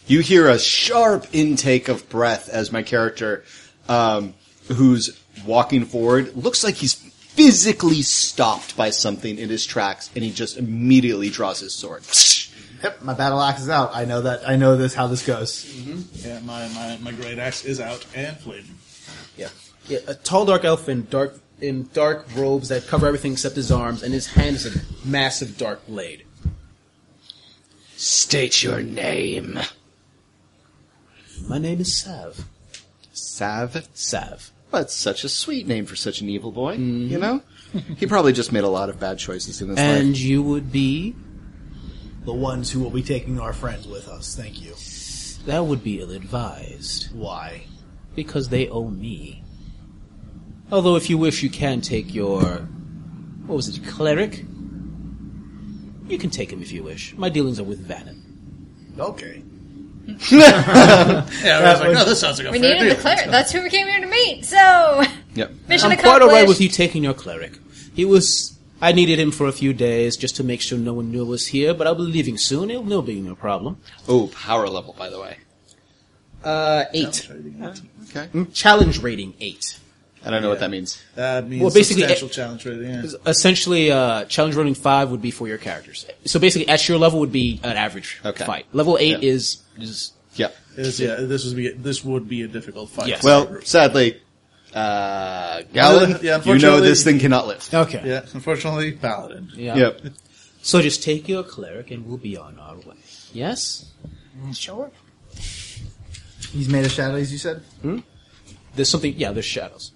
S4: you hear a sharp intake of breath as my character, um, who's walking forward, looks like he's physically stopped by something in his tracks, and he just immediately draws his sword.
S6: Yep, my battle axe is out. I know that. I know this. How this goes.
S1: Yeah, my, my, my great axe is out and flaming.
S5: Yeah. yeah. A tall, dark elf in dark in dark robes that cover everything except his arms, and his hand is a massive dark blade.
S4: State your name.
S5: My name is Sav.
S4: Sav.
S5: Sav. Mm-hmm.
S4: That's such a sweet name for such an evil boy, you know? He probably just made a lot of bad choices in his
S5: And
S4: life.
S5: you would be
S7: The ones who will be taking our friends with us. Thank you.
S5: that would be ill advised.
S7: Why?
S5: Because they owe me. Although if you wish you can take your what was it, cleric? You can take him if you wish. My dealings are with Vannon.
S7: Okay.
S8: Yeah, I was like, oh, this sounds like a
S9: We
S8: fair
S9: needed
S8: deal.
S9: the cleric. That's who we came here to meet. So
S4: Yep.
S9: mission
S5: I'm quite
S9: accomplished.
S5: alright with you taking your cleric. He was. I needed him for a few days just to make sure no one knew I was here, but I'll be leaving soon. It'll, it'll be no problem.
S4: Oh, power level, by the way.
S5: Uh, eight. mm,
S4: Okay.
S5: Challenge rating eight.
S4: I don't know what that means.
S1: That means
S5: Well, basically,
S1: substantial
S5: it-
S1: challenge rating. Yeah.
S5: Essentially, uh, challenge rating five would be for your characters. So basically, at your level would be an average
S4: Okay.
S5: fight. Level eight
S4: Yeah.
S5: is is
S4: Yeah.
S1: It is- yeah, this would be this would be a difficult fight.
S5: Yes.
S4: Well, sadly, uh, Galen,
S1: Yeah,
S4: you know
S1: unfortunately-
S4: this thing cannot live.
S5: okay.
S1: yeah, unfortunately, paladin.
S5: Yeah.
S4: Yep.
S5: So just take your cleric, and we'll be on our way. Yes.
S2: Sure.
S6: He's made of shadows. You said.
S5: Hmm? There's something. Yeah. There's shadows.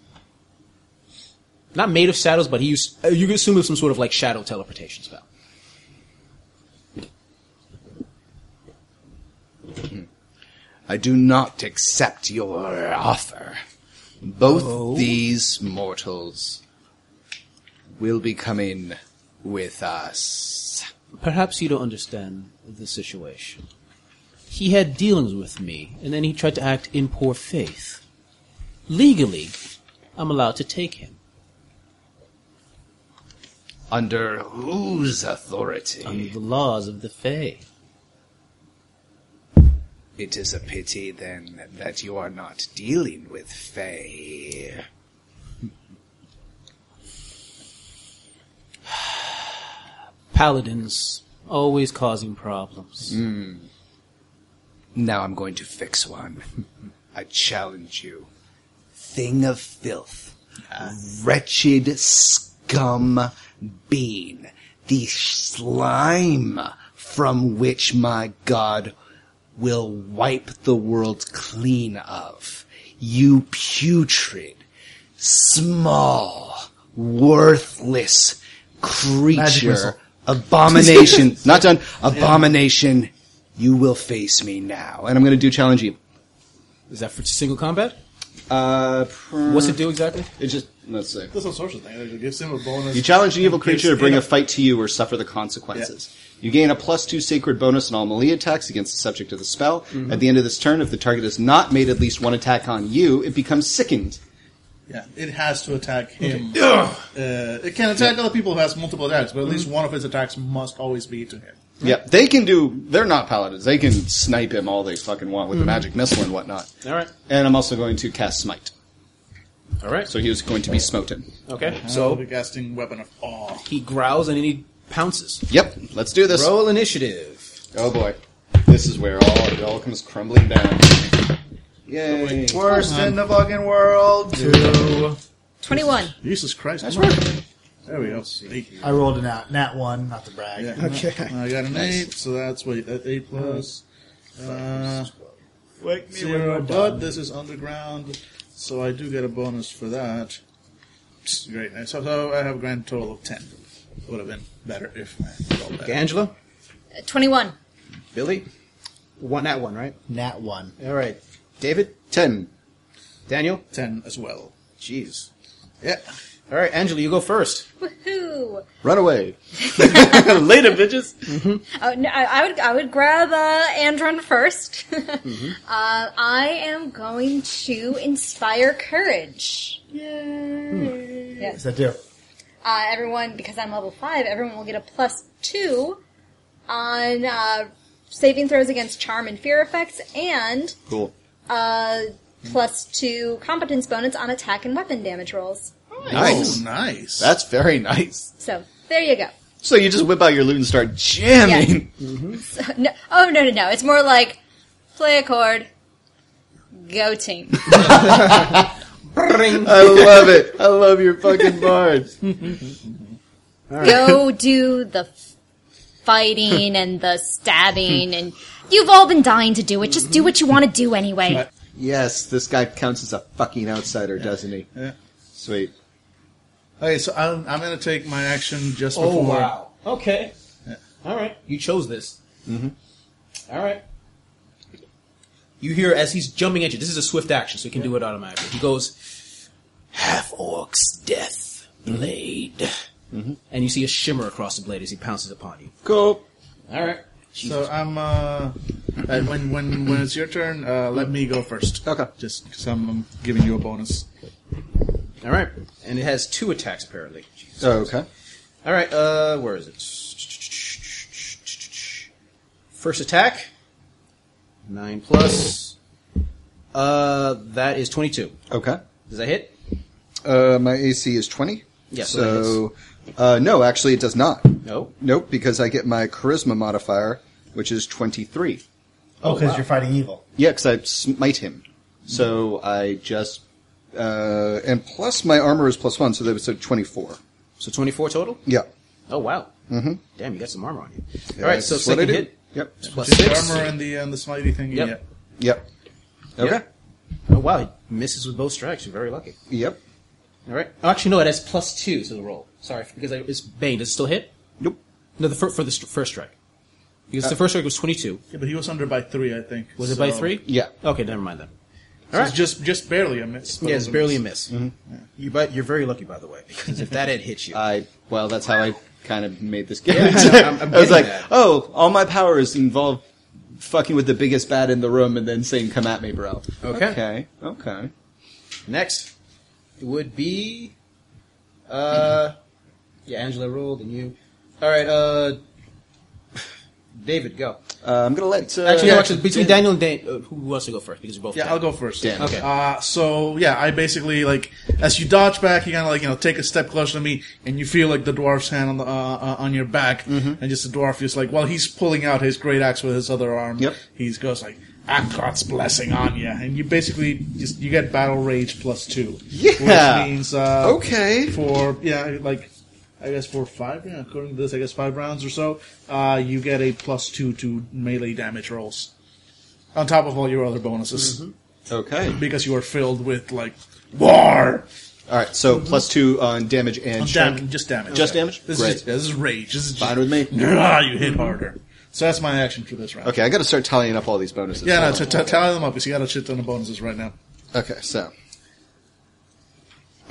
S5: Not made of shadows, but he used. Uh, you could assume it's some sort of like shadow teleportation spell.
S4: I do not accept your offer. Both
S5: Oh.
S4: these mortals will be coming with us.
S5: Perhaps you don't understand the situation. He had dealings with me, and then he tried to act in poor faith. Legally, I'm allowed to take him
S4: Under whose
S5: under
S4: authority?
S5: the laws of the Fae.
S4: It is a pity, then, that you are not dealing with Fae.
S5: Paladins always causing problems.
S4: Now I'm going to fix one. I challenge you. Thing of filth. Wretched scum being. The slime from which my god will wipe the world clean of. You putrid, small, worthless creature. Abomination. Not done. Abomination. You will face me now. And I'm going to do challenge you.
S5: Is that for single combat?
S4: Uh,
S5: What's it do exactly?
S4: It just let's see.
S1: There's all sorts of things. It gives him a bonus.
S4: You challenge an evil creature to bring a
S1: It's-
S4: fight to you or suffer the consequences. You gain a plus two sacred bonus on all melee attacks against the subject of the spell.
S5: Mm-hmm.
S4: At the end of this turn, if the target has not made at least one attack on you, it becomes sickened.
S1: Yeah, it has to attack him. Uh, it can attack other people who has multiple attacks, but at
S6: Mm-hmm.
S1: least one of his attacks must always be to him.
S4: Yeah, they can do. They're not paladins. They can snipe him all they fucking want with
S5: Mm-hmm.
S4: the magic missile and whatnot.
S5: All right.
S4: And I'm also going to cast smite,
S5: All right.
S4: so he is going to be smoten.
S5: Okay.
S1: So
S5: So
S1: the casting weapon of awe.
S5: he growls and then he pounces.
S4: Yep, let's do this.
S5: Roll initiative.
S4: Oh boy, this is where all it all comes crumbling down. Yay!
S6: Worst in the fucking world. Two.
S9: Twenty-one.
S1: Jesus Christ! come on. There we go. Eight.
S6: I rolled an out. Nat one. Not to brag.
S1: Yeah. Okay. I got an eight, so that's wait that eight plus uh,
S6: Wake
S1: zero. But this is underground, so I do get a bonus for that. Psst, Great. So, so I have a grand total of ten. Would have been better if I rolled better.
S5: Angela.
S9: Uh, Twenty-one.
S5: Billy. One at one, right?
S6: Nat one.
S5: All right. David.
S4: Ten.
S5: Daniel.
S1: Ten as well.
S5: Jeez.
S1: Yeah.
S5: All right, Angela, you go first.
S3: Woohoo!
S4: Run away. Later, bitches.
S5: Mm-hmm.
S3: Oh, no, I, I would I would grab uh, Andron 1st Uh, I am going to inspire courage. Yay! Yes.
S6: that do?
S3: Uh, everyone, because I'm level five, everyone will get a plus two on uh, saving throws against charm and fear effects, and
S4: Cool.
S3: uh, plus two competence bonus on attack and weapon damage rolls.
S4: Nice.
S1: Oh, nice.
S4: That's very nice.
S3: So there you go.
S4: So you just whip out your loot and start jamming.
S3: No, oh no no no! It's more like play a chord, go team.
S4: I love it. I love your fucking bards.
S3: go do the f- fighting and the stabbing and you've all been dying to do it just do what you want to do anyway
S4: Yes, this guy counts as a fucking outsider, doesn't he?
S1: Yeah.
S4: Sweet.
S1: Okay, so I'm, I'm going to take my action just before.
S5: Okay. All right. Oh, You chose this. Mm-hmm. right. You hear as he's jumping at you. This is a swift action, so he can do it automatically. He goes, half orc's death blade, and you see a shimmer across the blade as he pounces upon you.
S4: Cool.
S5: All right.
S1: So I'm uh, uh, when when when it's your turn, uh, let me go first.
S4: Okay.
S1: Just because I'm, I'm giving you a bonus.
S5: All right. And it has two attacks apparently. Oh,
S4: Okay.
S5: All right. Uh, where is it? First attack. Nine plus. Uh, that is twenty-two.
S4: Okay.
S5: Does that hit?
S4: Uh, my AC is 20.
S5: Yes,
S4: So, uh, no, actually, it does not.
S5: No.
S4: Nope, because I get my charisma modifier, which is 23.
S6: Oh, because you're fighting evil.
S4: Yeah, because I smite him. So I just. Uh, and plus my armor is plus one, so that was a 24.
S5: So twenty-four total.
S4: Yeah.
S5: Oh wow. Mm-hmm. Damn, you got some armor on you.
S4: Yeah,
S5: All right. So
S4: that's what I
S5: second
S4: do.
S5: hit.
S4: Yep.
S5: Plus
S1: Just the
S5: six.
S1: armor and the and the smitey thing.
S5: Yep.
S4: Yep. Okay.
S5: Yep. Oh wow, he misses with both strikes. You're very lucky.
S4: Yep.
S5: All right. Oh, actually, no, it has plus two to the roll. Sorry, because I, it's bane. Does it still hit?
S4: Nope. Uh,
S5: No, the fir- for the st- first strike. Because the first strike was twenty-two.
S1: Yeah, but he was under by three, I think.
S5: Was it by
S1: so-
S5: three?
S4: Yeah.
S5: Okay, never mind then.
S1: So
S5: All
S1: it's
S5: right.
S1: just just barely a miss. but
S5: Yeah,
S1: it
S5: it's
S1: was
S5: barely a
S1: miss.
S5: miss. You, but you're very lucky, by the way, because if that had hit you,
S4: I well, that's how I kind of made this game.
S5: Yeah, I know. I'm- I'm
S4: I was
S5: getting
S4: like,
S5: that.
S4: oh, all my powers involve fucking with the biggest bat in the room and then saying, "Come at me, bro."
S5: Okay.
S4: okay, okay.
S5: next would be, uh, yeah, Angela rolled and you. All right, uh, David, go.
S4: Uh, I'm gonna let uh,
S5: Actually,
S1: yeah,
S5: no, actually, between
S1: yeah.
S5: Daniel and Dan, uh, who wants to go first? Because we both.
S1: Yeah, I'll go first.
S4: Damn.
S5: Okay.
S1: Uh, so yeah, I basically like as you dodge back, you kind of like you know take a step closer to me, and you feel like the dwarf's hand on the uh, uh, on your back,
S5: Mm-hmm.
S1: and just the dwarf is like while he's pulling out his great axe with his other arm,
S4: Yep.
S1: he goes like Akrat's blessing on you, and you basically just you get battle rage plus two,
S4: Yeah.
S1: which means uh,
S4: Okay.
S1: for yeah like. I guess for five, yeah, according to this, I guess five rounds or so, uh, you get a plus two to melee damage rolls, on top of all your other bonuses
S4: Mm-hmm. Okay.
S1: because you are filled with like war
S4: All right. So plus two on damage and strike.
S1: Dam- just damage.
S4: Just damage?
S1: This
S4: Great.
S1: is this is rage. This is
S4: Fine
S1: just,
S4: with me.
S1: Grr, you hit harder. So that's my action for this round.
S4: Okay, I got to start tallying up all these bonuses.
S1: Yeah, no,
S4: Hold
S1: t-
S4: on.
S1: t- tally them up because you got a shit ton of bonuses right now.
S4: Okay, so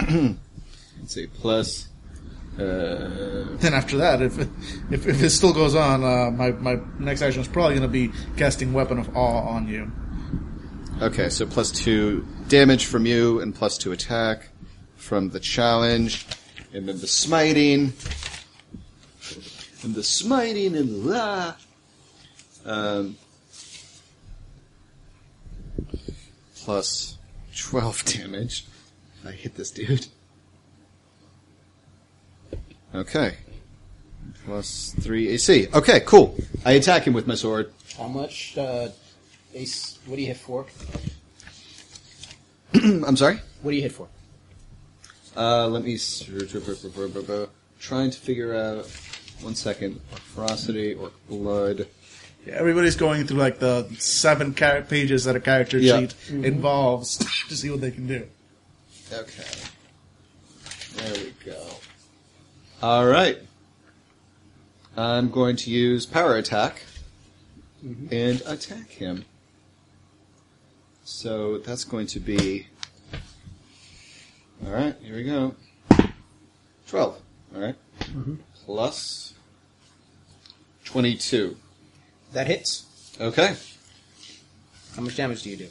S4: let's see. Plus, uh,
S1: Then after that, if if, if it still goes on, uh, my my next action is probably going to be casting weapon of awe on you.
S4: okay, so plus two damage from you, and plus two attack from the challenge, and then the smiting, and the smiting, and la. Um, plus twelve damage. If I hit this dude. Okay. Plus three AC. Okay, cool. I attack him with my sword.
S5: How much? Uh, ace. What do you hit for?
S4: I'm sorry.
S5: What do you hit for?
S4: Uh, let me s- trying to figure out one second or ferocity or blood.
S1: Yeah, everybody's going through like the seven char- pages that a character
S4: Yeah.
S1: sheet involves to see what they can do.
S4: Okay, there we go. All right, I'm going to use power attack and attack him. So that's going to be all right. Here we go. Twelve. All right. Plus twenty-two.
S5: That hits.
S4: Okay.
S5: How much damage do you do?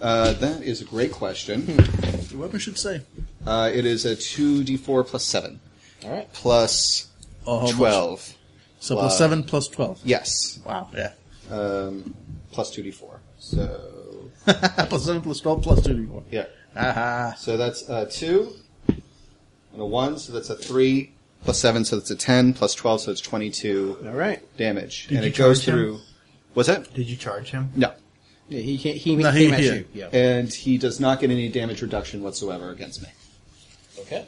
S4: Uh, that is a great question.
S5: Hmm.
S1: The weapon should say.
S4: Uh, it is a two d four plus seven
S5: All right.
S4: plus
S1: Oh, how much?
S4: twelve.
S1: So
S4: Wow.
S1: plus seven plus twelve.
S4: Yes.
S1: Wow. Yeah.
S4: Um, plus two d four. So
S1: plus seven plus twelve plus two d four.
S4: yeah.
S1: Aha.
S4: So that's a two and a one. So that's a three plus seven. So that's a ten plus twelve. So it's twenty-two
S5: All right.
S4: damage,
S6: Did
S4: and
S6: you
S4: it goes
S6: charge him?
S4: through. Was that
S6: Did you charge him?
S4: no?
S5: Yeah, he can't. He,
S1: No,
S5: he
S1: he-
S5: came at
S1: he-
S5: you. Yeah.
S4: And he does not get any damage reduction whatsoever against me.
S5: Okay.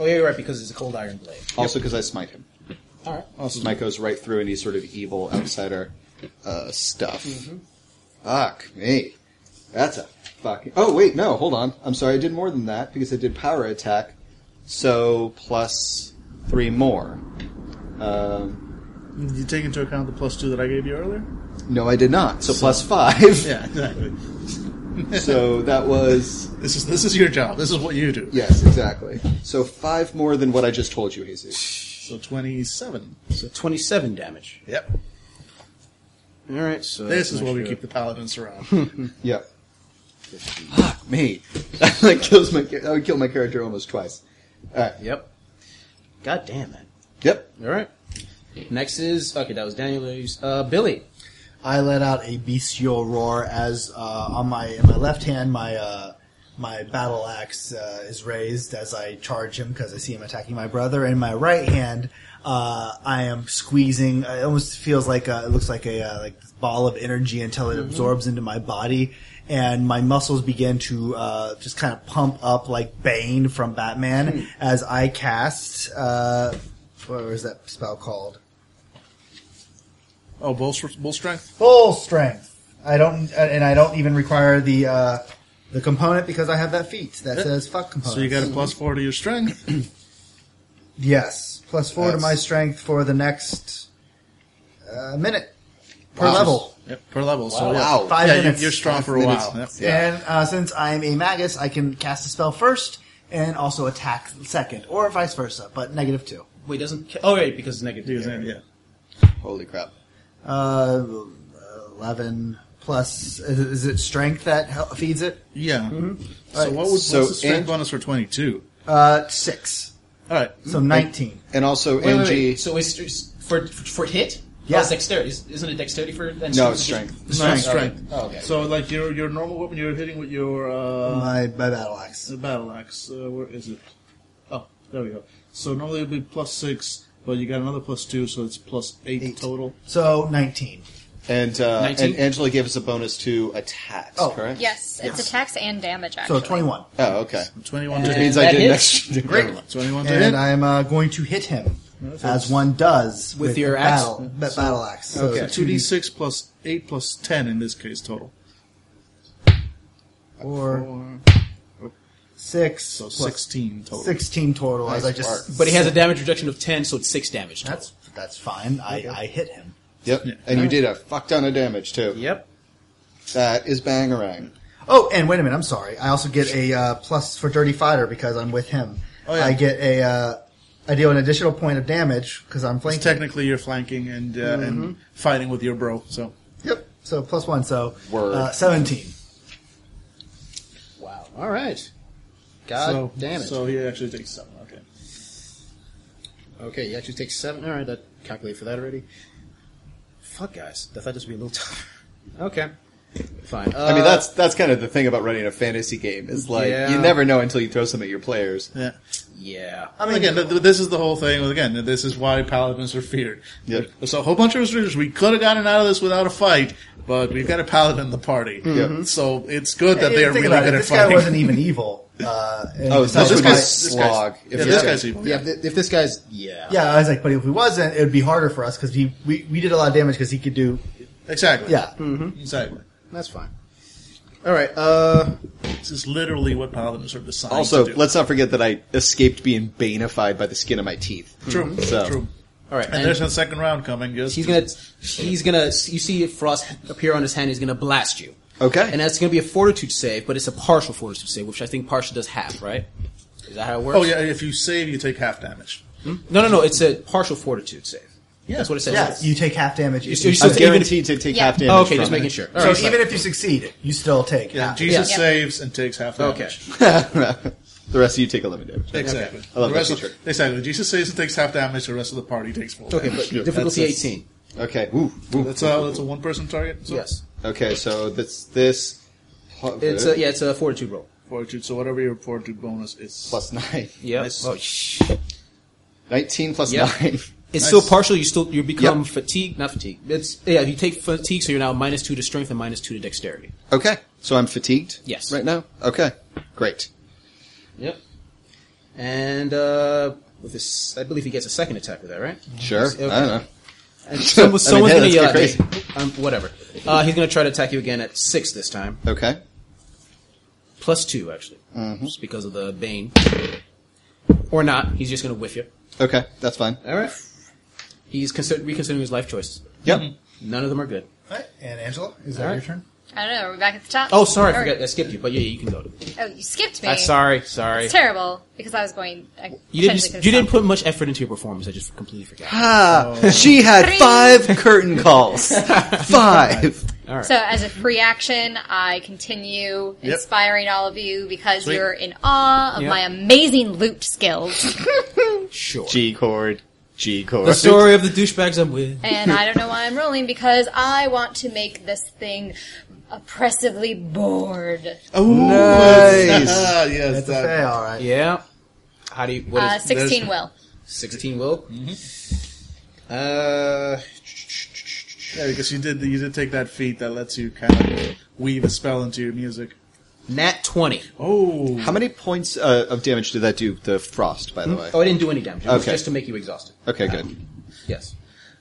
S5: Oh yeah, you're right because it's a cold iron blade.
S4: Also because I smite him.
S5: All right.
S4: Smite goes right through any sort of evil outsider uh, stuff.
S5: Mm-hmm.
S4: Fuck me. That's a fucking. Oh wait, no, hold on. I'm sorry, I did more than that because I did power attack. So plus three more. Um,
S1: Did you take into account the plus two that I gave you earlier?
S4: no, I did not. So, plus five.
S1: Yeah, exactly.
S4: so that was
S1: This is this is your job. This is what you do.
S4: yes, exactly. So five more than what I just told you, Jesus.
S1: So twenty-seven.
S5: So 27 damage.
S1: Yep.
S5: All right. So
S1: This
S5: that's
S1: is
S5: my
S1: why we
S5: shot.
S1: keep the paladins around.
S4: Yep. Fuck me. that kills my. char- That would kill my character almost twice. All right.
S5: Yep. God damn man.
S4: Yep.
S5: All right. Next is okay. That was Daniel. Lee's- Uh, Billy.
S6: I let out a bestial roar as uh, on my in my left hand my uh, my battle axe uh, is raised as I charge him because I see him attacking my brother. In my right hand, uh, I am squeezing. uh, It almost feels like a, it looks like a uh, like this ball of energy until it
S5: Mm-hmm.
S6: absorbs into my body, and my muscles begin to uh, just kind of pump up like Bane from Batman
S5: Hmm.
S6: as I cast. Uh, what was that spell called?
S1: oh, bull, bull strength.
S6: full strength. I don't, and I don't even require the uh, the component because I have that feat that says fuck component.
S1: So you got a plus four to your strength.
S6: yes, plus four to
S1: That's-
S6: my strength for the next uh, minute per level.
S1: Yep, per level. So
S4: Wow.
S1: yeah.
S6: Five
S1: yeah, you-
S6: minutes.
S1: you're strong for a
S4: minutes.
S1: while. Yep.
S6: And uh, since I'm a magus, I can cast a spell first and also attack second, or vice versa. But negative two.
S5: Wait, doesn't. ca- Oh, right, because it's negative.
S1: Use
S5: yeah,
S1: it,
S5: right.
S1: yeah.
S4: Holy crap.
S6: Uh, Eleven plus is, is it strength that hel- feeds it? Mm-hmm.
S1: Yeah. So
S6: Alright,
S1: what would
S4: so
S1: what's the strength
S4: and-
S1: bonus for twenty two?
S6: Uh, six.
S1: All right.
S6: So nineteen.
S4: Mm-hmm. And also
S5: Wait,
S4: NG.
S5: wait, wait. So it's, it's for for hit.
S6: Yeah.
S5: Oh, it's dexterity. Is- Isn't it dexterity for? And
S4: No, it's strength.
S1: No,
S5: Strength.
S1: strength.
S5: Oh, okay.
S1: So like your your normal weapon, you're hitting with your uh,
S6: my, my battle axe.
S1: the battle axe. Uh, where is it? Oh, there we go. So normally it'd be plus six, but you got another plus two, so it's plus eight,
S6: Eight.
S1: total.
S6: So nineteen.
S4: And uh,
S5: 19?
S4: and Angela gave us a bonus to attacks,
S6: Oh,
S4: correct?
S9: Yes, it's attacks and damage. Actually,
S6: So 21.
S4: Oh, okay.
S1: Twenty one
S4: Which
S1: to
S4: means
S5: Uh, that
S4: I did an
S5: hits.
S4: extra.
S1: Great. Twenty one to hit.
S6: And I'm uh, going to hit him, as one does
S5: With your axe?
S6: battle, ba- battle axe. So
S4: Okay.
S1: Two d six plus eight plus ten in this case total.
S6: Or
S1: Four,
S6: 6.
S1: so
S6: plus
S1: sixteen total.
S6: 16 total, as I
S4: Nice
S6: just.
S4: work.
S5: But he has a damage reduction of 10, so it's six damage. total.
S6: That's, that's fine. I, I hit him.
S4: Yep. And you did a fuck ton of damage too.
S5: Yep.
S4: That is bangarang.
S6: Oh, and wait a minute. I'm sorry. I also get a uh, plus for Dirty Fighter because I'm with him.
S1: Oh, yeah.
S6: I get a. Uh, I deal an additional point of damage because I'm
S1: Because
S6: flanking.
S1: technically you're flanking and uh, and fighting with your bro. So
S6: Yep. So plus one. So
S4: Word.
S6: Uh, 17.
S5: Wow. All right. God
S1: so,
S5: damn it.
S1: So he actually takes seven. Okay.
S5: okay, you actually take seven. All right, that calculate for that already. Fuck, guys. I thought this would be a little tougher. Okay. Fine. Uh,
S4: I mean, that's that's kind of the thing about running a fantasy game is like
S5: Yeah.
S4: you never know until you throw some at your players.
S1: Yeah.
S5: yeah.
S1: I mean, again, th- th- this is the whole thing. Again, this is why paladins are feared.
S4: Yep.
S1: There's a whole bunch of restrictions. We could have gotten out of this without a fight, but we've got a paladin in the party. So it's good that they are
S6: Think
S1: really
S6: about it.
S1: good at
S6: This guy
S1: fighting.
S6: wasn't even evil. Uh, and
S4: Oh,
S1: this
S4: this
S6: decided
S4: would
S6: to
S4: be
S1: guy's-
S6: fight-
S1: this guy's-
S4: slog.
S1: yeah,
S4: If
S1: this
S4: you-
S1: guy's evil.
S5: Yeah. If, if this guy's yeah.
S6: Yeah, I was like, but if we wasn't, it would be harder for us because we, we did a lot of damage because he could do.
S1: Exactly.
S6: Yeah.
S1: Exactly.
S5: That's fine. All right. Uh.
S1: This is literally what paladins are designed
S4: Also,
S1: to do.
S4: let's not forget that I escaped being banified by the skin of my teeth. Mm-hmm.
S1: True.
S4: So-
S1: True.
S5: All right.
S1: And,
S5: and-
S1: there's a second round coming. Just
S5: He's gonna, he's gonna. You see frost appear on his hand. He's gonna blast you.
S4: Okay.
S5: And that's gonna be a fortitude save, but it's a partial fortitude save, which I think partial does half, right? Is that how it works? Hmm?
S1: Oh yeah, if you save, you take half damage.
S5: No, no, no. It's a partial fortitude save.
S1: Yeah.
S5: That's what it says.
S6: Yes, you take half damage.
S5: You- you-
S6: each
S5: so
S4: I'm
S5: it's
S6: time.
S5: even-
S4: guaranteed to take
S9: Yeah.
S4: half damage.
S5: Oh, okay, just
S4: from it.
S5: making sure. All
S6: so
S5: right.
S6: even if you succeed, you still take
S1: Yeah,
S6: half.
S1: Jesus
S5: Yeah.
S1: saves and takes half damage.
S5: okay.
S4: the rest of you take 11 damage.
S1: Exactly.
S4: I love
S1: the
S4: that
S1: rest of-
S4: feature.
S1: exactly. Jesus saves and takes half damage. The rest of the party takes full.
S5: Okay,
S1: damage.
S5: but difficulty
S1: That's-
S5: 18.
S4: Okay. Ooh, ooh.
S1: That's a that's a one person target. So
S5: Yes.
S4: Okay, so that's this. pl-
S5: It's a, yeah, it's a fortitude roll.
S1: Fortitude. So whatever your fortitude bonus is.
S4: plus 9.
S5: Yeah.
S1: Nice.
S5: Oh, shh. It's
S4: 19 plus
S5: Yeah.
S4: 9.
S5: still
S1: Nice.
S5: partial. You still you become
S4: Yep.
S5: fatigued, not fatigue. It's yeah. You take fatigue, so you're now minus two to strength and minus two to dexterity.
S4: Okay, so I'm fatigued?
S5: Yes.
S4: Right now? Okay, great.
S5: Yep. And uh, with this, I believe he gets a second attack with that, right?
S4: Sure.
S5: Okay.
S4: I don't know.
S5: And someone,
S4: I mean,
S5: someone's
S4: hey,
S5: gonna
S4: let's
S5: yell
S4: get
S5: at me. Um, whatever. Uh, he's gonna try to attack you again at six this time,
S4: Okay. Mm-hmm.
S5: plus two actually, just because of the bane. Or not. He's just gonna whiff you.
S4: Okay, that's fine.
S5: All right. He's consider- reconsidering his life choices. Mm-hmm.
S4: Yep.
S5: None of them are good.
S6: And Angela, is that
S5: All right.
S6: your turn?
S9: I don't know. Are we back at the top?
S5: Oh, sorry, I
S9: Or-
S5: forgot. I skipped you, but yeah, you can go.
S9: Oh, you skipped me.
S5: I'm sorry, sorry.
S9: It's terrible because I was going. I
S5: You didn't.
S9: potentially could've
S5: you didn't
S9: stopped.
S5: put much effort into your performance. I just completely forgot.
S4: Ah, she had five curtain calls. five.
S9: So as a free action, I continue inspiring all of you because you're in awe of
S5: Yep.
S9: my amazing loot skills,
S5: Sure.
S4: G chord. G chord.
S5: The story of the douchebags I'm with.
S9: and I don't know why I'm rolling because I want to make this thing oppressively bored.
S5: Oh.
S4: Nice.
S1: Ah, yes,
S6: That's
S1: that-
S6: a fail, all right.
S5: Yeah. How do you? What is
S9: Uh, Sixteen will.
S5: sixteen? Will. Uh,
S1: Mm-hmm. Yeah, because you did you did take that feat that lets you kind of weave a spell into your music.
S5: nat twenty.
S1: Oh,
S4: How many points uh, of damage did that do, the frost, by the way?
S5: Oh, I didn't do any damage. It was
S4: Okay.
S5: just to make you exhausted. Um,
S4: Okay, good.
S5: Yes.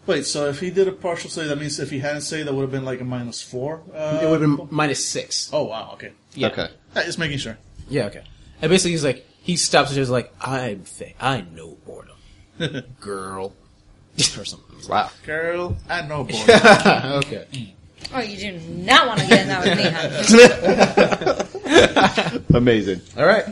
S1: wait. So if he did a partial save, that means if he hadn't saved, that would have been like a minus four. Uh,
S5: It would have been minus six.
S1: Oh wow. Okay.
S5: Yeah.
S4: Okay.
S1: Uh, Just making sure.
S5: Yeah. Okay. And basically, he's like, he stops and just like, I'm fake. I know boredom, girl, or something.
S4: Wow.
S1: Girl, I know, boy.
S5: okay.
S9: Oh, you do not want to get in that with me, huh?
S4: Amazing.
S5: All right.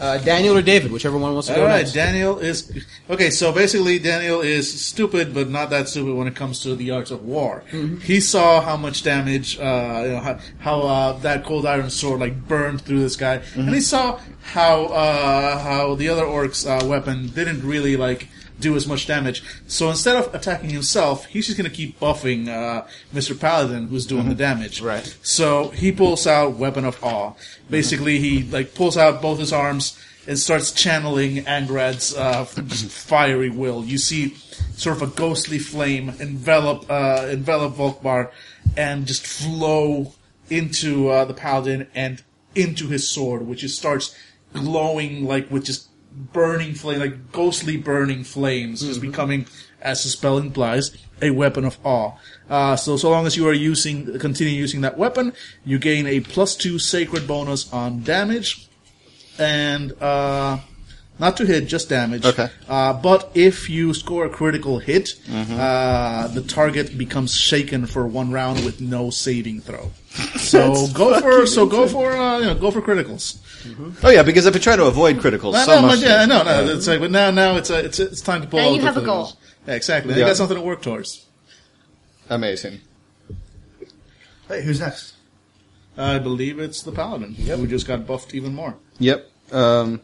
S5: Uh, Daniel or David, whichever one wants to
S1: All
S5: go
S1: right,
S5: next.
S1: Daniel is okay. So basically, Daniel is stupid, but not that stupid when it comes to the arts of war.
S5: Mm-hmm.
S1: He saw how much damage, uh, you know, how, how uh, that cold iron sword like burned through this guy,
S5: Mm-hmm.
S1: and he saw how uh, how the other orc's uh, weapon didn't really like do as much damage. So instead of attacking himself, he's just going to keep buffing uh, Mr. Paladin, who's doing the damage.
S5: Mm-hmm. Right.
S1: So he pulls out Weapon of Awe. Basically, he like pulls out both his arms and starts channeling Angrad's uh, just fiery will. You see sort of a ghostly flame envelop uh, envelop Volkmar and just flow into uh, the paladin and into his sword, which just starts glowing like with just burning flame, like ghostly burning flames, just becoming, as the spell implies, a weapon of awe. Uh, so so long as you are using, continue using that weapon, you gain a plus two sacred bonus on damage, and uh, not to hit, just damage.
S4: Okay.
S1: Uh, but if you score a critical hit,
S4: Mm-hmm.
S1: uh, the target becomes shaken for one round with no saving throw. So go for so go for uh, you know, go for criticals.
S4: Oh, yeah, because I've been trying to avoid criticals
S1: No,
S4: so
S1: no,
S4: much.
S1: yeah, I know, no, it's like, but now, now it's, uh, it's, it's time to pull.
S9: Now
S1: all
S9: you
S1: the
S9: have a
S1: different
S9: goal.
S1: things. Yeah, exactly. You
S4: Yeah.
S1: got something to work towards.
S4: Amazing.
S6: Hey, who's next?
S1: I believe it's the paladin who just got buffed even more.
S4: Yep. Um,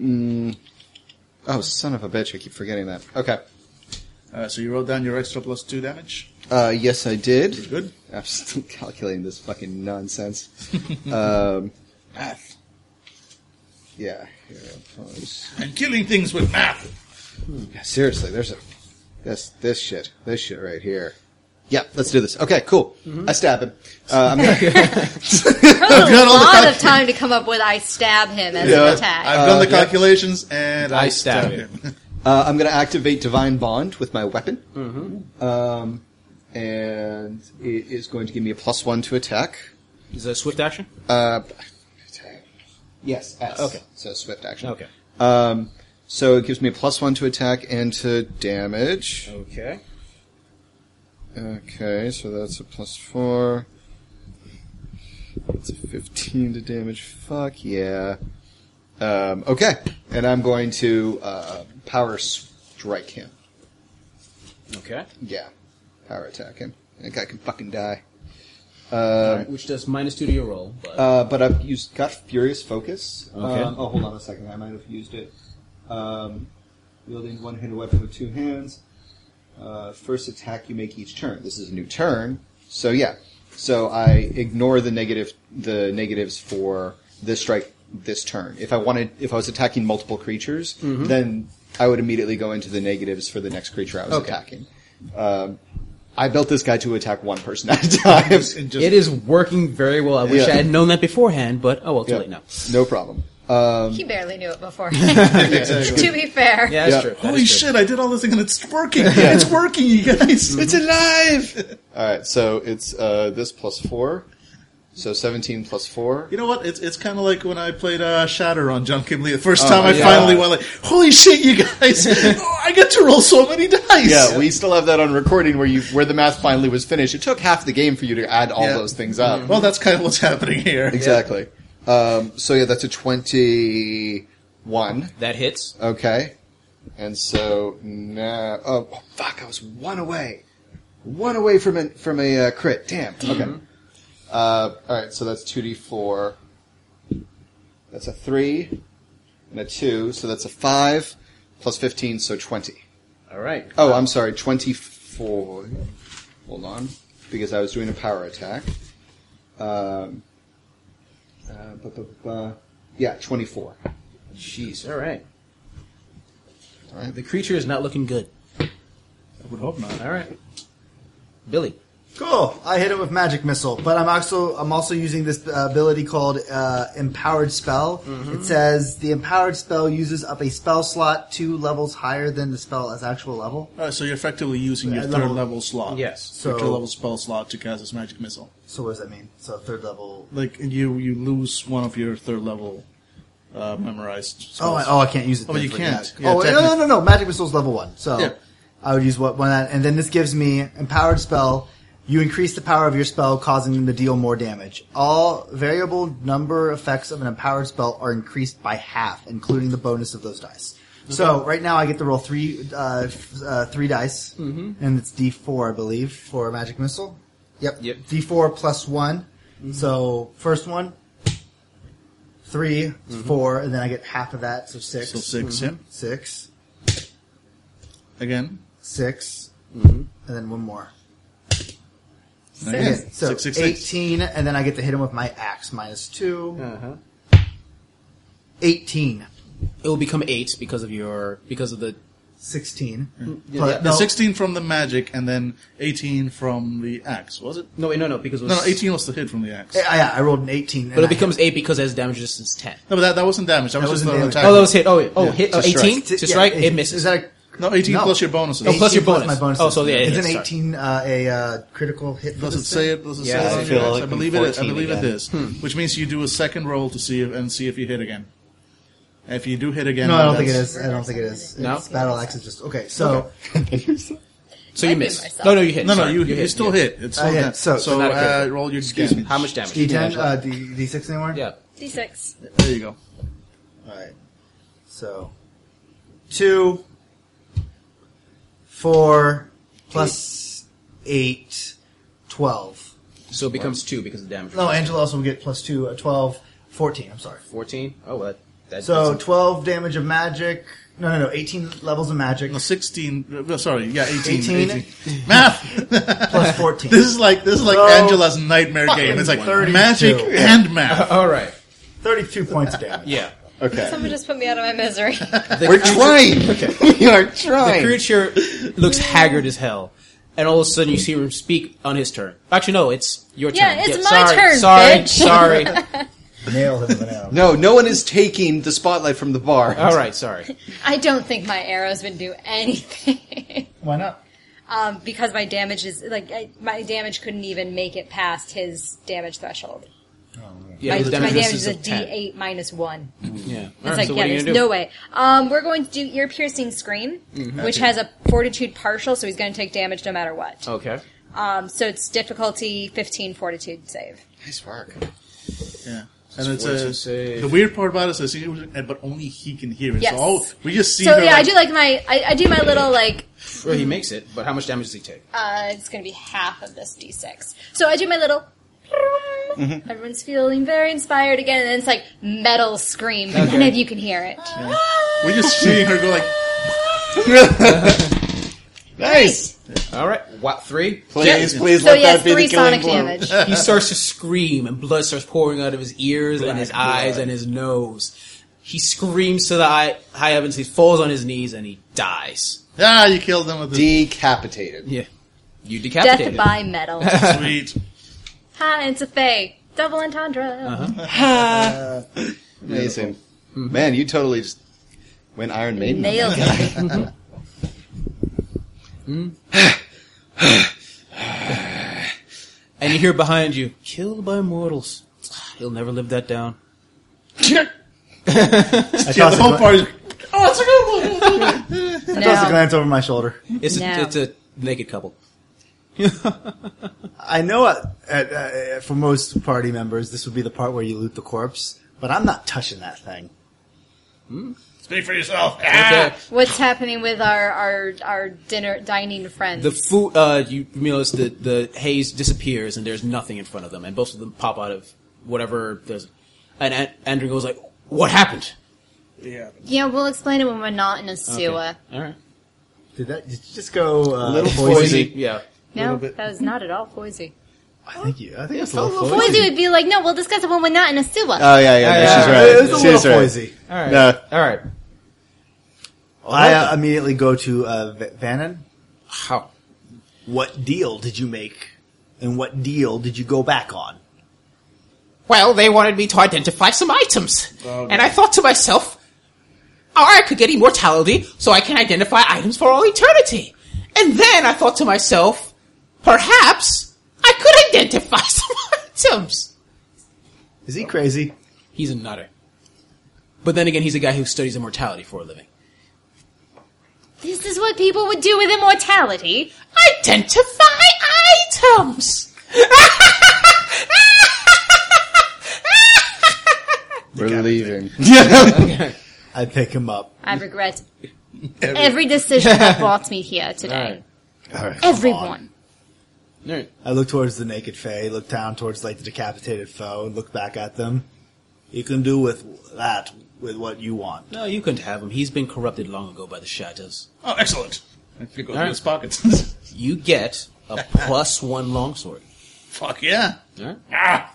S4: mm, oh, son of a bitch! I keep forgetting that. Okay.
S1: Uh, so you wrote down your extra plus two damage.
S4: Uh, yes, I did.
S1: Good.
S4: I'm still calculating this fucking nonsense. um, math. Yeah. Here it goes. Hmm,
S1: And killing things with math.
S4: Yeah, seriously, there's a this this shit this shit right here. Yeah, let's do this. Okay, cool.
S1: Mm-hmm.
S4: I stab him. Uh, I'm gonna,
S9: Took a
S4: got all the
S9: lot
S4: time.
S9: of time to come up with "I stab him" as
S4: Yeah,
S9: an attack.
S1: I've done the calculations and I,
S5: I stab him.
S4: uh, I'm gonna activate divine bond with my weapon.
S1: Mm-hmm.
S4: Um, and it is going to give me a plus one to attack.
S5: Is that a swift action?
S4: Uh, yes. S.
S5: Okay.
S4: So swift action.
S5: Okay.
S4: Um, so it gives me a plus one to attack and to damage.
S5: Okay.
S4: Okay, so that's a plus four. that's a 15 to damage. Fuck yeah. Um, okay, and I'm going to uh, power strike him.
S5: Okay.
S4: Yeah, power attack him. That guy can fucking die. Um,
S5: Alright, which does minus two to your roll. But
S4: Uh, but I've used got furious focus.
S5: Okay.
S4: Um, oh, hold on a second. I might have used it. Um, wielding one-handed weapon with two hands. Uh, first attack you make each turn. This is a new turn, so yeah. So I ignore the negative, the negatives for this strike this turn. If I wanted, if I was attacking multiple creatures,
S5: Mm-hmm.
S4: then I would immediately go into the negatives for the next creature I was attacking. Um, I built this guy to attack one person at a time.
S1: And just
S5: it is working very well. I wish
S4: Yeah.
S5: I had known that beforehand, but oh well, too
S4: Yeah.
S5: late now.
S4: No problem. Um,
S9: He barely knew it before. to be fair.
S5: Yeah, that's
S4: Yeah.
S5: true. That
S1: Holy
S5: is true.
S1: shit, I did all this thing and it's working. It's working, you guys.
S4: It's alive! Alright, so it's uh, this plus 4. So 17 plus 4.
S1: You know what? It's it's kind of like when I played uh, Shatter on John Kimley. The first time I
S4: Oh, yeah.
S1: finally went like, "Holy shit, you guys! Oh, I get to roll so many dice."
S4: Yeah, we still have that on recording where you where the math finally was finished. It took half the game for you to add all
S1: Yeah.
S4: those things up.
S1: well, that's kind of what's happening here.
S4: Exactly. Um, so yeah, that's a 21.
S5: That hits.
S4: Okay. And so now, oh, oh, fuck! I was one away, one away from a from a uh, crit. Damn.
S5: Mm-hmm.
S4: Okay. Uh, all right, so that's two d four. That's a three and a two, so that's a five plus fifteen, so twenty.
S5: All right.
S4: Oh, I'm sorry, twenty four. Hold on, because I was doing a power attack. Um, uh, bu- bu- bu- bu- yeah, twenty four.
S5: Jeez. All right.
S4: All right.
S5: The creature is not looking good.
S1: I would hope not.
S5: All right. Billy.
S6: Cool. I hit it with magic missile, but I'm also I'm also using this uh, ability called uh, empowered spell.
S5: Mm-hmm.
S6: It says the empowered spell uses up a spell slot two levels higher than the spell as actual level.
S1: All right, so you're effectively using your
S6: Uh,
S1: third
S6: level-
S1: level, slot.
S5: Yes.
S1: So third
S6: So-
S1: level spell slot to cast this magic missile.
S6: So what does that mean? So third level.
S1: Like you, you lose one of your third level uh, memorized.
S6: Oh,
S1: Spells.
S6: I, oh, I can't use it.
S1: Oh,
S6: then
S1: you
S6: for
S1: can't.
S6: that.
S1: Yeah,
S6: oh, no,
S1: technic-
S6: no, no, no. Magic missile's level one, so
S1: Yeah.
S6: I would use what one of that, and then this gives me empowered spell. You increase the power of your spell, causing them to deal more damage. All variable number effects of an empowered spell are increased by half, including the bonus of those dice. So right now I get to roll three, uh, f- uh, three dice,
S1: Mm-hmm.
S6: and it's D four, I believe, for a magic missile. Yep.
S5: Yep.
S6: D four plus one.
S1: Mm-hmm.
S6: So first one, three, four, and then I get half of that, so six,
S1: Mm-hmm.
S6: Mm-hmm.
S1: So 6 yeah.
S6: six,
S1: Again. Mm-hmm.
S6: six, and then one more.
S1: Again.
S6: Okay, so
S1: Six, six, six.
S6: 18, and then I get to hit him with my axe, minus 2.
S5: Uh-huh.
S6: 18.
S5: It will become eight because of your because of the
S6: 16.
S4: Mm-hmm.
S5: yeah.
S6: But
S1: The
S6: no,
S1: 16 from the magic and then 18 from the axe, was it?
S5: no wait no no because it was,
S1: No, no, 18 was the hit from the axe.
S6: yeah, yeah, I rolled an 18.
S5: but it becomes eight because it has damage resistance ten.
S1: No, but that, that wasn't damage. That,
S6: That
S1: was just
S6: wasn't
S1: an
S6: damage.
S1: attack.
S5: Oh, that was hit. Oh, wait. oh, hit. Oh,
S4: to strike.
S5: 18 to strike. it misses.
S6: Is that a,
S1: No, 18
S6: No.
S1: plus your bonuses.
S5: Oh, plus your
S6: 18
S5: bonus.
S6: my bonus.
S5: Oh, so yeah,
S6: It's
S5: yeah,
S6: an
S5: sorry.
S6: 18, uh, a uh, critical hit. for
S1: Does it
S6: this
S1: say it?
S6: thing?
S1: Does it
S5: Yeah,
S1: say
S5: I
S1: it on
S4: feel
S1: your axe?
S4: like
S1: I
S4: I'm
S1: believe it. I
S4: 14
S1: believe it
S4: again.
S1: is.
S5: Hmm.
S1: Which means you do a second roll to see if, and see if you hit again. If you do hit again,
S6: No, I don't
S1: that's-
S6: think it is. I don't think it is.
S5: No?
S6: It's battle axe is just okay. So
S5: so you
S9: I did
S5: miss.
S9: myself.
S5: No, no, you hit.
S1: No, no,
S5: Sorry,
S1: you, you, still
S5: yeah.
S1: hit. It's
S6: I
S1: still
S6: hit.
S1: down.
S6: So-
S1: So,
S6: so
S5: not a
S1: uh,
S5: crit.
S1: roll your damage.
S5: How much damage?
S6: d10, uh, d d6 anywhere.
S5: Yeah.
S9: D6.
S1: There you go.
S6: All right. So two, four, plus eight, twelve.
S5: So it becomes two because of damage.
S6: No, Angela also will get plus two, uh, 12, 14, I'm sorry.
S5: Fourteen. Oh, well, that. that
S6: So
S5: doesn't-
S6: 12 damage of magic. No, no, no, 18 levels of magic
S1: No, 16. uh, Sorry, yeah, 18.
S6: 18.
S1: 18. Math!
S6: plus 14.
S1: This is like this is like
S6: So-
S1: Angela's nightmare game. It's like
S6: 32.
S1: magic and math.
S5: All right.
S6: 32 points of damage.
S5: Yeah.
S4: Okay.
S9: Someone just put me out of my misery.
S4: We're trying. we are trying.
S5: The creature looks haggard as hell, and all of a sudden you see him speak on his turn. Actually, no, it's your
S2: Yeah,
S5: turn.
S2: it's my
S5: sorry,
S2: turn,
S5: Sorry,
S2: bitch.
S5: sorry.
S6: Nail him with an arrow.
S4: no, no one is taking the spotlight from the bar.
S5: all right, sorry.
S9: I don't think my arrows would do anything.
S6: Why not?
S9: um, because my damage is, like, I, my damage couldn't even make it past his damage threshold.
S5: Yeah,
S9: my,
S5: his
S9: my damage
S5: resistance
S9: is a
S5: of 10.
S9: D8 minus 1.
S5: Yeah. All
S9: It's
S5: right,
S9: like, yeah,
S5: so what are you
S9: there's
S5: gonna do?
S9: no way. Um, we're going to do ear piercing scream,
S5: Mm-hmm.
S9: which has a fortitude partial, so he's going to take damage no matter what.
S5: Okay.
S9: Um, so it's difficulty 15 fortitude save.
S4: Nice work.
S1: Yeah. And it's
S5: Sports
S1: a,
S5: is safe.
S1: the weird part about it is, he was- but only he can hear it.
S9: Yes.
S1: So all, we just see
S9: So
S1: her.
S9: yeah, I
S1: like,
S9: do like my I, I do my little like
S5: Well, he makes it, but how much damage does he take?
S9: uh, it's going to be half of this d6. So I do my little. Everyone's feeling very inspired again, and then it's like metal scream, and none of you can hear it.
S1: we just see her go like,
S4: Nice.
S5: All right, what three?
S4: Please, please
S9: So
S4: let
S9: yes,
S4: that be
S9: three
S4: the
S9: sonic
S4: killing blow.
S9: damage.
S5: He starts to scream, and blood starts pouring out of his ears and his eyes and his nose. He screams to the high, high heavens. He falls on his knees and he dies.
S1: ah, you killed him with the
S4: Decapitated.
S5: Yeah, you
S3: Death
S5: decapitated. him.
S3: by metal.
S1: sweet.
S9: Hi, it's a fae. Double entendre.
S4: Amazing. Man, you totally just went Iron Maiden. on
S3: Nailed it.
S5: Hmm? And you hear behind you, "Killed by mortals." He'll never live that down.
S1: Yeah, the whole part is, oh, it's a good one.
S6: I toss a glance over my shoulder.
S5: It's
S3: No.
S5: a, it's a naked couple.
S6: I know at, at, uh, for most party members, this would be the part where you loot the corpse, but I'm not touching that thing.
S8: Speak for yourself. Ah.
S5: Okay.
S9: What's happening with our our our dinner dining friends?
S5: The food, uh, you notice that the haze disappears and there's nothing in front of them, and both of them pop out of whatever there's. And An- Andrew goes like, "What happened?"
S9: yeah, we'll explain it when we're not in a sewer.
S5: All right,
S6: Did that did you just go uh,
S4: Little
S6: Boise?
S4: Boise.
S5: yeah.
S9: No, that was not at all Boise.
S6: I think you. I think it's a
S4: little
S6: little Boise.
S9: Boise would be like, no, we'll discuss it when we're not in a sewer.
S4: Oh yeah, yeah, no,
S5: yeah,
S4: she's
S5: yeah.
S4: right.
S6: It was a
S4: she's
S6: little
S4: right.
S6: Boise.
S5: All right.
S4: No.
S5: All right.
S6: I uh, immediately go to uh, V- Vannon.
S5: How?
S7: What deal did you make? And what deal did you go back on?
S12: Well, they wanted me to identify some items. and I thought to myself, or I could get immortality so I can identify items for all eternity. And then I thought to myself, perhaps I could identify some items.
S6: Is he crazy?
S5: He's a nutter. But then again, he's a guy who studies immortality for a living.
S9: This is what people would do with immortality.
S12: Identify items!
S4: We're leaving.
S6: I pick him up.
S9: I regret every decision that brought me here today. Everyone.
S5: All right.
S6: I look towards the naked fae, look down towards like the decapitated foe, and look back at them.
S7: You can do with that with what you want.
S5: No, you couldn't have him. He's been corrupted long ago by the shadows.
S8: Oh, excellent. If you go through
S5: right.
S8: his pockets.
S5: You get a plus one longsword.
S8: Fuck yeah.
S5: All right.
S8: Ah,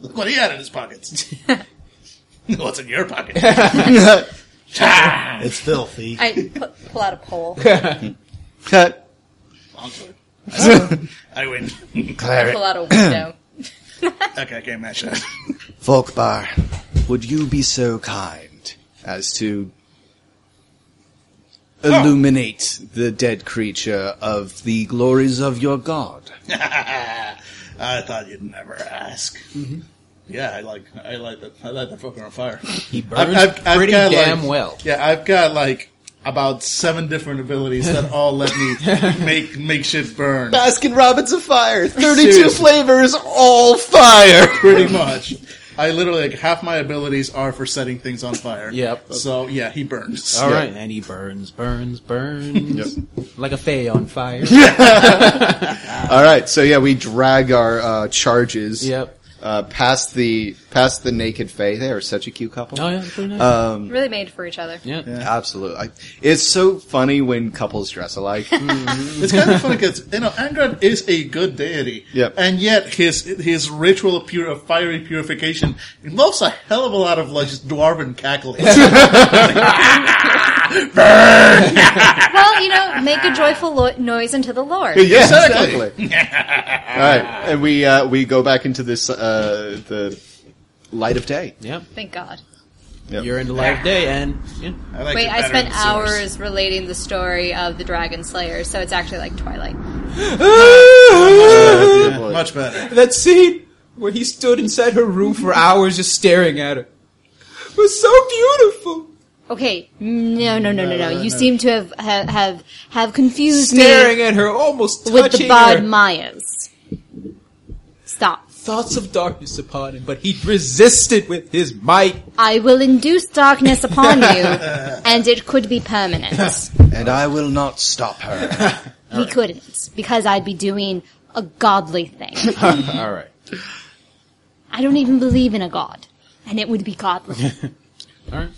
S8: look what he had in his pockets. What's in your pocket? ah,
S7: It's filthy.
S3: I pu- pull out a pole.
S4: Cut.
S8: long story. I win.
S3: Pull out a window.
S8: Okay, I can't match that.
S4: Volkbar, would you be so kind as to Oh. illuminate the dead creature of the glories of your god?
S8: I thought you'd never ask.
S4: Mm-hmm.
S8: Yeah, I like I like that I like that fucker on fire.
S5: He burns
S1: I've- I've
S5: pretty
S1: got,
S5: damn
S1: like-
S5: well.
S1: Yeah, I've got like about seven different abilities that all let me make make shit burn.
S4: Baskin Robbins of fire, 32
S1: Seriously.
S4: flavors, all fire.
S1: Pretty much. I literally like half my abilities are for setting things on fire.
S5: Yep.
S1: So yeah, he burns.
S5: All right. And he burns, burns, burns. Like a fey on fire.
S4: All right, so yeah, we drag our uh, charges
S5: Yep.
S4: uh, past the past the naked fae. They are such a cute couple.
S5: Oh, yeah. that's pretty nice.
S9: Really made for each other.
S5: yeah.
S4: Absolutely, I- it's so funny when couples dress alike.
S5: Hmm.
S1: It's kind of funny because you know Angrad is a good deity,
S4: Yep.
S1: and yet his his ritual of pure of fiery purification involves a hell of a lot of like just dwarven cackling.
S9: Well, you know, make a joyful lo- noise unto the Lord.
S4: Yeah, exactly. All right, and we uh, we go back into this uh, the light of day.
S5: Yeah.
S9: Thank God.
S4: Yep.
S5: You're in the light of day, and yeah.
S8: I like
S9: Wait,
S8: it
S9: I
S8: better
S9: spent
S8: than sewers.
S9: hours relating the story of the Dragon Slayer, so it's actually like Twilight.
S4: Uh,
S1: Yeah, much better.
S5: That scene where he stood inside her room for hours just staring at her was so beautiful.
S9: Okay, no, no, no, no, no. You seem to have have have, have confused me
S5: Staring at her, almost
S9: with the
S5: touching
S9: Bod
S5: her.
S9: Mayas. Stop.
S5: thoughts of darkness upon him, but he resisted with his might.
S3: I will induce darkness upon you, and it could be permanent.
S4: And I will not stop her.
S3: He couldn't, because I'd be doing a godly thing.
S5: All right.
S3: I don't even believe in a god, and it would be godly.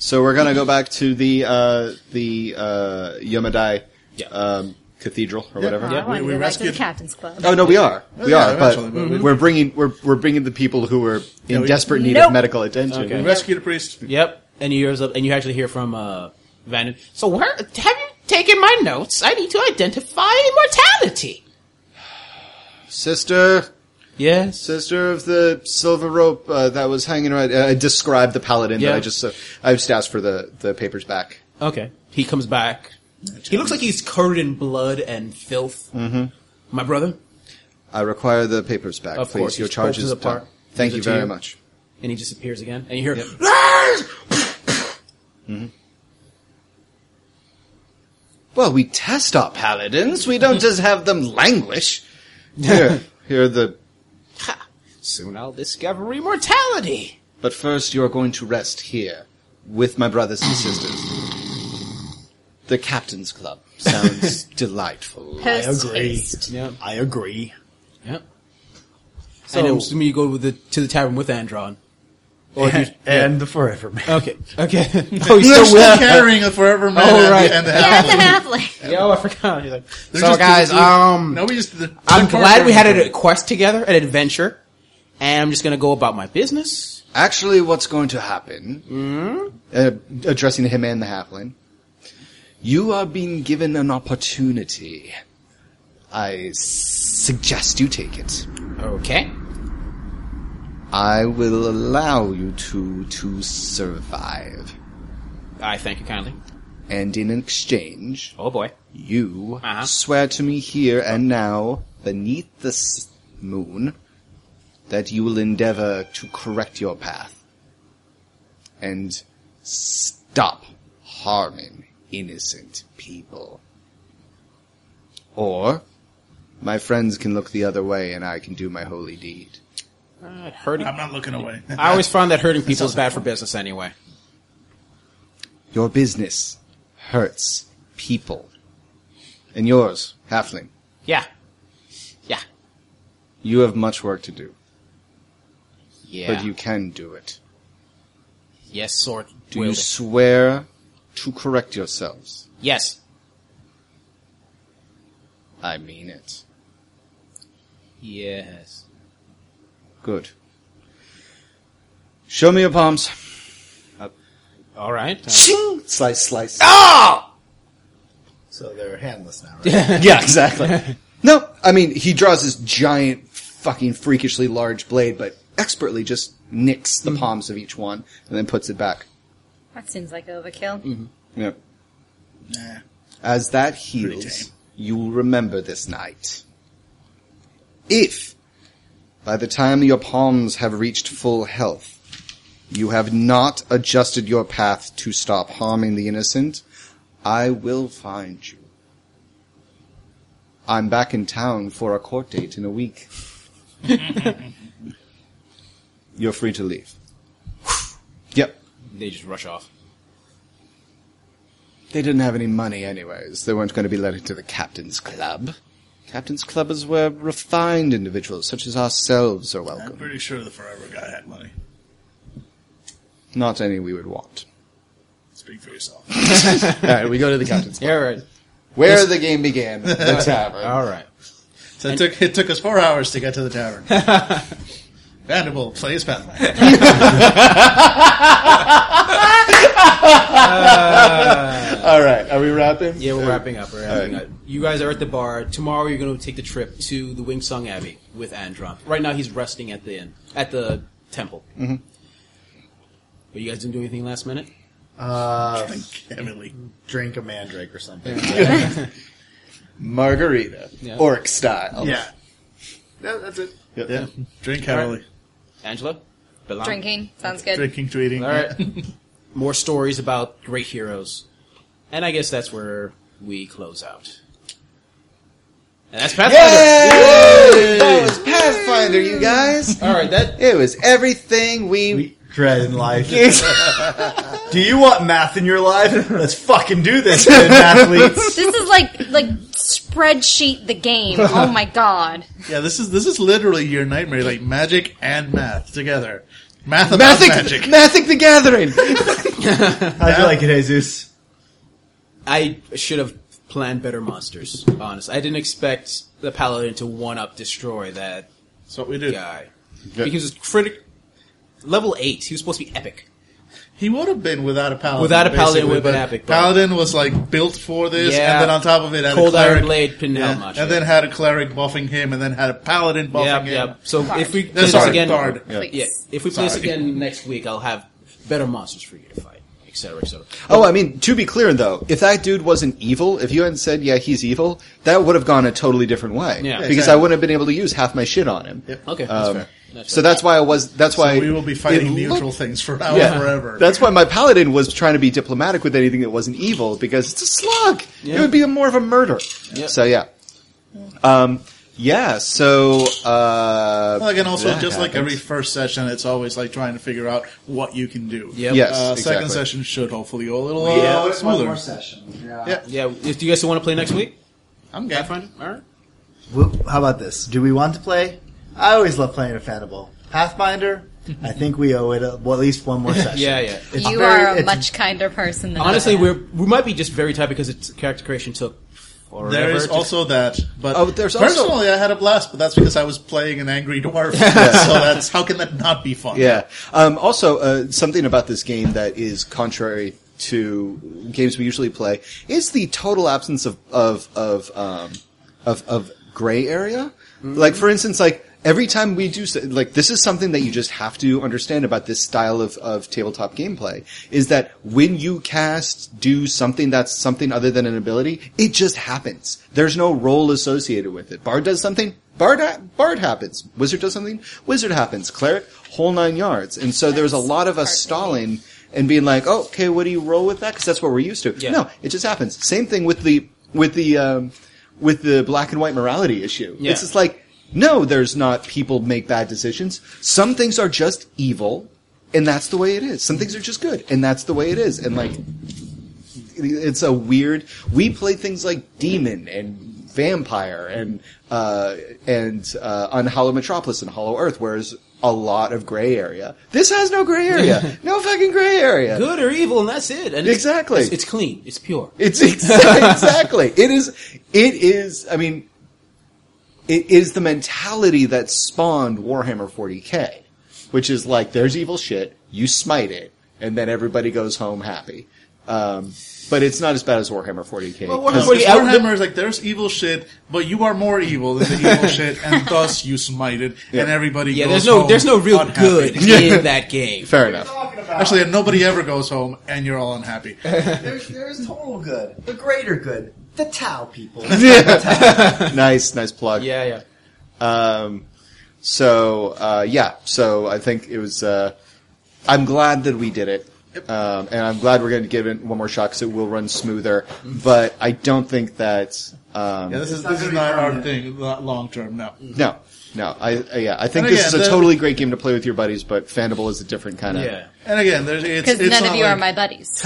S4: so we're gonna go back to the uh, the uh, Yomadai
S5: Yeah.
S4: um, Cathedral or whatever.
S3: I want to
S1: we
S3: go back to the
S1: rescued-
S3: captain's club.
S4: Oh no, we are, we
S1: Yeah,
S4: are, but
S1: eventually, but we-
S4: we're bringing we're we're bringing the people who are in
S1: we-
S4: desperate need
S3: Nope.
S4: of medical attention.
S5: Okay.
S1: We rescue the priest.
S5: Yep. And you hear, and you actually hear from uh, Vannon.
S12: So where have you taken my notes? I need to identify immortality.
S4: Sister,
S5: Yes.
S4: sister of the silver rope uh, that was hanging around. Uh, I described the paladin that
S5: Yeah.
S4: I just uh, I just asked for the the papers back.
S5: Okay. He comes back. He looks like he's covered in blood and filth. Mm-hmm. My brother.
S4: I require the papers back,
S5: Of
S4: please.
S5: course,
S4: Your
S5: he pulls
S4: charge is
S5: it apart,
S4: done. Thank
S5: gives
S4: you
S5: it to
S4: very
S5: you.
S4: much.
S5: And he disappears again. And you hear, "Ah!"
S4: Well, we test our paladins. We don't just have them languish. Here, here are the.
S12: Soon I'll discover immortality.
S4: But first, you are going to rest here with my brothers and sisters. The captain's club sounds delightful.
S9: Post
S7: agree.
S9: haste.
S5: yeah.
S7: I agree.
S5: Yep. and I'm assuming you go with the, to the tavern with Andron. Or you,
S7: And the Forever Man.
S5: okay. Okay. oh, he's
S1: They're
S5: still
S1: still
S5: with
S1: carrying a forever man.
S5: Oh,
S1: and the-
S5: right.
S1: And the
S3: yeah, the halfling.
S5: Yo, I forgot. He's like,
S1: They're
S5: so
S1: just
S5: guys,
S1: doing-
S5: um,
S1: No, we just. the-
S5: I'm
S1: the
S5: glad we had
S1: part-
S5: a quest together, an adventure, and I'm just gonna go about my business.
S4: Actually, what's going to happen, uh, addressing him and the halfling, you are being given an opportunity. I suggest you take it.
S5: Okay.
S4: I will allow you two to survive.
S5: I thank you kindly.
S4: And in exchange,
S5: Oh boy.
S4: you
S5: Uh-huh.
S4: swear to me here and now, beneath the s- moon, that you will endeavor to correct your path and stop harming innocent people. Or, my friends can look the other way and I can do my holy deed.
S5: Uh, hurting.
S8: I'm not looking away.
S5: I always find that hurting people is bad for business anyway.
S4: Your business hurts people. And yours, Halfling,
S12: Yeah. Yeah.
S4: you have much work to do,
S12: Yeah.
S4: but you can do it.
S12: yes, sword.
S4: Do you
S12: wielder.
S4: swear to correct yourselves?
S12: yes.
S4: I mean it.
S5: Yes.
S4: Good. Show me your palms.
S5: Uh, All right. Uh,
S4: Ching! Slice, slice.
S7: So they're handless now, right?
S4: Ah! yeah, exactly. no, I mean, he draws this giant, fucking freakishly large blade, but expertly just nicks
S5: Mm-hmm.
S4: the palms of each one and then puts it back.
S3: That seems like overkill.
S4: Mm,
S5: Mm-hmm.
S4: Yep. As that heals, you will remember this night. If, by the time your palms have reached full health, you have not adjusted your path to stop harming the innocent, I will find you. I'm back in town for a court date in a week. You're free to leave. Yep.
S5: They just rush off.
S4: They didn't have any money, anyways. They weren't going to be let into the Captain's Club. Captain's Club is where refined individuals such as ourselves are
S8: I'm
S4: welcome.
S8: pretty sure the forever guy had money.
S4: Not any we would want.
S8: Speak for yourself.
S4: Alright, we go to the Captain's Club.
S5: All right.
S4: Where the game began. The tavern.
S5: All right.
S1: So it took, it took us four hours to get to the tavern. Vanderbilt plays Pathfinder.
S4: Alright, are we wrapping?
S5: Uh, Yeah, we're wrapping up. We're wrapping up. You guys are at the bar. Tomorrow you're going to take the trip to the Wingsong Abbey with Andron. Right now he's resting at the inn, at the temple. Mm-hmm. But you guys didn't do anything last minute?
S6: Uh,
S8: Emily.
S6: drink a mandrake or something.
S4: Margarita.
S5: Yeah.
S4: Orc style.
S6: Yeah. That, that's it.
S1: Yeah. Drink heavily.
S5: Angela? Belong?
S9: Drinking. Sounds good.
S1: Drinking to eating.
S5: All right. More stories about great heroes. And I guess that's where we close out. And that's Pathfinder.
S4: That was Pathfinder, you guys.
S5: All right, that
S4: It was everything we.
S6: We dread in life. do you want math in your life? Let's fucking do this, good athletes.
S9: This is like like spreadsheet the game. Oh my god.
S1: Yeah, this is this is literally your nightmare, like magic and math together. Math about magic.
S4: Mathic the Gathering.
S6: How'd you like it, Jesus?
S5: I should have planned better monsters. Honest, I didn't expect the paladin to one up destroy that
S1: That's what we do.
S5: guy. He was critic level eight. He was supposed to be epic.
S1: He would have been without a paladin.
S5: Without a paladin, it
S1: basically,
S5: would have been
S1: but
S5: epic, but-
S1: Paladin was like built for this,
S5: Yeah.
S1: and then on top of it, had
S5: Cold
S1: a cleric,
S5: Iron Blade couldn't
S1: yeah,
S5: help much.
S1: and then had a cleric buffing him, and then had a paladin buffing
S5: Yep,
S1: him.
S5: yep. So if we play
S1: That's
S5: this
S1: sorry,
S5: again,
S1: guard.
S5: Yeah. if we play this
S1: Sorry.
S5: again next week, I'll have better monsters for you to fight, etc., etc.
S4: oh, I mean, to be clear though, if that dude wasn't evil, if you hadn't said, "Yeah, he's evil," that would have gone a totally different way.
S5: Yeah.
S4: because I wouldn't have been able to use half my shit on him.
S5: Okay, that's
S4: Um,
S5: fair. That's
S4: so that's why I was. That's why
S1: We will be
S4: it
S1: fighting
S4: looked-
S1: neutral things for now
S4: Yeah.
S1: forever.
S4: That's why my paladin was trying to be diplomatic with anything that wasn't evil because it's a slug. It would be a, more of a murder.
S5: Yeah.
S4: So yeah, um, yeah. So uh,
S1: like, and also,
S4: that
S1: just like
S4: happens.
S1: every first session, it's always like trying to figure out what you can do.
S5: Yep.
S4: yes,
S1: Uh, Second
S4: exactly.
S1: session should hopefully go a little uh,
S6: Yeah, one
S1: smoother.
S6: more session.
S1: Yeah.
S5: Yeah, if you guys want to play next week,
S1: I'm game.
S5: Pathfinder. All right.
S6: Well, how about this? Do we want to play? I always love playing a Fanable. Pathfinder, I think we owe it a, well, at least one more session.
S5: Yeah, yeah.
S6: It's
S9: you
S6: very-
S9: are a
S6: it's-
S9: much kinder person than I
S5: Honestly,
S9: am.
S5: we're we might be just very tight because it's character creation took forever.
S1: There is
S5: to-
S1: also that, but
S4: Oh, there's also-
S1: personally, I had a blast, but that's because I was playing an angry dwarf. so that's how can that not be fun?
S4: Yeah. Um, also, uh, something about this game that is contrary to games we usually play is the total absence of of of um, of, of gray area. Like, for instance, like every time we do s- like this is something that you just have to understand about this style of of tabletop gameplay is that when you cast do something that's something other than an ability, it just happens. There's no role associated with it. Bard does something. Bard, ha- Bard happens. Wizard does something. Wizard happens. Cleric, whole nine yards. And so there was a lot of us stalling and being like, oh, okay, what do you roll with that? Because that's what we're used to.
S5: Yeah.
S4: No, it just happens. Same thing with the with the um, with the black and white morality issue.
S5: Yeah.
S4: It's just like, no, there's not people make bad decisions. Some things are just evil, and that's the way it is. Some things are just good, and that's the way it is. And like, it's a weird. We play things like demon and vampire and uh, and uh, on Hollow Metropolis and Hollow Earth, whereas a lot of gray area. This has no gray area. no fucking gray area.
S5: good or evil, and that's it. And it's-
S4: Exactly.
S5: it's, it's clean, it's pure.
S4: It's exa- exactly. It is. It is. I mean, it is the mentality that spawned Warhammer 40k, which is like there's evil shit, you smite it, and then everybody goes home happy. Um, but it's not as bad as Warhammer 40k.
S5: Well, Warhammer
S1: Because
S5: 40K
S1: Warhammer is like there's evil shit, but you are more evil than the evil shit, and thus you smite it, and everybody.
S5: Yeah,
S1: goes
S5: there's no
S1: home
S5: there's no real
S1: unhappy.
S5: good in that game.
S4: Fair enough.
S1: Actually, and nobody ever goes home, and you're all unhappy.
S6: There's, there's total good, the greater good, the Tau people.
S4: nice, nice plug.
S5: Yeah, yeah.
S4: Um, so uh, yeah, so I think it was. Uh, I'm glad that we did it, um, and I'm glad we're going to give it one more shot because it will run smoother. But I don't think that. Um,
S1: Yeah, this is this is not our thing long term. No,
S4: no, no. I uh, yeah, I think
S1: And
S4: this is
S1: again,
S4: a
S1: the-
S4: totally great game to play with your buddies, but Fandible is a different kind of.
S5: Yeah.
S1: and again, there's it's,
S9: because
S1: it's
S9: none
S1: not
S9: of you
S1: like,
S9: are my buddies.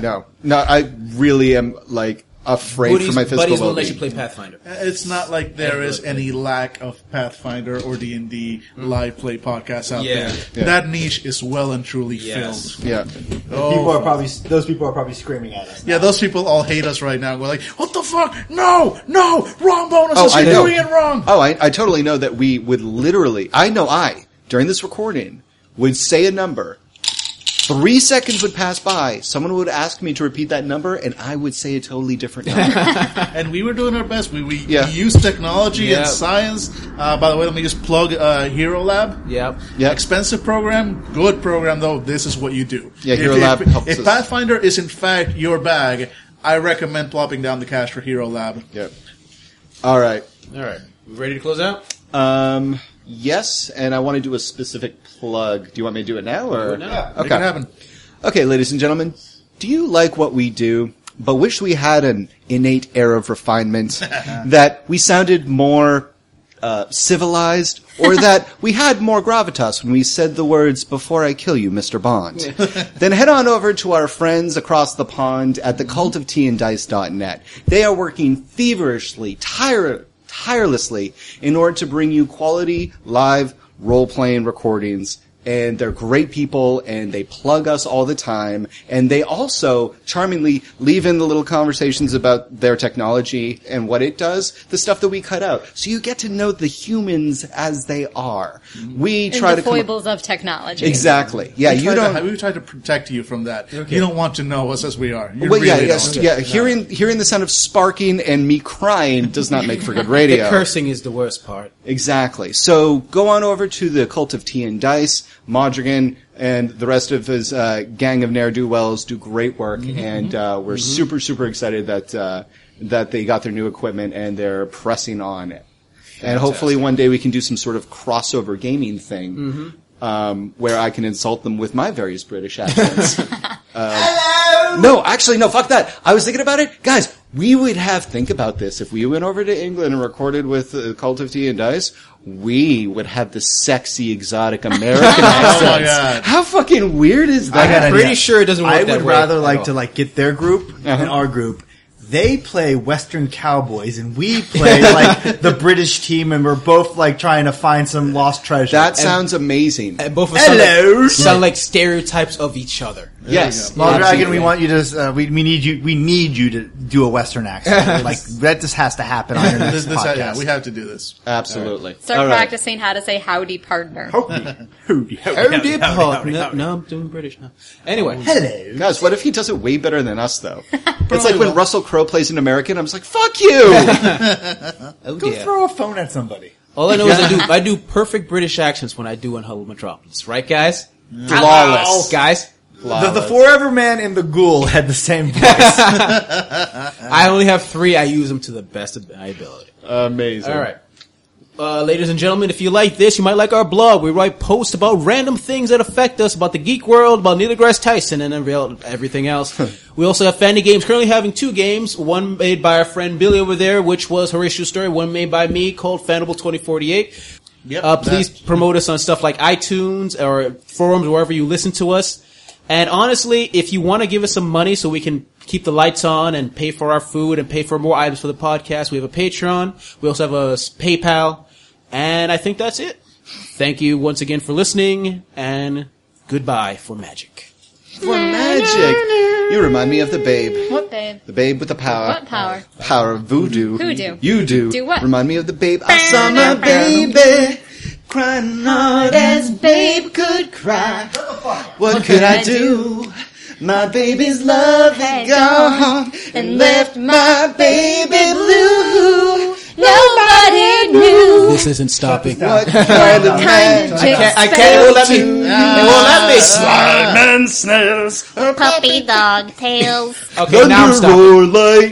S4: No, no. I really am like afraid for
S5: Buddies,
S4: my physical
S5: buddies won't let
S4: well-being.
S5: you play Pathfinder.
S1: It's not like there is any lack of Pathfinder or D and D
S6: Mm.
S1: live play podcasts out
S5: Yeah.
S1: there.
S4: Yeah.
S1: That niche is well and truly
S5: Yes.
S1: filled. Oh.
S4: Yeah,
S6: People are probably those people are probably screaming at us.
S1: Yeah, those people all hate us right now. We're like, what the fuck? No, no, wrong bonuses.
S4: Oh, I
S1: You're
S4: know.
S1: doing it wrong.
S4: Oh, I, I totally know that we would literally, I know I, during this recording, would say a number. Three seconds would pass by, someone would ask me to repeat that number, and I would say a totally different number.
S1: And we were doing our best. We, we
S4: Yeah.
S1: used technology
S5: Yeah.
S1: and science. Uh, by the way, let me just plug uh, Hero Lab.
S5: Yep.
S4: Yeah.
S1: Expensive program, good program though. This is what you do.
S4: Yeah,
S1: If-
S4: Hero
S1: if,
S4: Lab helps
S1: If
S4: us.
S1: Pathfinder is in fact your bag, I recommend plopping down the cash for Hero Lab.
S4: yep. All right.
S5: All right, we ready to close out?
S4: Um, yes, and I want to do a specific plug. Do you want me to do it now? Or?
S5: now.
S1: Make it
S4: Okay.
S1: happen.
S4: Okay, ladies and gentlemen, do you like what we do? but wish we had an innate air of refinement that we sounded more uh, civilized, or that we had more gravitas when we said the words "Before I kill you, Mr. Bond." then head on over to our friends across the pond at the Cult of Tea and Dice.net. They are working feverishly, tire- tirelessly, in order to bring you quality live role-playing recordings. And they're great people, and they plug us all the time. And they also charmingly leave in the little conversations about their technology and what it does, the stuff that we cut out. So you get to know the humans as they are. We
S3: And
S4: try
S3: the
S4: to come-
S3: foibles of technology.
S4: Exactly. Yeah,
S1: we
S4: you
S1: try
S4: don't.
S1: To, we try to protect you from that. You don't want to know us as we are. You
S4: well,
S1: really
S4: yeah,
S1: don't.
S4: yes, yeah. Hearing hearing the sound of sparking and me crying does not make for good
S5: The
S4: radio.
S5: cursing is the worst part.
S4: Exactly. So go on over to the Cult of Tea and Dice. Modrigan and the rest of his uh, gang of ne'er do wells do great work,
S1: Mm-hmm.
S4: and uh, we're super super excited that uh, that they got their new equipment and they're pressing on it. And hopefully one day we can do some sort of crossover gaming thing. Um, where I can insult them with my various British accents. Um, No, actually, no, fuck that. I was thinking about it. Guys, we would have, think about this, if we went over to England and recorded with the Cult of Tea and Dice, we would have the sexy, exotic American accents.
S1: Oh my god.
S4: How fucking weird is
S6: I got
S4: that?
S6: an
S5: pretty
S6: idea.
S5: sure it doesn't work
S6: I
S5: that
S6: would
S5: way
S6: rather
S5: at
S6: like
S5: all.
S6: to like get their group and our group. They play Western Cowboys and we play like the British team, and we're both like trying to find some lost treasure.
S4: That sounds amazing.
S5: And both of us sound
S6: Hello.
S5: like, sound like stereotypes of each other.
S4: yes.
S6: Law Dragon,
S4: absolutely.
S6: we want you to. Uh, we, we need you. We need you to do a Western accent. like that just has to happen on your next
S1: This, this,
S6: podcast.
S1: yeah, we have to do this.
S4: Absolutely.
S9: Start
S4: All right.
S9: practicing how to say howdy partner.
S5: Oh, dear Paul. No, no, I'm doing British now. Anyway,
S6: Hello.
S4: Guys, what if he does it way better than us, though? it's like when Russell Crowe plays an American, I'm just like, fuck you!
S5: oh
S6: Go
S5: dear.
S6: throw a phone at somebody.
S5: All I know is I do I do perfect British accents when I do on Hello Metropolis, right, guys?
S4: Flawless.
S5: guys.
S6: The, the forever man and the ghoul had the same voice.
S5: I only have three. I use them to the best of my ability.
S4: Amazing.
S5: All right. Uh, ladies and gentlemen, if you like this, you might like our blog. We write posts about random things that affect us, about the geek world, about Neil deGrasse Tyson, and then real- everything else. we also have Fanny Games, currently having two games, one made by our friend Billy over there, which was Horatio's Story, one made by me called Fanable 2048.
S1: Yep,
S5: uh, please
S1: that-
S5: promote us on stuff like iTunes or forums, wherever you listen to us. And honestly, if you want to give us some money so we can keep the lights on and pay for our food and pay for more items for the podcast, we have a Patreon. We also have a s- PayPal. And I think that's it. Thank you once again for listening and goodbye for magic.
S4: For magic. You remind me of the babe.
S9: What babe?
S4: The babe with the power.
S9: What power?
S4: Power of voodoo.
S9: Hoodoo.
S4: You do.
S9: Do what?
S4: Remind me of the babe. I saw my baby crying hard as babe could cry. What could I do? My baby's love had gone and left my baby blue.
S3: Nobody knew.
S5: This isn't stopping.
S4: What kind of
S3: Kind
S4: man?
S3: of chicks
S5: I can't. It won't let me. It won't let me.
S4: Slime and snails.
S3: puppy dog tails.
S5: Okay, now I'm stopping.
S4: Thunder roar like